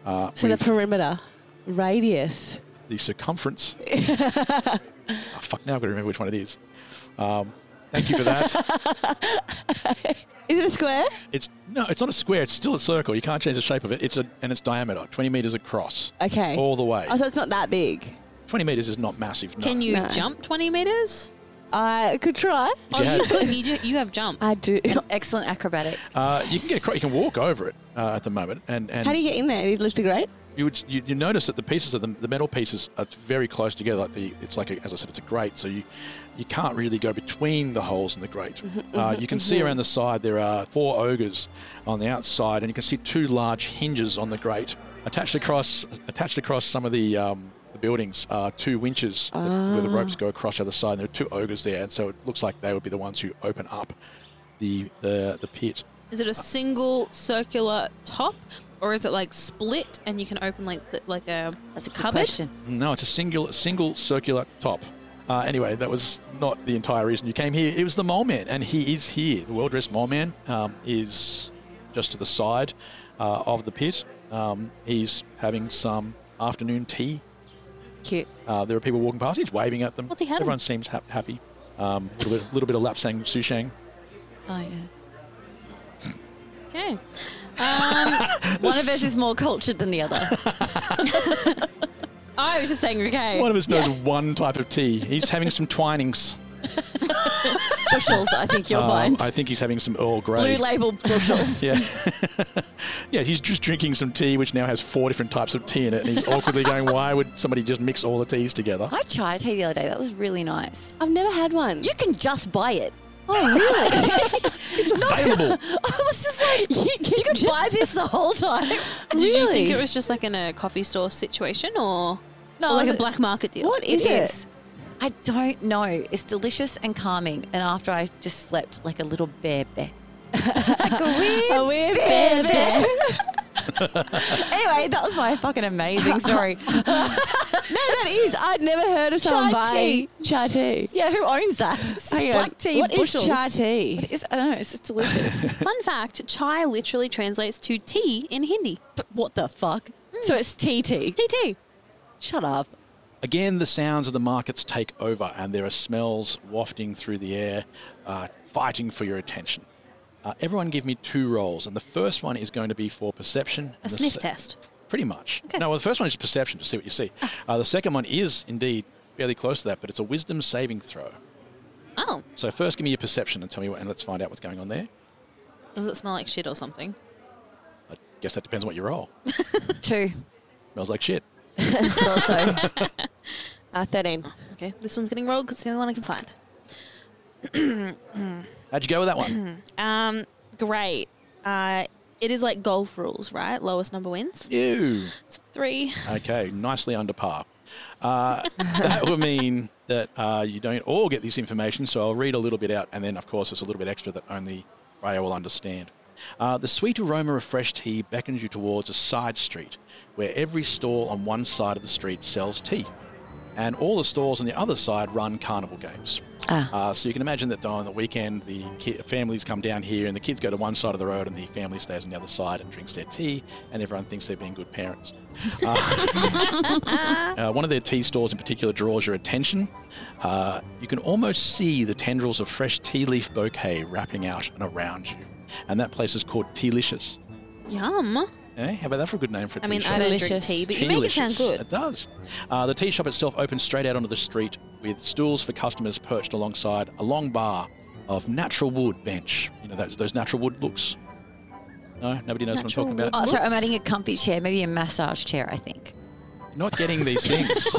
Uh, So the with perimeter, radius. the circumference. Oh, fuck, now I've got to remember which one it is. Um, thank you for that. Is it a square? It's no, it's not a square. It's still a circle. You can't change the shape of it. It's a and its diameter, twenty meters across, Okay. all the way. Oh, so it's not that big. Twenty meters is not massive. No. Can you No. jump 20 meters? I could try. Oh, Yeah. you could. You, ju- you have jump. I do. Excellent acrobatic. Uh, you can get across. You can walk over it uh, at the moment, and and How do you get in there? You lift the grate? you would you, you notice that the pieces of the, the metal pieces are very close together. Like the it's like a, as I said, it's a grate, so you you can't really go between the holes in the grate. uh, you can see around the side there are four ogres on the outside, and you can see two large hinges on the grate attached across attached across some of the. Um, the buildings are two winches that- where the ropes go across the other side. And there are two ogres there, and so it looks like they would be the ones who open up the the, the pit. Is it a single circular top, or is it like split and you can open like the, like a That's a good cupboard? question. No, it's a single single circular top. Uh, anyway, that was not the entire reason you came here. It was the mole man, and he is here. The well dressed mole man um, is just to the side uh, of the pit. Um, he's having some afternoon tea. Cute. Uh, there are people walking past. He's waving at them. What's he having? Everyone seems ha- happy. Um, a little bit, little bit of lapsang sushang. Oh, yeah. Okay. Um, One of us is more cultured than the other. Oh, I was just saying, okay. One of us knows one type of tea. He's having some twinings. bushels, I think you'll Um, find. I think he's having some Earl Grey. Blue label bushels. Yeah. yeah, he's just drinking some tea, which now has four different types of tea in it. And he's awkwardly going, why would somebody just mix all the teas together? I had chai tea the other day. That was really nice. I've never had one. You can just buy it. Oh, really? It's available. I was just like, you, could buy this the whole time. Did you think it was just like in a coffee store situation or, No, or like is a it- black market deal? What is it? I don't know. It's delicious and calming. And after I just slept like a little bear bear. Oh, we're Bear bear. anyway, that was my fucking amazing story. No, that is. I'd never heard of someone Chai buying chai tea. yeah, who owns that? It's just Hang on. black tea What is bushels. chai tea? It is- I don't know. It's just delicious. Fun fact chai literally translates to tea in Hindi. but what the fuck? So it's tea tea. Tea, tea. Shut up. Again, the sounds of the markets take over, and there are smells wafting through the air, uh, fighting for your attention. Uh, everyone, give me two rolls, and the first one is going to be for perception. and A the sniff se- test. Ah. Pretty much. No, well, the first one is perception to see what you see. Uh, the second one is indeed fairly close to that, but it's a wisdom saving throw. Oh, So first, give me your perception and tell me what, and let's find out what's going on there. does it smell like shit or something? I guess that depends on what you roll. Two. Smells like shit. Also, oh, Uh, 13. Okay, this one's getting rolled because it's the only one I can find. How'd you go with that one? Um, great. Uh, it is like golf rules, right? Lowest number wins. Ew. It's three. Okay, nicely under par. Uh, that will mean that uh, you don't all get this information, so I'll read a little bit out, and then, of course, there's a little bit extra that only Raya will understand. Uh, the sweet aroma of fresh tea beckons you towards a side street where every stall on one side of the street sells tea, and all the stalls on the other side run carnival games. Uh, so you can imagine that on the weekend, the ki- families come down here and the kids go to one side of the road and the family stays on the other side and drinks their tea, and everyone thinks they're being good parents. Uh, one of their tea stores in particular draws your attention. Uh, you can almost see the tendrils of fresh tea leaf bouquet wrapping out and around you. And that place is called Tealicious. Yum. Eh? How about that for a good name for a I tea mean, shop? I don't drink Delicious. tea, but you make it sound Tealicious. good. It does. Uh, the tea shop itself opens straight out onto the street with stools for customers perched alongside a long bar of natural wood bench. You know, those, those natural wood looks. No, nobody knows Natural what I'm talking about. oh, sorry, I'm adding a comfy chair, maybe a massage chair, I think. You're Not getting these things.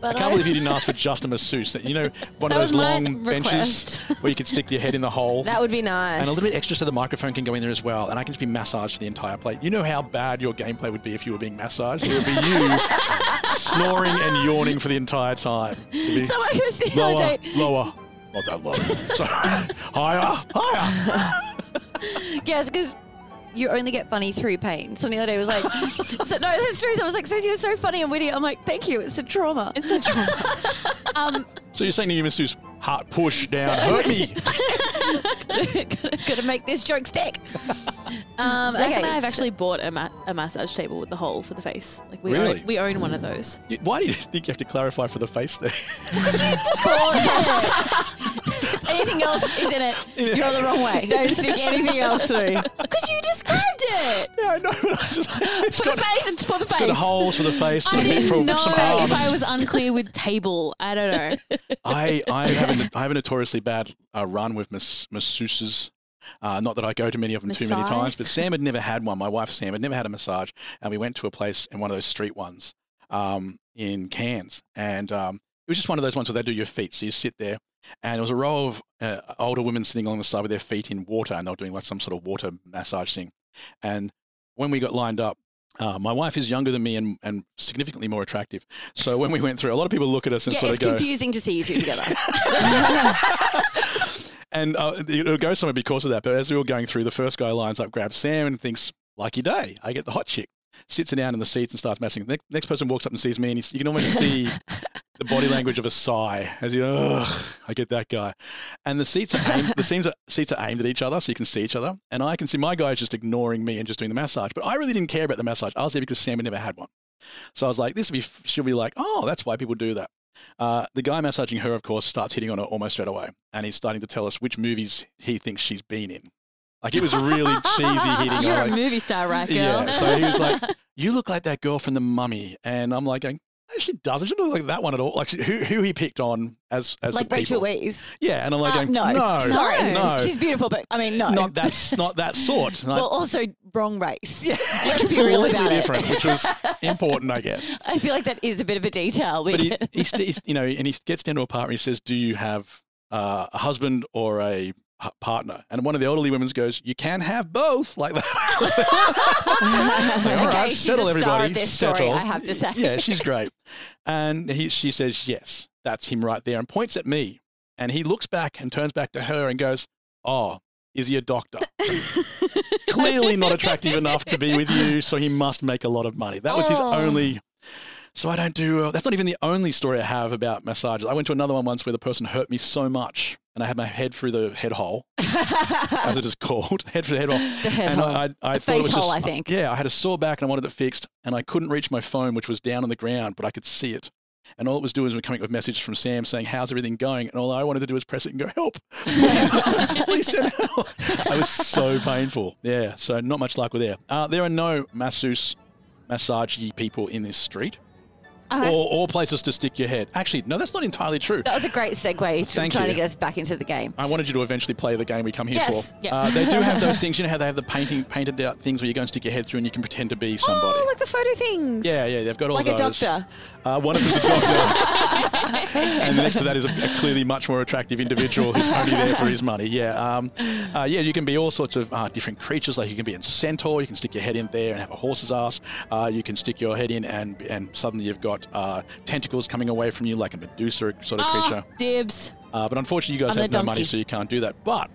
But I can't believe you didn't ask for just a masseuse. That you know, one That of those was my long benches request. where you could stick your head in the hole, That would be nice. and a little bit extra so the microphone can go in there as well, and I can just be massaged for the entire plate. You know how bad your gameplay would be if you were being massaged. It would be you snoring and yawning for the entire time. It'd be Someone who was the lower, other day. lower, not that low. So higher, higher. Yes, because you only get funny through pain. So the other day was like, so, no, that's true. So I was like, Susie, you're so funny and witty. I'm like, thank you. It's the trauma. It's the trauma. um, So you're saying to your masseuse, heart push down, hurt me. Gotta make this joke stick. um, Zach and I have so- actually bought a, ma- a massage table with the hole for the face. Like we Really? own, we own one of those. You- Why do you think you have to clarify for the face there? Anything else is in it. You're the wrong way. Don't stick anything Oh, else through. Because you described it. yeah, I know, but I just it's For the face, it's for the It's got face. holes for the face. I and a bit for didn't know some if arms. I was unclear with table. I don't know. I, I have a, I have a notoriously bad uh, run with mas- masseuses. Uh, not that I go to many of them too many Massage? times, but Sam had never had one. My wife Sam had never had a massage, and we went to a place in one of those street ones um, in Cairns, and um, it was just one of those ones where they do your feet. So you sit there, and there was a row of uh, older women sitting along the side with their feet in water, and they were doing like some sort of water massage thing. And when we got lined up, uh, my wife is younger than me and, and significantly more attractive. So when we went through, a lot of people look at us and Yeah, sort it's of go, confusing to see you two together. and uh, it'll go somewhere because of that. But as we were going through, the first guy lines up, grabs Sam, and thinks, "Lucky day, I get the hot chick." Sits her down in the seats and starts messing. Next, next person walks up and sees me, and he's, you can almost see the body language of a sigh as he, "Ugh, I get that guy." And the seats are aimed, the seats are, seats are aimed at each other, so you can see each other. And I can see my guy is just ignoring me and just doing the massage. But I really didn't care about the massage. I was there because Sam had never had one, so I was like, "This would be." She'll be like, "Oh, that's why people do that." Uh, the guy massaging her, of course, starts hitting on her almost straight away, and he's starting to tell us which movies he thinks she's been in. Like it was really cheesy hitting. You're on, a like, movie star, right, girl? Yeah. So he was like, "You look like that girl from The Mummy," and I'm like, going, "No, she doesn't. She doesn't look like that one at all." Like she, who who he picked on as as like the Rachel people. Weisz. Yeah, and I'm like, Uh, going, no. no, Sorry. no, She's beautiful, but I mean, no. not that's not that sort." And I- well, also wrong race. Let's be real completely about it. different, which was important, I guess. I feel like that is a bit of a detail. We But he, can- he st- he's, you know, and he gets down to a part where he says, "Do you have uh, a husband or a h- partner. And one of the elderly women goes, "You can have both." Like that. Like, all Okay, right, she's settle the star everybody. of this story, settle. I have to say. Yeah, she's great. And he, she says, "Yes, that's him right there," and points at me. And he looks back and turns back to her and goes, "Oh." Is he a doctor? Clearly not attractive enough to be with you, so he must make a lot of money. That was his Oh. only so I don't do. Uh, that's not even the only story I have about massages. I went to another one once where the person hurt me so much, and I had my head through the head hole, as it is called, head through the head hole. The head and hole. I, I, I The thought it face was hole, just- I think. Yeah, I had a sore back and I wanted it fixed, and I couldn't reach my phone, which was down on the ground, but I could see it. And all it was doing was we coming up with messages from Sam saying, "How's everything going?" And all I wanted to do was press it and go, "Help! Please send help!" It was so painful. Yeah, so not much luck with there. Uh, there are no masseuse, massage people in this street or, or places to stick your head. Actually, no, that's not entirely true. That was a great segue to Thank trying you. to get us back into the game. I wanted you to eventually play the game we come here Yes, for. yeah. Uh, they do have those things. You know how they have the painting painted out things where you go and stick your head through and you can pretend to be somebody. Oh, like the photo things. yeah, yeah, they've got all Like a those. doctor. Uh, one of them's a doctor, and next to that is a, a clearly much more attractive individual who's only there for his money. Yeah, um, uh, yeah, you can be all sorts of uh, different creatures. Like you can be in centaur, you can stick your head in there and have a horse's ass. Uh, you can stick your head in and and suddenly you've got uh, tentacles coming away from you like a Medusa sort of creature. Dibs. Uh, but unfortunately, you guys I'm have the no money, donkey. so you can't do that. But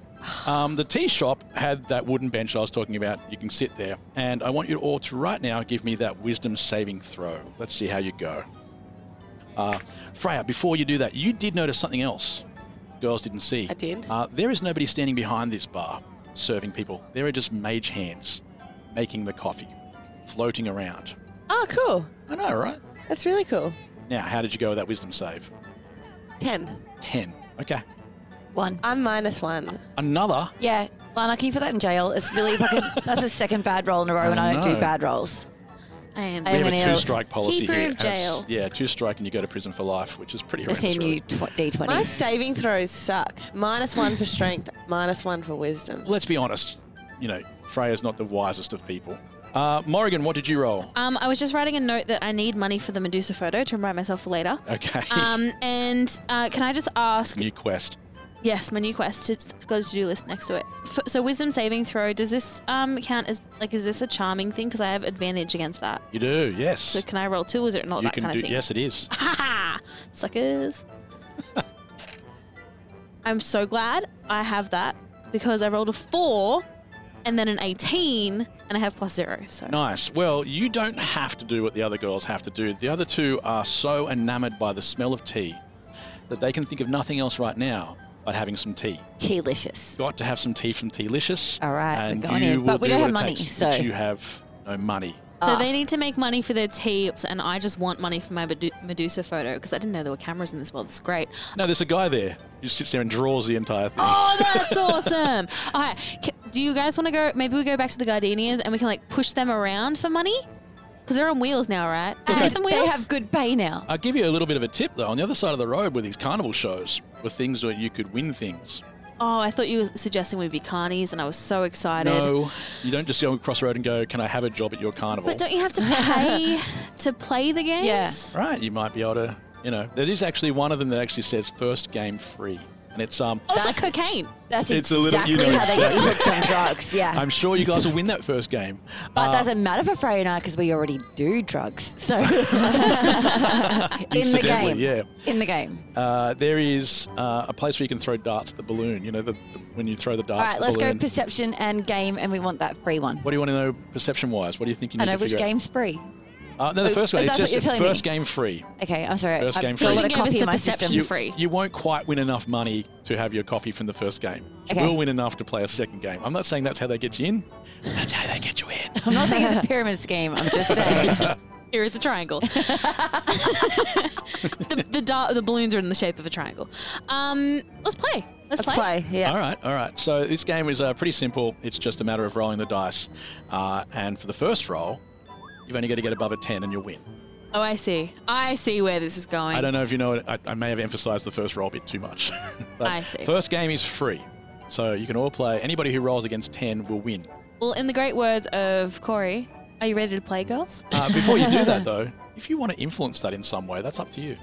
um, the tea shop had that wooden bench I was talking about. You can sit there. And I want you all to right now give me that wisdom saving throw. Let's see how you go. Uh, Freya, before you do that, you did notice something else girls didn't see. I did. Uh, there is nobody standing behind this bar serving people. There are just mage hands making the coffee, floating around. Oh, cool. I know, right? That's really cool. Now, how did you go with that wisdom save? 10. 10. Okay. One. I'm minus one. Another Yeah, Lana, can you put that in jail? It's really fucking, that's the second bad roll in a row, and I don't know. do bad rolls. I am. I- We I'm have a gonna two strike policy keeper here. of and it's- jail. Yeah, two strike and you go to prison for life, which is pretty I horrendous. see a new really. tw- D20. My saving throws suck. Minus one for strength, minus one for wisdom. Let's be honest, you know, Freya's not the wisest of people. Uh, Morrigan, what did you roll? Um, I was just writing a note that I need money for the Medusa photo to remind myself for later. Uh, Okay. Um, and uh, can I just ask? new quest. Yes, my new quest. It's got a to-do list next to it. F- so wisdom saving throw. Does this um count as like is this a charming thing? Because I have advantage against that. You do, yes. So can I roll two? Or is it not you that can kind do of thing? yes it is. Ha ha! Suckers. I'm so glad I have that because I rolled a four and then an 18 and I have plus zero. So Nice. Well, you don't have to do what the other girls have to do. The other two are so enamored by the smell of tea that they can think of nothing else right now but having some tea. Tealicious. Got to have some tea from Tealicious. All right, we're and going you in, will but we do don't what it have money, takes, so- but you have no money. So Ah. they need to make money for their tea, and I just want money for my Medu- Medusa photo because I didn't know there were cameras in this world. It's great. No, there's a guy there. He just sits there and draws the entire thing. Oh, that's awesome! All right, c- do you guys want to go? Maybe we go back to the gardenias and we can like push them around for money because they're on wheels now, right? Can we And get them they wheels? have good pay now. I'll give you a little bit of a tip though. On the other side of the road were these carnival shows with things where you could win things. oh, I thought you were suggesting we'd be carnies, and I was so excited. No, you don't just go across the road and go, "Can I have a job at your carnival?" But don't you have to pay to play the games? right, you might be able to. You know, there is actually one of them that actually says first game free, and it's um. Oh, it's like cocaine. That's It's a little- exactly you know how they get exactly. hooked on drugs, yeah. I'm sure you guys will win that first game. Uh, but it Ah. doesn't matter for Freya and I because we already do drugs. So, in the Incidentally, yeah. game. In the game. Uh, there is uh, a place where you can throw darts at the balloon. You know, the, the- when you throw the darts. All right, at let's the go balloon. perception and game, and we want that free one. what do you want to know perception wise? What do you think you I need know to which figure out? game's free. Uh, no, the Oh, first one. oh, It's that's what just you're telling first game free. Okay, I'm sorry. First I've game got a free. lot You can of give us coffee the in my perception. system. You, free. you won't quite win enough money to have your coffee from the first game. You Okay. will win enough to play a second game. I'm not saying that's how they get you in. That's how they get you in. I'm not saying it's a pyramid scheme. I'm just saying. Here is a triangle. the the, da- the balloons are in the shape of a triangle. Um, let's play. Let's, Let's play. Yeah. All right, all right. So this game is uh, pretty simple. It's just a matter of rolling the dice, uh, and for the first roll, you've only got to get above a ten, and you'll win. Oh, I see. I see where this is going. I don't know if you know it. I, I may have emphasized the first roll a bit too much. But I see. First game is free, so you can all play. Anybody who rolls against ten will win. Well, in the great words of Corey, are you ready to play, girls? Uh, before you do that, though, if you want to influence that in some way, that's up to you.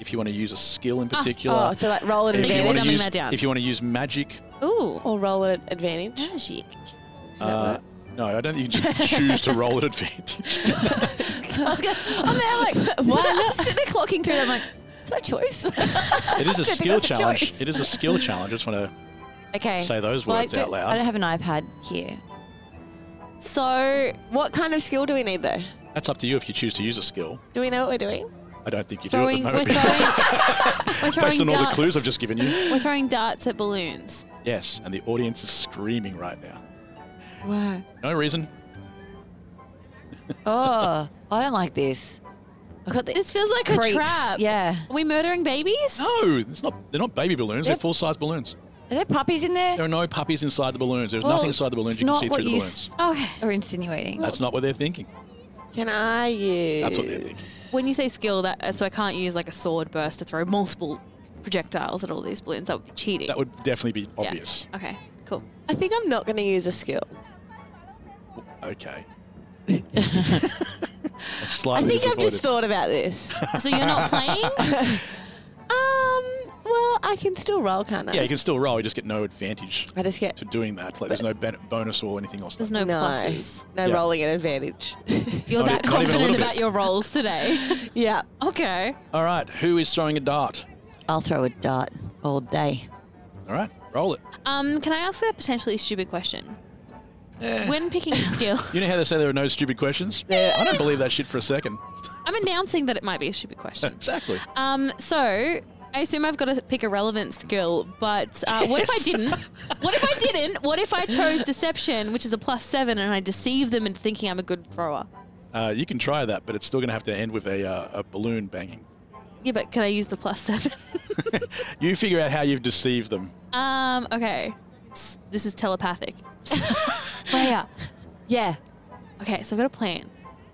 if you want to use a skill Ah, in particular. Oh, so like roll at if you advantage. want to use, if you want to use magic, Ooh. Or roll at advantage. Magic. uh, no, I don't think you can just choose to roll at advantage. I was going, I'm there like, why not? Sitting there clocking through, I'm like, is that a choice? It is a I don't think skill that's a challenge. choice. it is a skill challenge. I just want to. okay. Say those Well, I words out don't- loud. I don't have an iPad here. So What kind of skill do we need though? That's up to you if you choose to use a skill. Do we know what we're doing? I don't think you throwing, do we're at the moment. throwing, we're throwing Based on all the darts. clues I've just given you. We're throwing darts at balloons. Yes, and the audience is screaming right now. Wow. No reason. Oh, I don't like this. I got the This feels like creeps. a trap. Yeah. Are we murdering babies? No, it's not. They're not baby balloons. They're Yep. full size balloons. Are there puppies in there? There are no puppies inside the balloons. There's Well, nothing inside the balloons it's you can not see what through the you balloons. s- Oh, Okay. Are insinuating. That's not what they're thinking. Can I use? That's what they're thinking. When you say skill, that uh, so I can't use like a sword burst to throw multiple projectiles at all these balloons. That would be cheating. That would definitely be Yeah. obvious. Okay. Cool. I think I'm not going to use a skill. Okay. I'm Slightly I think I've just disappointed. thought about this. um. So you're not playing? Well, I can still roll, can't I? Yeah, you can still roll. You just get no advantage I just get to doing that. Like, there's no ben- bonus or anything else. There's no, no, pluses. no Yeah. rolling at advantage. You're Not e- not even that a confident little about bit. your roles today. yeah. okay. All right. Who is throwing a dart? I'll throw a dart all day. All right. Roll it. Um, can I ask a potentially stupid question? Eh. When picking skill, You know how they say there are no stupid questions? Yeah. I don't believe that shit for a second. I'm announcing that it might be a stupid question. Exactly. Um, so I assume I've got to pick a relevant skill, but uh, what if I didn't? What if I didn't? What if I chose deception, which is a plus seven, and I deceive them into thinking I'm a good thrower? Uh, you can try that, but it's still going to have to end with a, uh, a balloon banging. Yeah, but can I use the plus seven? You figure out how you've deceived them. um, okay. Psst, This is telepathic. Freya. Yeah. Okay, so I've got a plan.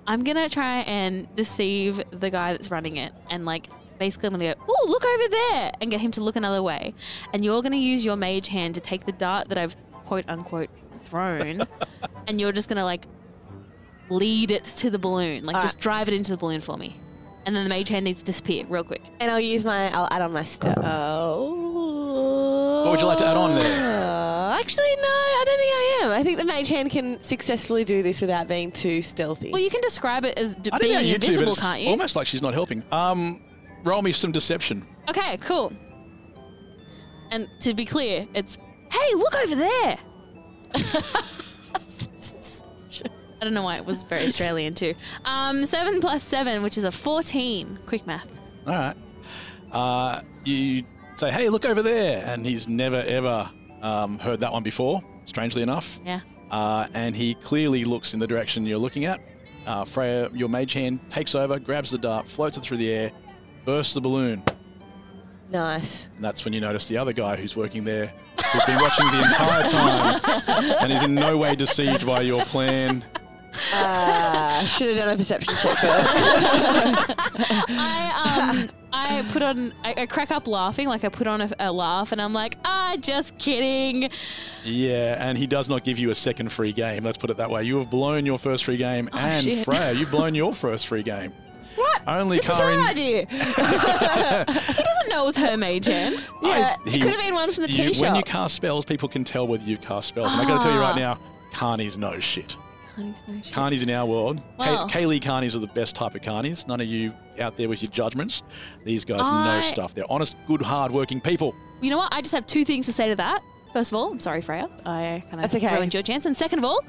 I'm gonna try and deceive the guy that's running it, and like basically I'm gonna go, "Oh, look over there," and get him to look another way. And you're gonna use your mage hand to take the dart that I've quote unquote thrown, and you're just gonna like lead it to the balloon, like just drive it into the balloon for me. And then the mage hand needs to disappear real quick. And I'll use my. I'll add on my stuff. Oh. What would you like to add on there? Actually, no. I don't think I am. I think the mage hand can successfully do this without being too stealthy. Well, you can describe it as d- I don't know how being you do, but invisible, it's can't you? almost like she's not helping. Um, roll me some deception. Okay, cool. And to be clear, it's hey, look over there. I don't know why it was very Australian too. Um, seven plus seven, which is a fourteen. Quick math. All right. Uh, you say, hey, look over there. And he's never, ever um, heard that one before, strangely enough. Yeah. Uh, and he clearly looks in the direction you're looking at. Uh, Freya, your mage hand takes over, grabs the dart, floats it through the air, bursts the balloon. nice. And that's when you notice the other guy who's working there, who's been watching the entire time and is in no way deceived by your plan. Uh, should have done a perception check first. I um, I put on, I, I crack up laughing, like I put on a, a laugh, and I'm like, ah, just kidding. Yeah, and he does not give you a second free game. Let's put it that way. You have blown your first free game, and shit. Freya, you've blown your first free game. What? Only It's her Karin. idea. He doesn't know it was her mage hand. Yeah, it could have been one from the you, tea When you shop. cast spells, people can tell whether you've cast spells. And I got to tell you right now, Carnies no shit. Honey's no shit. Carnies in our world, Ka- Wow. Kaylee Carnies are the best type of Carnies. None of you out there with your judgments. These guys I- know stuff. They're honest, good, hard-working people. You know what? I just have two things to say to that. First of all, I'm sorry, Freya. I kind of That's okay. ruined your chance. And second of all,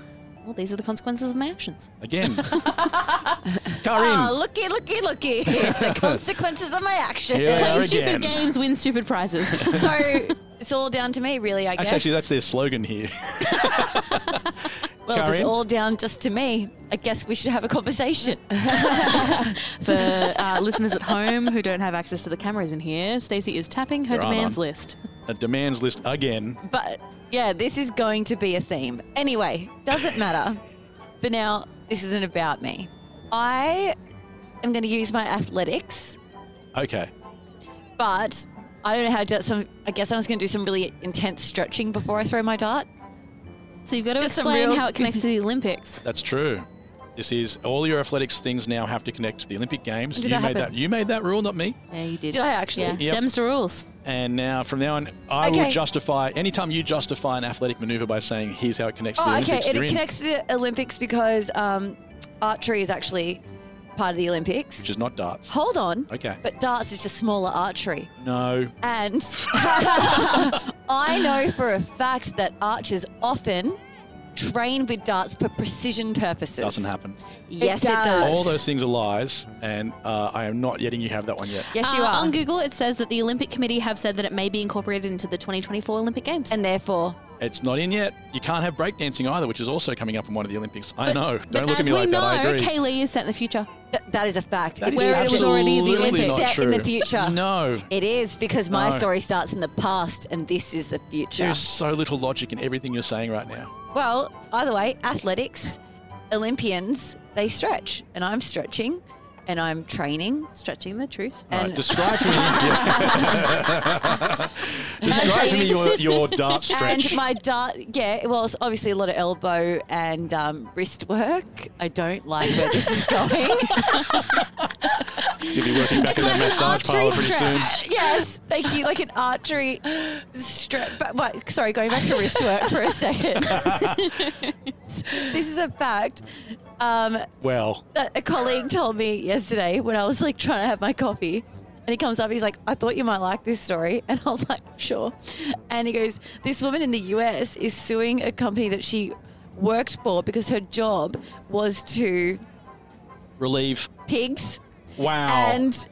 well, these are the consequences of my actions. Again, Ah, Karin. looky, looky, looky. Here's the consequences of my action. Here they Play are stupid again. games, win stupid prizes. So it's all down to me, really, I guess. That's actually that's their slogan here. well, if it's Karen. all down just to me. I guess we should have a conversation. For uh, listeners at home who don't have access to the cameras in here, Stacey is tapping her You're on, demands on. list. A demands list again. But yeah, this is going to be a theme. Anyway, doesn't matter. but now, this isn't about me. I am going to use my athletics, Okay. but I don't know how to do some. I guess I'm just going to do some really intense stretching before I throw my dart. So you've got to Just some explain real- how it connects to the Olympics. That's true. This is all your athletics things now have to connect to the Olympic Games. Did you that made that. happen? You made that rule, not me. Yeah, you did. Did I actually? Yeah. Yep. Dems to rules. And now, from now on, I will Okay. justify anytime you justify an athletic maneuver by saying, "Here's how it connects to the Oh, okay. Olympics." And you're it in, connects to the Olympics because um, archery is actually part of the Olympics. which is not darts. Hold on. Okay. But darts is just smaller archery. No. And I know for a fact that archers often train with darts for precision purposes. Doesn't happen. Yes, it It does. does. All those things are lies, and uh, I am not letting you have that one yet. Yes, you Uh, are. On Google, it says that the Olympic Committee have said that it may be incorporated into the 2024 Olympic Games. and therefore, It's not in yet. You can't have breakdancing either, which is also coming up in one of the Olympics. I know. Don't but look at as me we like know, that. I agree. Kaylee is set in the future. th- that is a fact. That is Where it was already the absolutely Olympics. not Set in the true. future. No. It is because my No. story starts in the past and this is the future. There's so little logic in everything you're saying right now. Well, either way, athletics, Olympians, they stretch, and I'm stretching, and I'm training. Stretching the truth. All right, And- describe for me. describe for me your, your dart stretch. And my dart, yeah, well, it's obviously a lot of elbow and um, wrist work. I don't like where this is going. You'll be working back in that massage parlor pretty soon. yes, thank you. Like an archery strap. But, but, sorry, going back to wrist work for a second. this is a fact. Um, Well, that a colleague told me yesterday when I was like trying to have my coffee. And he comes up, he's like, I thought you might like this story. And I was like, sure. And he goes, This woman in the US is suing a company that she worked for because her job was to relief. pigs. Wow. And she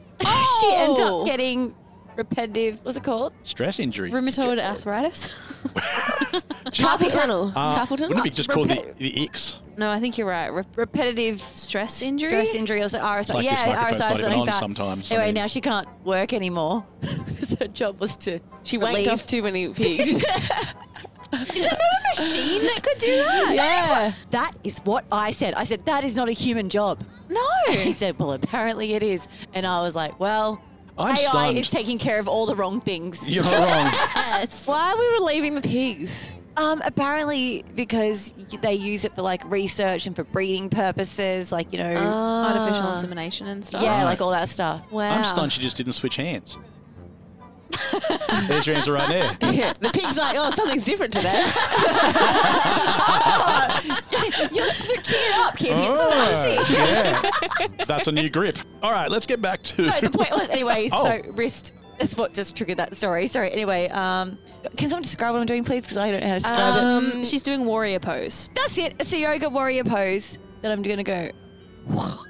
ended Oh. up getting repetitive, what's it called? Stress injury. Rheumatoid arthritis. Just- tunnel. uh, Wouldn't it be just called the, Repeat- the X? no, I think you're right. Re- repetitive stress injury. stress injury or so- RSI. like yeah, this microphone's not even RSI, something on like that. sometimes. I Anyway, mean- now she can't work anymore because her job was to She wanked relieve- off too many pigs. machine that could do that. Yeah. That is what I said. I said, that is not a human job. No. he said, well, apparently it is. And I was like, well, I'm AI stunned. is taking care of all the wrong things. You're wrong. Yes. Why are we relieving the pigs? Um, apparently because y- they use it for like research and for breeding purposes, like, you know, Artificial insemination and stuff. Ah. yeah, like all that stuff. wow. I'm stunned she just didn't switch hands. There's your answer right there. the pig's like, oh, something's different today. You're switching it up, Kim. It's Oh, spicy. yeah. That's a new grip. All right, let's get back to. No, the point was, anyway, Oh. so wrist. That's what just triggered that story. Sorry. Anyway, um, can someone describe what I'm doing, please? Because I don't know how to describe it. Um, she's doing warrior pose. That's it. It's a yoga warrior pose that I'm going to go. All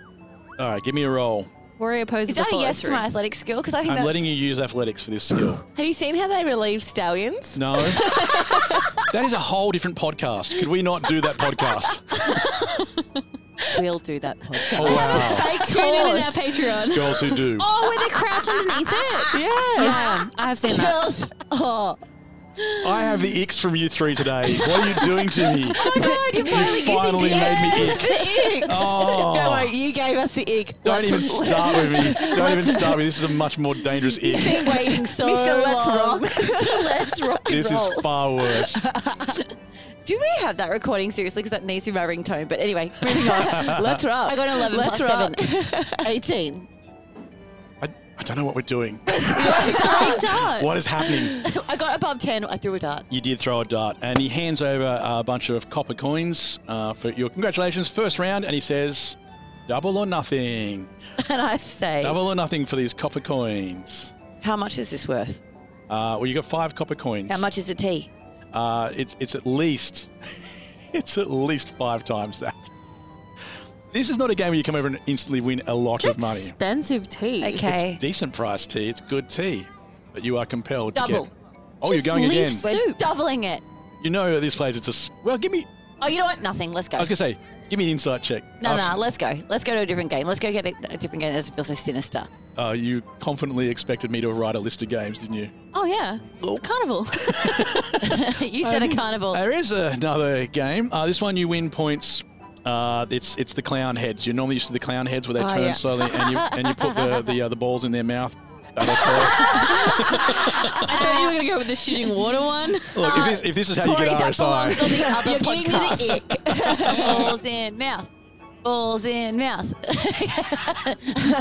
right, give me a roll. Warrior pose. Is a that a yes to follow-through. my athletic skill? Because I think I'm that's. letting you use athletics for this skill. Have you seen how they relieve stallions? No. that is a whole different podcast. Could we not do that podcast? We'll do that. podcast. Oh, wow. Fake tune in at our Patreon. Girls who do. Oh, where they crouch underneath it. Yes. um, I have seen that. Oh, I have the icks from you three today. What are you doing to me? my God. You're You finally, finally using made me ick. the ink. Oh. Don't worry, you gave us the egg. Don't even start with me. Don't even start with me. This is a much more dangerous ick. been waiting so Mr. Let's long. Rock. Mr. Let's Rock and This is roll. far worse. Do we have that recording seriously? Because that needs to be my ringtone. But anyway, moving on. Let's rock. I got an 11 Let's plus rock. 7. 18. I, I don't know what we're doing. I What is happening? I got above 10. I threw a dart. You did throw a dart, and he hands over a bunch of copper coins uh, for your congratulations, first round, and he says, "Double or nothing. And I say, Double or nothing for these copper coins." how much is this worth? Uh, well, you got five copper coins. How much is a tea? Uh, it's it's at least it's at least five times that. This is not a game where you come over and instantly win a lot of money. Expensive tea. Okay. It's decent priced tea. It's good tea, but you are compelled to Double. get. Oh, Just you're going leave again. s- We're Soup. doubling it. You know at this place it's a. s- Well, give me. Oh, you know what? Nothing. Let's go. I was gonna say, give me an insight check. No, Ask- no, let's go. Let's go to a different game. Let's go get a, a different game that doesn't feel so sinister. Uh, you confidently expected me to write a list of games, didn't you? Oh yeah. It's carnival. you said a carnival. There is another game. Uh, this one you win points. Uh, it's it's the clown heads. You're normally used to the clown heads where they turn yeah. slowly and you and you put the the, uh, the balls in their mouth. That'll tell. I thought you were gonna go with the shooting water one. Look, if this, if this is how you Corey, get that belongs on RSI, the other podcast. Balls in mouth. Balls in mouth.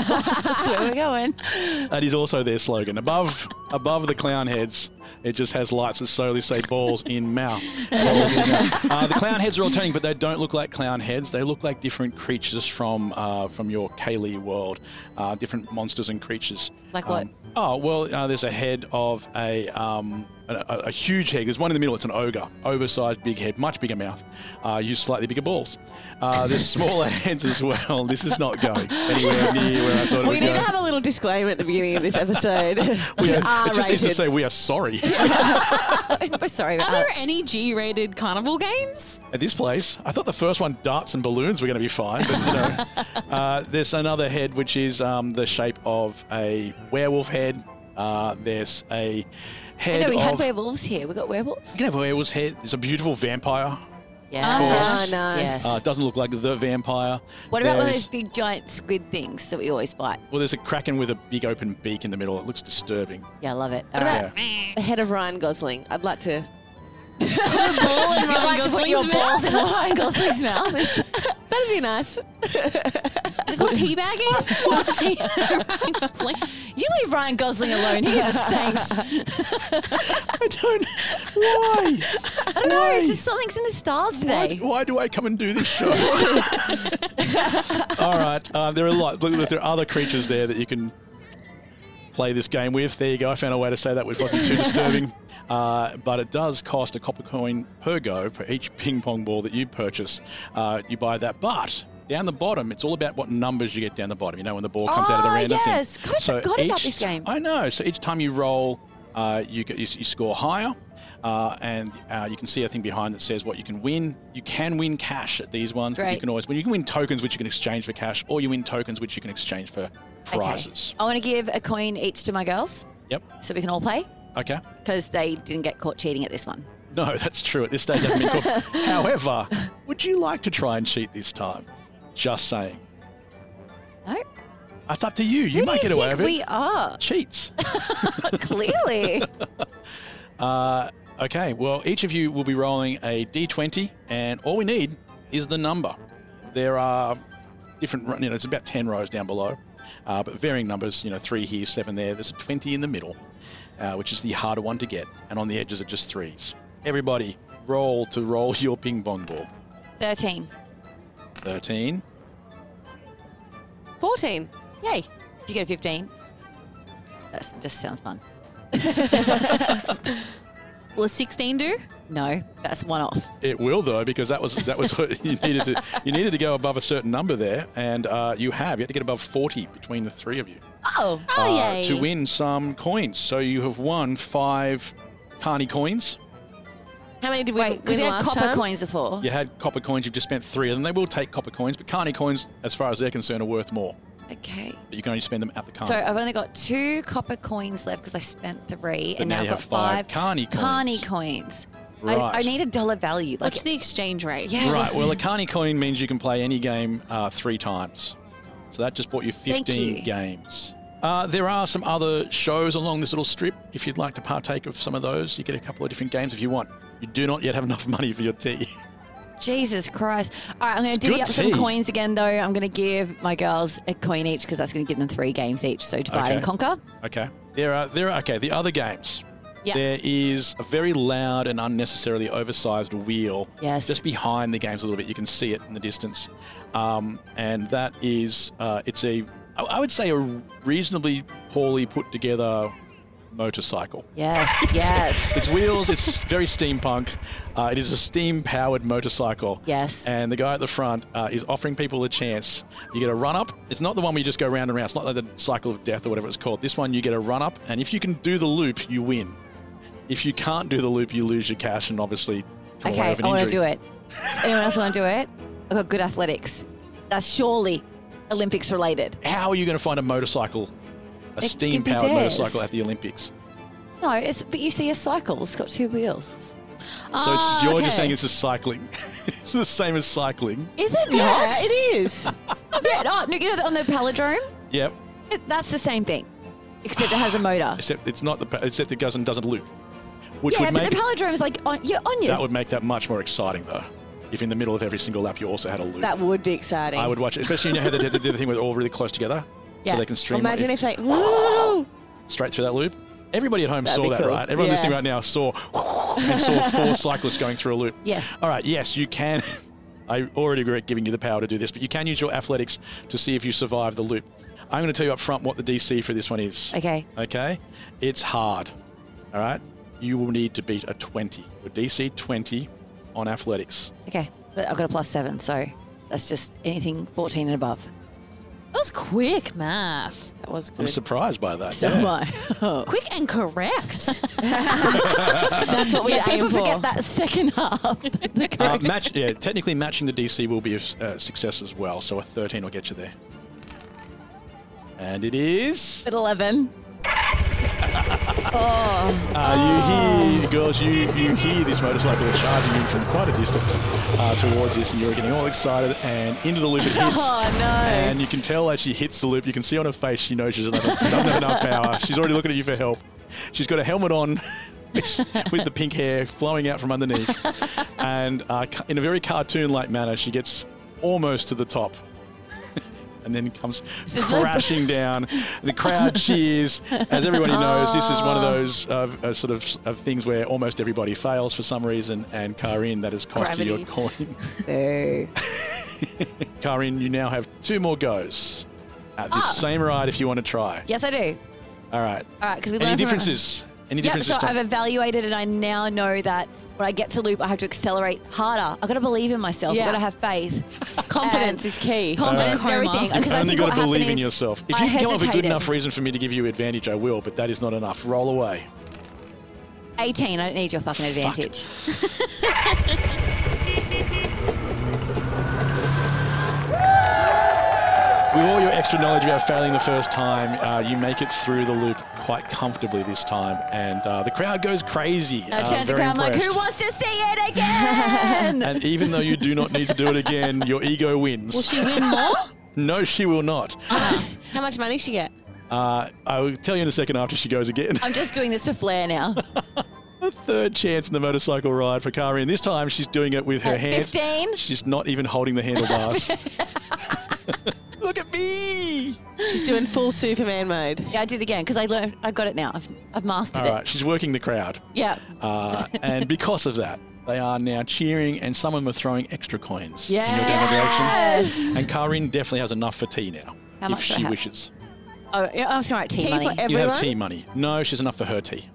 That's where we're going. That is also their slogan. Above above the clown heads, it just has lights that slowly say balls in mouth. Balls in mouth. Uh, the clown heads are all turning, but they don't look like clown heads. They look like different creatures from uh, from your Kaylee world, uh, different monsters and creatures. Like what? Um, oh, well, uh, there's a head of a. Um, a, a, a huge head. There's one in the middle. It's an ogre, oversized, big head, much bigger mouth. Uh, use slightly bigger balls. Uh, there's smaller heads as well. This is not going anywhere near where I thought it We would need go. to have a little disclaimer at the beginning of this episode. we are it just needs to rated. say we are sorry We're sorry Uh, Are about there that. any G-rated carnival games? at this place. I thought the first one, darts and balloons, were going to be fine, but you know. uh, there's another head which is um, the shape of a werewolf head. Uh, there's a head No, we of. had werewolves here. We got werewolves. you can have a werewolf's head. There's a beautiful vampire. Yeah. course. Oh, nice. Yes. Uh, it doesn't look like the vampire. what about one of There's- those big giant squid things that we always bite? Well, there's a kraken with a big open beak in the middle. It looks disturbing. Yeah, I love it. All What right. about the head of Ryan Gosling? I'd like to. You'd like to put your balls in Ryan Gosling's mouth. It's- That'd be nice. Is it called teabagging? Lots of tea. Ryan Gosling. You leave Ryan Gosling alone. He's a saint. I don't. Why? I don't know. It's just something's in the stars Why, today. why do I come and do this show? All right. Uh, there are a lot. Look, look, there are other creatures there that you can play this game with. There you go. I found a way to say that, which wasn't too disturbing. Uh, but it does cost a copper coin per go for each ping pong ball that you purchase. Uh, you buy that, but. Down the bottom, it's all about what numbers you get down the bottom. You know, when the ball comes out of the Ah, random yes. thing. God, I forgot about this ti- game. I know. So each time you roll, uh, you, get, you, you score higher, uh, and uh, you can see a thing behind that says what you can win. You can win cash at these ones. But you Great. can always well, you can win tokens which you can exchange for cash, or you win tokens which you can exchange for prizes. I want to give a coin each to my girls Yep. so we can all play Okay. because they didn't get caught cheating at this one. No, that's true. At this stage, I haven't been caught. However, would you like to try and cheat this time? Just saying. No? It's up to you. You Who might do get you away think with it. we are? Cheats. Clearly. Uh, okay, well, each of you will be rolling a d20, and all we need is the number. There are different, ro- you know, it's about 10 rows down below, uh, but varying numbers, you know, three here, seven there. There's a 20 in the middle, uh, which is the harder one to get, and on the edges are just threes. Everybody, roll to roll your ping pong ball. 13. 13. 14. Yay. If you get a 15, that just sounds fun. Will a 16 do? No, that's one off. It will though, because that was that was what you needed to you needed to go above a certain number there, and uh, you have you had to get above forty between the three of you. Oh. Oh, uh, yay. to win some coins. So you have won five Carney coins. How many did we Wait, because win you had last copper time? coins before. You had copper coins. You've just spent three of them. They will take copper coins, but Carney coins, as far as they're concerned, are worth more. Okay. But you can only spend them at the Carney. So I've only got two copper coins left because I spent three, But and now now, you I've got have five five, Carney coins. Carney coins. Right. I, I need a dollar value. Like, What's the exchange rate? Yeah. right. yes. Well, a Carney coin means you can play any game uh, three times. So that just bought you Thank 15 you. games. Uh, there are some other shows along this little strip. If you'd like to partake of some of those, you get a couple of different games if you want. You do not yet have enough money for your tea. Jesus Christ! All right, I'm going It's to divvy good up tea. some coins again, though. I'm going to give my girls a coin each because that's going to give them three games each. So divide Okay. and conquer. Okay. There are there are okay, the other games. Yeah. There is a very loud and unnecessarily oversized wheel Yes. just behind the games a little bit. You can see it in the distance. Um, and that is, uh, it's a, I- I would say, a reasonably poorly put together motorcycle. Yes, yes, It's wheels, it's very steampunk. Uh, it is a steam powered motorcycle. yes. And the guy at the front uh, is offering people a chance. You get a run up. It's not the one where you just go round and round. It's not like the cycle of death or whatever it's called. This one, you get a run up, and if you can do the loop, you win. If you can't do the loop, you lose your cash and obviously come away Okay, with an I want to injury. do it. Does anyone else want to do it? I've got good athletics. That's surely Olympics related. How are you going to find a motorcycle, a It steam powered can be theirs. motorcycle at the Olympics? No, it's but you see a cycle. It's got two wheels. So it's, Ah, you're okay. just saying it's a cycling. it's the same as cycling. Is it Yeah, not? it is. yeah, no, you get it on the palindrome. Yep. It, that's the same thing, except it has a motor. Except it's not the pa- except it doesn't doesn't loop, which yeah, would but make the palindrome is like on, you're on you. that would make that much more exciting though. if in the middle of every single lap you also had a loop. That would be exciting. I would watch it, especially you know how they did they did the thing where they're all really close together, so they can stream Imagine if they. Whoa! straight through that loop. Everybody at home That'd saw be that, cool. right? Everyone Yeah. listening right now saw and saw four cyclists going through a loop. Yes. All right. Yes, you can. I already regret giving you the power to do this, but you can use your athletics to see if you survive the loop. I'm going to tell you up front what the DC for this one is. Okay. Okay. It's hard. All right. You will need to beat a 20. Your DC 20 on athletics. Okay. But I've got a plus seven, so that's just anything 14 and above. That was quick math. That was I'm surprised by that. So yeah. am I. Quick and correct. That's what we Yeah, aim people for. forget that second half. Uh, match, yeah, technically matching the DC will be a s- uh, success as well, so a 13 will get you there. And it is. At 11. Uh, you hear, girls, you, you hear this motorcycle charging in from quite a distance uh, towards this, and you're getting all excited, and into the loop it hits. Oh, no. And you can tell as she hits the loop, you can see on her face, she knows she doesn't have, doesn't have enough power. She's already looking at you for help. She's got a helmet on with the pink hair flowing out from underneath. And uh, ca- in a very cartoon like manner, she gets almost to the top. And then comes like- crashing down. The crowd cheers. As everybody knows, this is Ah. one of those uh, uh, sort of, of things where almost everybody fails for some reason. And Karin, that has cost you your coin. Boo. Karin, you now have two more goes at this same ride if you want to try. Yes, I do. All right. Ah. All right, because we Any learned from- differences? Any Yep, differences? so Tom? I've evaluated and I now know that when I get to loop, I have to accelerate harder. I've got to believe in myself. Yeah. I've got to have faith. Confidence is key. Confidence is All right. everything. You've Because I only think got what to believe in happened is yourself. If I you come up with a good hesitated. enough reason for me to give you advantage, I will, but that is not enough. Roll away. 18, I don't need your fucking advantage. With all your extra knowledge about failing the first time, uh, you make it through the loop quite comfortably this time, and uh, the crowd goes crazy. I Uh, turn to the very crowd, I'm like, impressed. who wants to see it again? And even though you do not need to do it again, your ego wins. Will she win more? no, she will not. Uh-huh. How much money she get? Uh, I will tell you in a second after she goes again. I'm just doing this to flair now. a third chance in the motorcycle ride for Kari, and this time she's doing it with her At hand. 15? She's not even holding the handlebars. Look at me! She's doing full Superman mode. Yeah, I did again because I learned. I got it now. I've, I've mastered All it. right, she's working the crowd. Yeah. Uh, and because of that, they are now cheering, and some of them are throwing extra coins. in your game of Yes. action. And Karin definitely has enough for tea now, How if much do I she have? wishes. Oh, yeah, I'm sorry. Tea, Tea for money. every- You have Everyone? tea money. No, she's enough for her tea.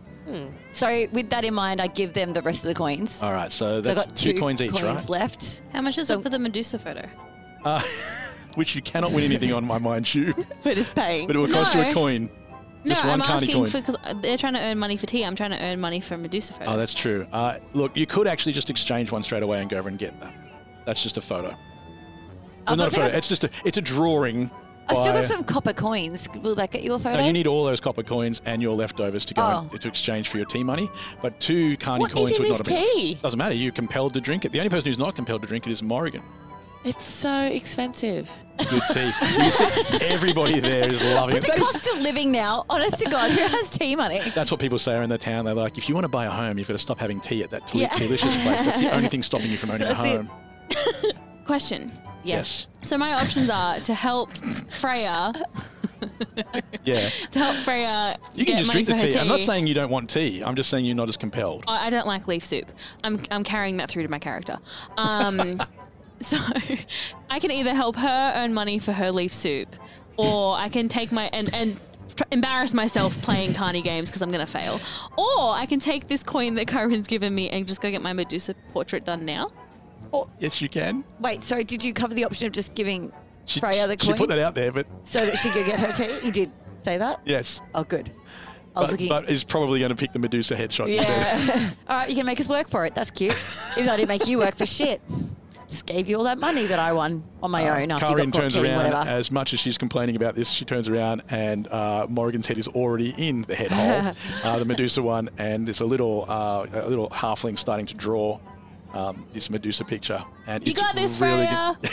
so with that in mind, I give them the rest of the coins. All right, so so I that's got two, coins each, right? left. How much is it for the Medusa photo? Uh, which you cannot win anything on, my mind you, But it's paying. but it will cost you a No. coin. No, Just one I'm carny asking coin. for because they're trying to earn money for tea. I'm trying to earn money for Medusa photo. Oh, that's true. Uh, look, you could actually just exchange one straight away and go over and get that. That's just a photo. Well, but not a photo. I've still got- It's just a, it's a drawing. I've still by- got some copper coins. Will that get you a photo? No, you need all those copper coins and your leftovers to go Oh. and, to exchange for your tea money. But two carny What is coins in would not this have been. tea? Doesn't matter. You're compelled to drink it. The only person who's not compelled to drink it is Morrigan. It's so expensive. Good tea. you see, everybody there is loving With it. the That is- cost of living now, honest to God, who has tea money? that's what people say in the town. They're like, if you want to buy a home, you've got to stop having tea at that tea- Yeah. delicious place. That's the only thing stopping you from owning That's a it. home. Question. Yes. So my options are to help Freya, Yeah. to help Freya. You can get just money drink the for her Oh, tea. I'm not saying you don't want tea. I'm just saying you're not as compelled. I I don't like leaf soup. I'm, I'm carrying that through to my character. Um, so I can either help her earn money for her leaf soup, or I can take my and and tr- embarrass myself playing carny games because I'm gonna fail, or I can take this coin that Kyron's given me and just go get my Medusa portrait done now. Oh, yes, you can. Wait, sorry, did you cover the option of just giving She, Freya the she coin put that out there, but so that she could get her tea? You did say that? yes. Oh, good. I was But, looking. but is probably going to pick the Medusa headshot. Yeah. all right, you can make us work for it. That's cute. Even though I didn't make you work for shit. Just gave you all that money that I won on my own after you Karin got caught Uh, turns cheating, around whatever. as much as she's complaining about this. She turns around and uh, Morrigan's head is already in the head hole, uh, the Medusa one, and there's a little uh, a little halfling starting to draw um, this Medusa picture. And You it's got this, really Freya. good-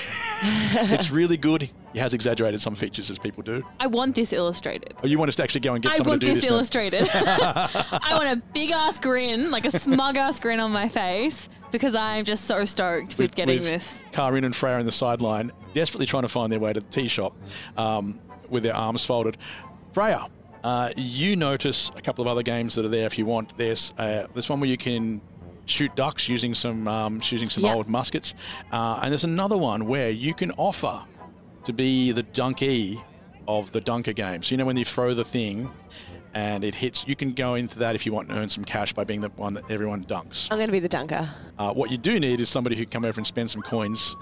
it's really good. He has exaggerated some features as people do. I want this illustrated. Oh, you want us to actually go and get I someone want to do this now? illustrated. I want a big ass grin, like a smug ass grin on my face, because I'm just so stoked with getting this. Karin and Freya in the sideline, desperately trying to find their way to the tea shop um, with their arms folded. Freya, uh, you notice a couple of other games that are there if you want. There's uh, there's one where you can shoot ducks using some um, using some Yep. old muskets, uh, and there's another one where you can offer to be the dunkee of the dunker game. So you know when you throw the thing. And it hits. You can go into that if you want and earn some cash by being the one that everyone dunks. I'm going to be the dunker. Uh, what you do need is somebody who can come over and spend some coins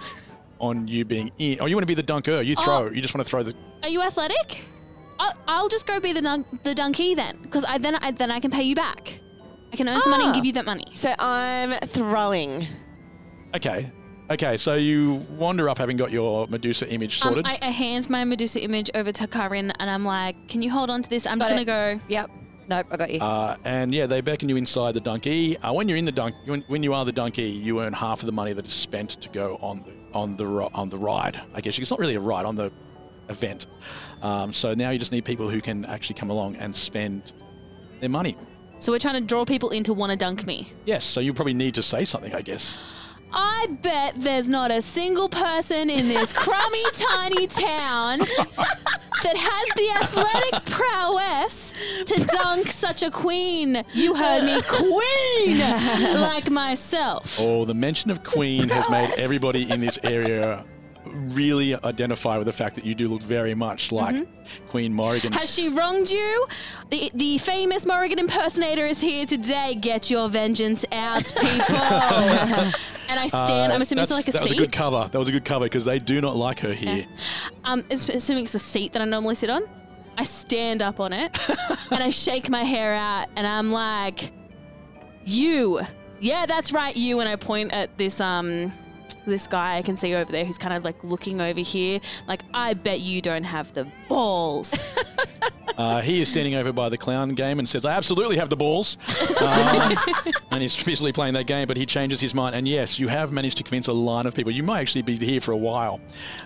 on you being in. Oh, you want to be the dunker? You throw. You just want to throw the. Are you athletic? I- I'll just go be the dun- the donkey then, because I then I then I can pay you back. I can earn some money and Ah. give you that money. So I'm throwing. Okay, okay. So you wander up having got your Medusa image Um, sorted. I, I hand my Medusa image over to Karin and I'm like, can you hold on to this? I'm just Got going to go. Yep. Nope, I got you. uh, and yeah, they beckon you inside the donkey. Uh, when you're in the dunk, when, when you are the donkey, you earn half of the money that is spent to go on the on the ri- on the ride. I guess it's not really a ride on the event. Um, so now you just need people who can actually come along and spend their money. So we're trying to draw people in to want to dunk me. Yes. So you probably need to say something, I guess. I bet there's not a single person in this crummy tiny town that has the athletic prowess to dunk such a queen. You heard me, queen, like myself. Oh, the mention of Queen has made everybody in this area really identify with the fact that you do look very much like Mm-hmm. Queen Morrigan. Has she wronged you? The the famous Morrigan impersonator is here today. Get your vengeance out, people. and I stand. Uh, I'm assuming that's- it's like a that was a seat. good cover. That was a good cover because they do not like her here. Um, it's, assuming it's a seat that I normally sit on, I stand up on it and I shake my hair out and I'm like, "You, yeah, that's right, you." And I point at this um, this guy I can see over there who's kind of like looking over here, like, "I bet you don't have the balls." Uh, he is standing over by the clown game and says, "I absolutely have the balls," Um, and he's busily playing that game. But he changes his mind, and yes, you have managed to convince a line of people. You might actually be here for a while.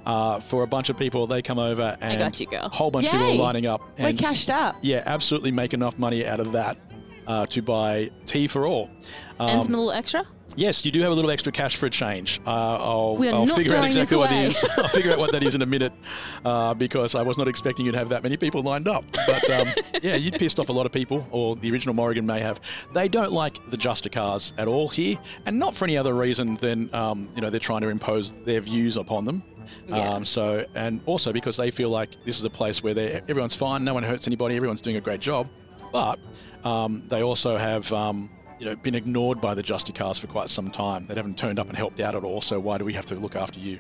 Uh, for a bunch of people, they come over and got you, girl. a whole bunch of people Yay. are lining up. We're and- cashed up. Yeah, absolutely make enough money out of that uh, to buy tea for all. Um, and some little extra. yes, you do have a little extra cash for a change. Uh, I'll, We are I'll not figure out throwing this exactly what away. it is. I'll figure out what that is in a minute uh, because I was not expecting you to have that many people lined up. But um, yeah, you pissed off a lot of people, or the original Morrigan may have. They don't like the Justicars at all here, and not for any other reason than um, you know they're trying to impose their views upon them. Um, so, and also because they feel like this is a place where they everyone's fine, no one hurts anybody, everyone's doing a great job, but um, they also have. Um, you know, been ignored by the Justicars for quite some time. They haven't turned up and helped out at all. So why do we have to look after you?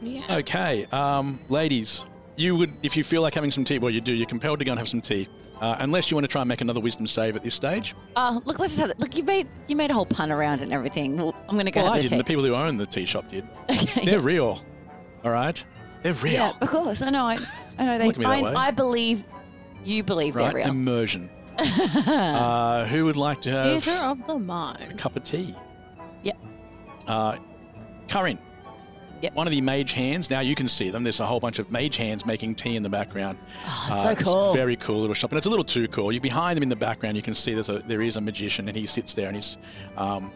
Yeah. Okay, um, ladies, you would, if you feel like having some tea, well, you do. You're compelled to go and have some tea, uh, unless you want to try and make another wisdom save at this stage. Oh, look, let's just have it. Look, you made you made a whole pun around it and everything. Well, I'm going to go well, I have the didn't. tea. The people who own the tea shop did. They're real. All right, they're real. Yeah, of course. I know. I, I know. Look at They, me that I, way. I believe you believe right, they're real. immersion. uh, who would like to have Theater of the a mind. cup of tea? Yep. Uh, Karin. Yep. One of the mage hands. Now you can see them. There's a whole bunch of mage hands making tea in the background. Oh, Uh, so cool. It's very cool little shop, and it's a little too cool. You behind them in the background, you can see there's a there is a magician, and he sits there and he's um,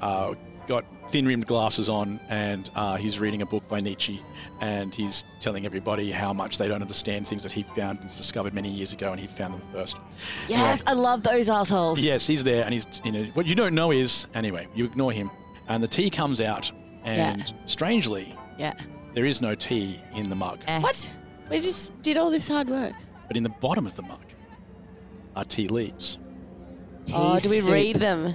uh, got thin rimmed glasses on, and uh, he's reading a book by Nietzsche, and he's telling everybody how much they don't understand things that he found and discovered many years ago, and he found them first. Yes, I love those assholes. Yes, he's there, and he's you know what you don't know is anyway you ignore him, and the tea comes out, and strangely Yeah. there is no tea in the mug, What? We just did all this hard work. but in the bottom of the mug are tea leaves, oh, do we soup. read them?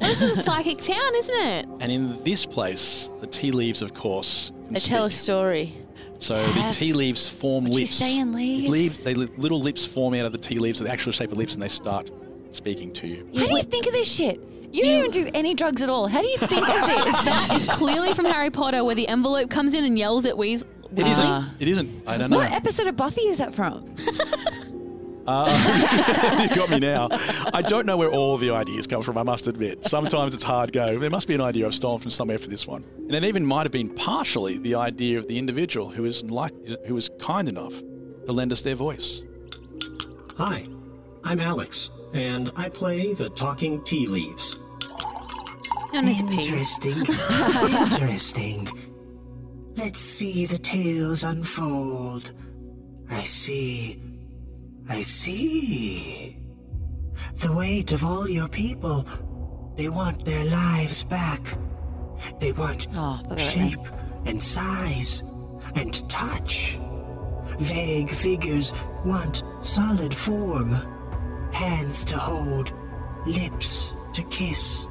this is a psychic town, isn't it? and in this place the tea leaves, of course, can They tell a speak. story. So Yes. the tea leaves form What you lips. saying, It leaves? leaves- they li- little lips form out of the tea leaves, the actual shape of lips, and they start speaking to you. How do you think of this shit? You don't even do any drugs at all. How do you think of this? That is clearly from Harry Potter, where the envelope comes in and yells at Weas- Weasley. It isn't. It isn't. I don't know. what episode of Buffy is that from? Uh, you got me now. I don't know where all the ideas come from, I must admit. Sometimes it's hard go. There must be an idea I've stolen from somewhere for this one. And it even might have been partially the idea of the individual who is like who was kind enough to lend us their voice. Hi, I'm Alex, and I play the Talking Tea Leaves. Interesting. Interesting. Let's see the tales unfold. I see. I see. The weight of all your people. They want their lives back. They want shape and size and touch. Vague figures want solid form. Hands to hold, lips to kiss,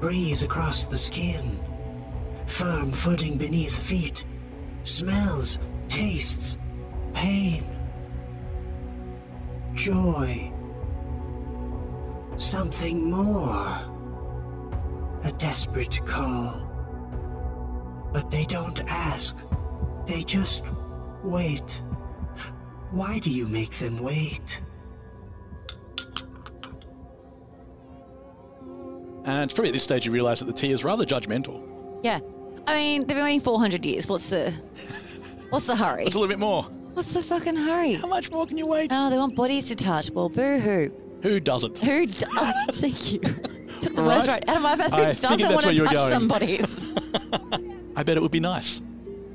breeze across the skin, firm footing beneath feet, smells, tastes, pain, joy, something more. A desperate call. But they don't ask, they just wait. Why do you make them wait? And probably at this stage you realise that the tea is rather judgmental. Yeah. I mean, they've been waiting 400 years. What's the What's the hurry? It's a little bit more. What's the fucking hurry? How much more can you wait? Oh, they want bodies to touch. Well, boo hoo. Who doesn't? Who does? Thank you. Took the words Right. right out of my mouth. Who I figured doesn't that's want where to you were touch going. somebody's? I bet it would be nice.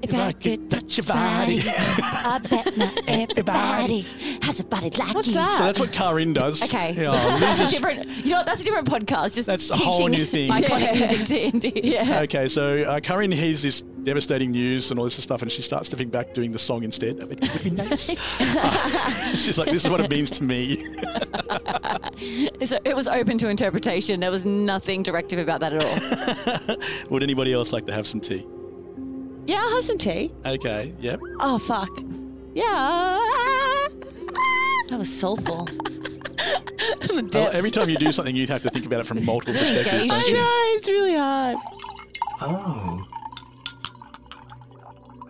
If I could touch your body, I bet not everybody has a body like What's you. That? So that's what Karin does. Okay, Yeah, that's Liz a is- different. You know what? That's a different podcast. Just That's a teaching whole new thing. Iconic Yeah. music to indie. Yeah. Okay, so uh, Karin hears this devastating news and all this stuff, and she starts stepping back doing the song instead. I bet it would be nice. Uh, she's like, "This is what it means to me." So it was open to interpretation. There was nothing directive about that at all. Would anybody else like to have some tea? Yeah, I'll have some tea. Okay, yep. Oh, fuck. Yeah. That was soulful. the Oh, every time you do something, you'd have to think about it from multiple perspectives. don't I you? know, it's really hard. Oh.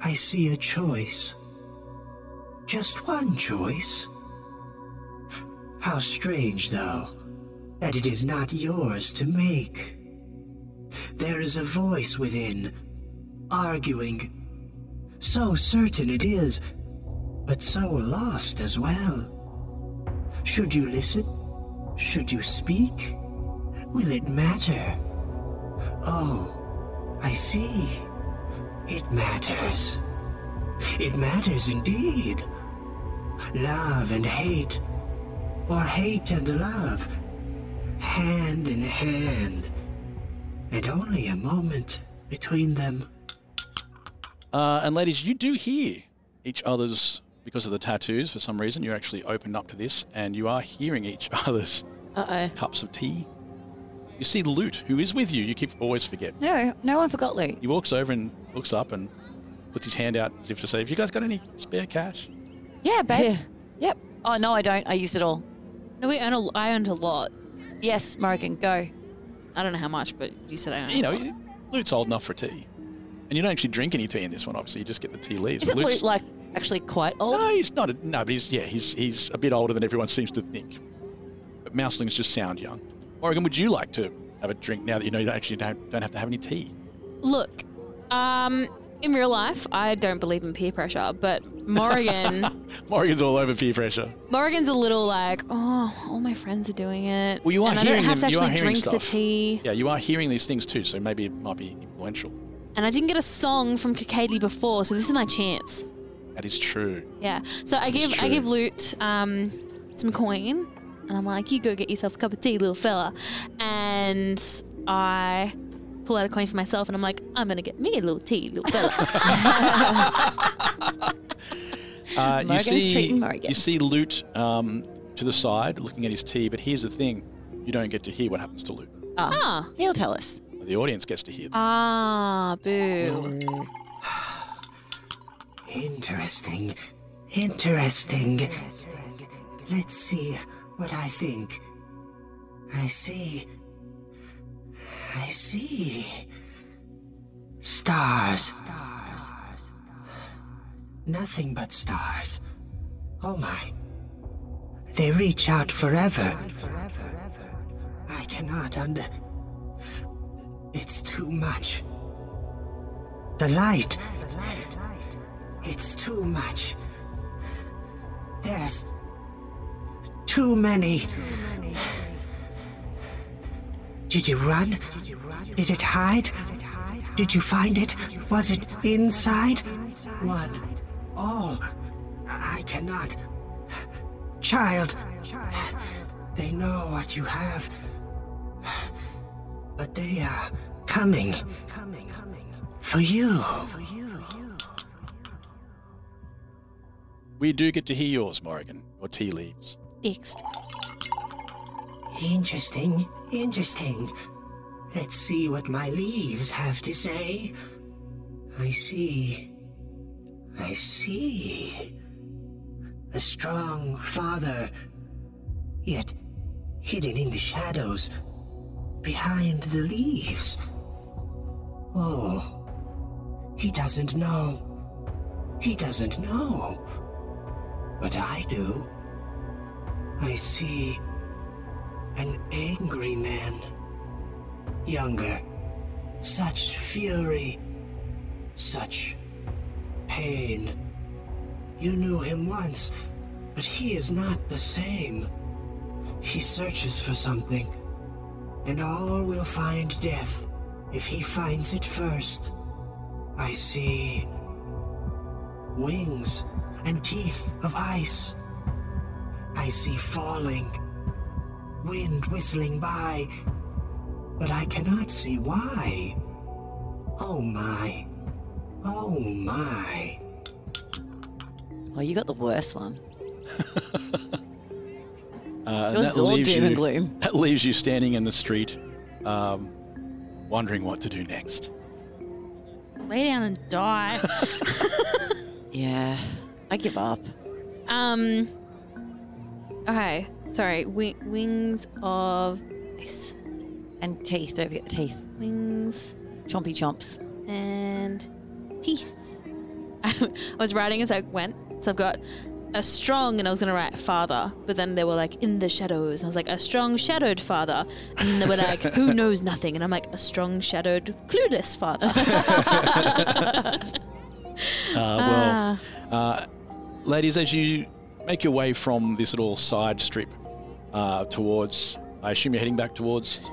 I see a choice. Just one choice. How strange, though, that it is not yours to make. There is a voice within, arguing. So certain it is, but so lost as well. Should you listen? Should you speak? Will it matter? Oh. I see. It matters. It matters indeed. Love and hate, or hate and love, hand in hand, and only a moment between them. Uh, and ladies, you do hear each other's because of the tattoos. For some reason, you're actually opened up to this, and you are hearing each other's cups of tea. You see Lute, who is with you. You keep always forget. No, no one forgot Luke. He walks over and looks up and puts his hand out as if to say, "Have you guys got any spare cash?" Yeah, babe. Yep. Oh no, I don't. I used it all. No, we earn a, I earned a lot. Yes, Morgan, go. I don't know how much, but you said I earned. You a know, lot. Lute's old enough for tea, and you don't actually drink any tea in this one. Obviously, you just get the tea leaves. Isn't Lute's- Luke like actually quite old? No, he's not. A, no, but he's yeah, he's he's a bit older than everyone seems to think. But mouselings just sound young. Morgan, would you like to have a drink now that you know you don't actually don't, don't have to have any tea? Look, um, in real life, I don't believe in peer pressure, but Morgan, Morgan's all over peer pressure. Morgan's a little like, oh, all my friends are doing it. Well, you are and hearing I don't have them- to you are actually hearing drink the stuff. tea. Yeah, you are hearing these things too, so maybe it might be influential. And I didn't get a song from Kakadi before, so this is my chance. That is true. Yeah. So I That's give I true. give Lute um, some coin, and I'm like, you go get yourself a cup of tea, little fella. And I pull out a coin for myself, and I'm like, I'm gonna get me a little tea, little fella. Uh, you Morgan's see, treating Morgan. you see Lute um, to the side looking at his tea, but here's the thing: you don't get to hear what happens to Lute. ah, he'll tell us. The audience gets to hear. Uh, That. Ah, boo. Interesting. Interesting. Let's see what I think. I see. I see. Stars. Nothing but stars. Oh my. They reach out forever. I cannot under. It's too much. The light. It's too much. There's too many. Did you run? Did it hide? Did you find it? Was it inside? One, all. I cannot. Child, they know what you have. But they are coming. For you. We do get to hear yours, Morrigan, or tea leaves. Fixed. Interesting, interesting. Let's see what my leaves have to say. I see. I see. A strong father, yet hidden in the shadows, behind the leaves. Oh, he doesn't know. He doesn't know. But I do. I see an angry man. Younger. Such fury. Such pain. You knew him once, but he is not the same. He searches for something, and all will find death if he finds it first. I see wings and teeth of ice. I see falling, wind whistling by, but I cannot see why. Oh my. Oh my. Oh, you got the worst one. Uh, and Yours that is all leaves doom you, and gloom. That leaves you standing in the street, um, wondering what to do next. Lay down and die. Yeah. I give up. Um. Okay. Sorry. Wi- wings of ice. And teeth. Don't forget the teeth. Wings Chompy chomps. and teeth. I was writing as I went, so I've got a strong, and I was gonna write father, but then they were like in the shadows, and I was like a strong shadowed father, and then they were like who knows nothing, and I'm like a strong shadowed clueless father. Uh, well, uh, ladies, as you make your way from this little side strip uh, towards, I assume you're heading back towards.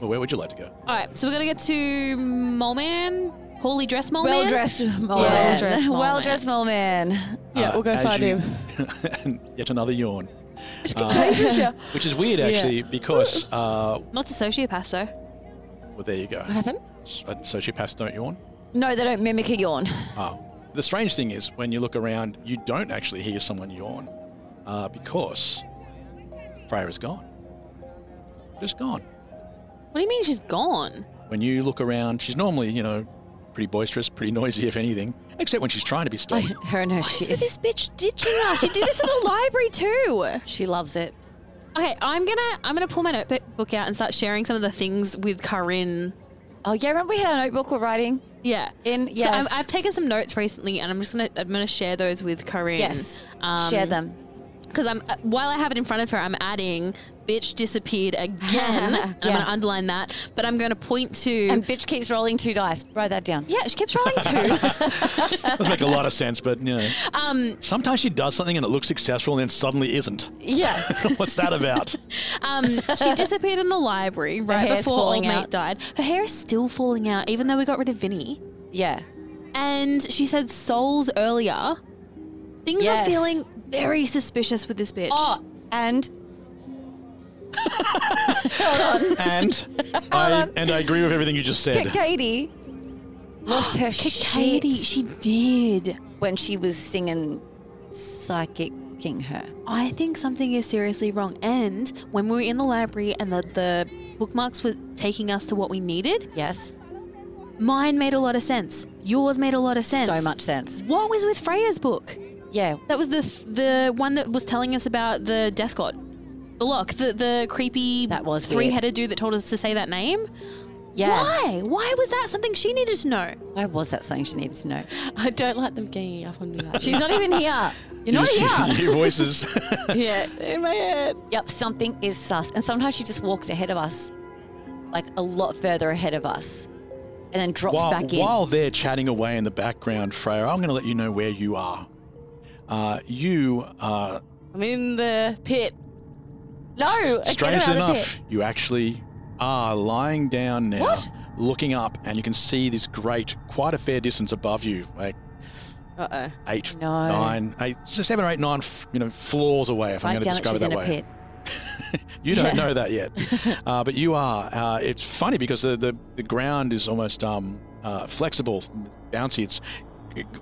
Well, where would you like to go? All right, so we're gonna get to mole man, poorly dressed mole man, Well-dressed mole well man. dressed mole Well-dressed mole man. Uh, as you- and Yet another yawn. Uh, Yeah. which is weird, actually, because uh, Not a sociopath though. well, there you go. What happened? Sociopaths don't yawn. No, they don't mimic a yawn. Oh. The strange thing is, when you look around, you don't actually hear someone yawn uh, because Freya is gone. Just gone. What do you mean she's gone? When you look around, she's normally, you know, pretty boisterous, pretty noisy, if anything, except when she's trying to be stopped. Her and her What's shit. with this bitch ditching us? She did this in the library too. She loves it. Okay, I'm gonna I'm gonna pull my notebook out and start sharing some of the things with Karin. Oh yeah, remember we had our notebook we're writing? Yeah. In So I'm, yes. I've taken some notes recently, and I'm just gonna I'm gonna share those with Corinne. Yes. Um, Share them. Because I'm uh, while I have it in front of her, I'm adding bitch disappeared again. and I'm gonna underline that, but I'm gonna point to and bitch keeps rolling two dice. Write that down. yeah, she keeps rolling two. Doesn't make a lot of sense, but you know. um, Sometimes she does something and it looks successful and then suddenly isn't. Yeah. What's that about? Um, she disappeared in the library right hair's before old falling mate out. died. Her hair is still falling out, even though we got rid of Vinny. Yeah. And she said souls earlier. Things Yes. are feeling very suspicious with this bitch. Oh, and and I and I agree with everything you just said. Ka- Katie lost her shit. Katie, she did. When she was singing Psychic King Her. I think something is seriously wrong. And when we were in the library and the, the bookmarks were taking us to what we needed, yes, mine made a lot of sense. Yours made a lot of sense. So much sense. What was with Freya's book? Yeah. That was the the one that was telling us about the death god. Block, the the creepy That was weird. three-headed dude that told us to say that name. Yes. Why? Why was that something she needed to know? Why was that something she needed to know? I don't like them ganging up on me. Like She's not even here. You You're not just- here. you hear voices. yeah, in my head. Yep, something is sus. And sometimes she just walks ahead of us, like a lot further ahead of us, and then drops while, back in. while they're chatting away in the background, Freya, I'm going to let you know where you are. Uh, you, uh, I'm in the pit. No, strangely enough, you actually are lying down now, What? looking up, and you can see this great, quite a fair distance above you, like Uh oh. eight, No. nine, eight, seven or eight, nine, f- you know, floors away. If I'm Write going to down that describe she's it that way. in a pit. You don't Yeah. know that yet, uh, but you are. Uh, it's funny because the, the, the ground is almost um, uh, flexible, bouncy. It's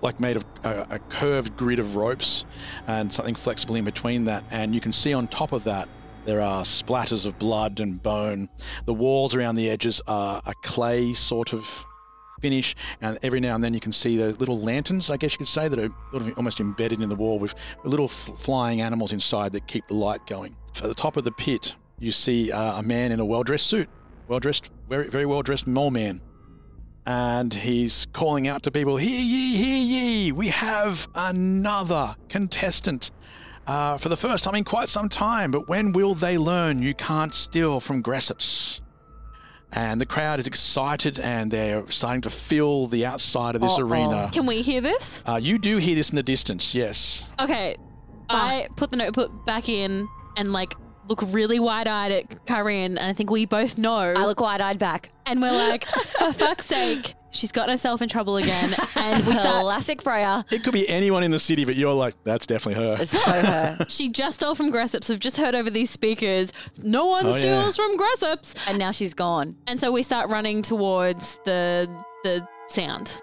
like made of a, a curved grid of ropes and something flexible in between that. And you can see on top of that there are splatters of blood and bone. The walls around the edges are a clay sort of finish, and every now and then you can see the little lanterns, I guess you could say, that are sort of almost embedded in the wall with little f- flying animals inside that keep the light going. At the top of the pit, you see uh, a man in a well dressed suit, well dressed, very, very well dressed mole man. And he's calling out to people, Hear ye, hear ye, we have another contestant. Uh, for the first time in quite some time, but when will they learn you can't steal from Gressets? and the crowd is excited and they're starting to fill the outside of this arena. Can we hear this? Uh, you do hear this in the distance, yes. Okay. Ah. I put the notebook back in and like look really wide eyed at Karen, and I think we both know. I look wide eyed back. And we're like, for fuck's sake, she's got herself in trouble again. And we start. Classic Freya. It could be anyone in the city, but you're like, that's definitely her. It's so her. She just stole from Gressops. We've just heard over these speakers. No one Oh, yeah. steals from Gressops. And now she's gone. And so we start running towards the the sound.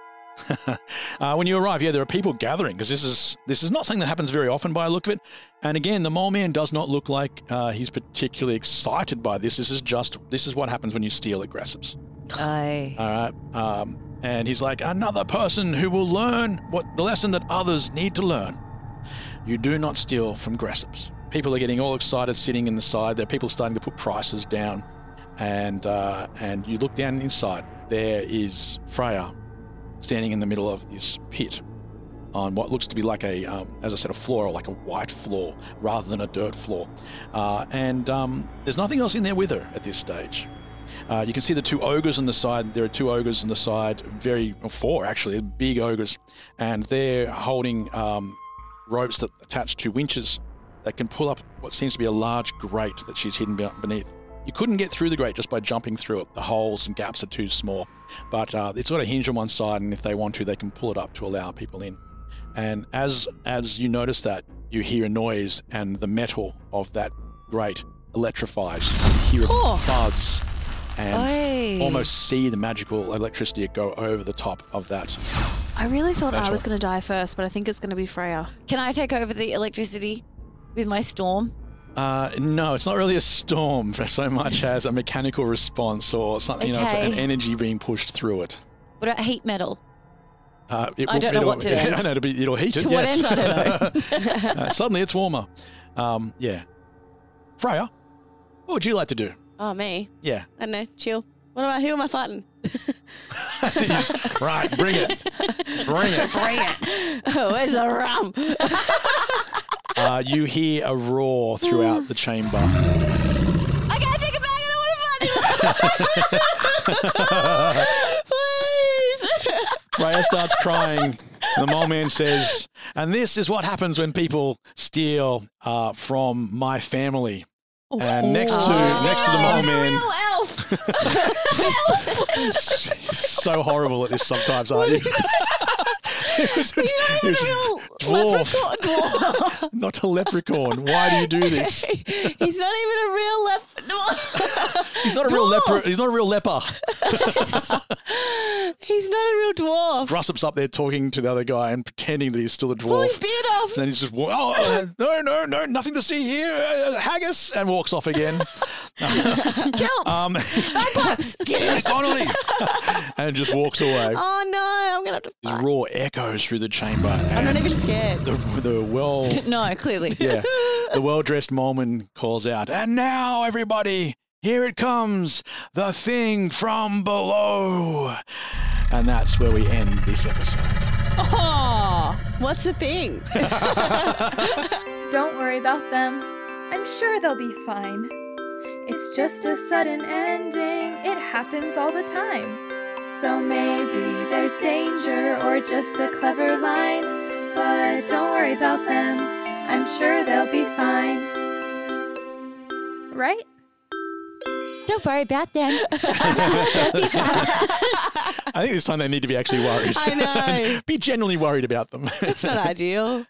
uh, when you arrive, yeah, there are people gathering because this is this is not something that happens very often by a look of it. And again, the mole man does not look like uh, he's particularly excited by this. This is just this is what happens when you steal at Grassops. Aye. All right. Um, and he's like, another person who will learn what the lesson that others need to learn. You do not steal from Grassops. People are getting all excited, sitting in the side. There are people starting to put prices down, and uh, and you look down inside. There is Freya standing in the middle of this pit on what looks to be like a, um, as I said, a floor, like a white floor rather than a dirt floor. Uh, and um, there's nothing else in there with her at this stage. Uh, you can see the two ogres on the side. There are two ogres on the side, very or four actually, big ogres, and they're holding um, ropes that attach to winches that can pull up what seems to be a large grate that she's hidden be- beneath. You couldn't get through the grate just by jumping through it. The holes and gaps are too small, but uh, it's got a hinge on one side, and if they want to, they can pull it up to allow people in. And as as you notice that, you hear a noise, and the metal of that grate electrifies. You hear a buzz, and Oi. almost see the magical electricity go over the top of that. I really thought That's I was right. going to die first, but I think it's going to be Freya. Can I take over the electricity with my storm? Uh, no, it's not really a storm for so much as a mechanical response or something. You know, it's an Okay. energy being pushed through it. What about heat metal? Uh, it I don't know it'll- what to do. I don't know, it'll, be, it'll heat it. To what yes. end? I don't know. suddenly, it's warmer. Um, yeah, Freya, what would you like to do? Oh me. Yeah, I don't know. Chill. What about who am I fighting? right. Bring it. Bring it. Bring it. oh, where's the rum? Uh, you hear a roar throughout the chamber. I gotta take it back. Freya starts crying. The mole man says, and this is what happens when people steal uh, from my family. And next to Oh. next to the mole man, so horrible at this sometimes, aren't you? It was- it was dwarf, not a leprechaun. Why do you do this? He's not even a real left. He's not a real leper. He's not a real leper. He's not a real dwarf. Grossop's up there talking to the other guy and pretending that he's still a dwarf. Pull his beard off. And then he's just, wa- oh, uh, no, no, no, nothing to see here. uh, haggis. And walks off again. Kilts. Um, Bagpipes. Yes. Connolly. and just walks away. Oh no, I'm gonna have to. His roar echoes through the chamber. I'm not and even scared. The, the well. no, clearly. yeah. The well dressed Mormon calls out, and now everybody Here it comes, the thing from below. And that's where we end this episode. Oh, what's the thing? Don't worry about them. I'm sure they'll be fine. It's just a sudden ending, it happens all the time. So maybe there's danger or just a clever line. But don't worry about them, I'm sure they'll be fine. Right? Don't worry about them. I think this time they need to be actually worried. I know. be genuinely worried about them. That's not ideal.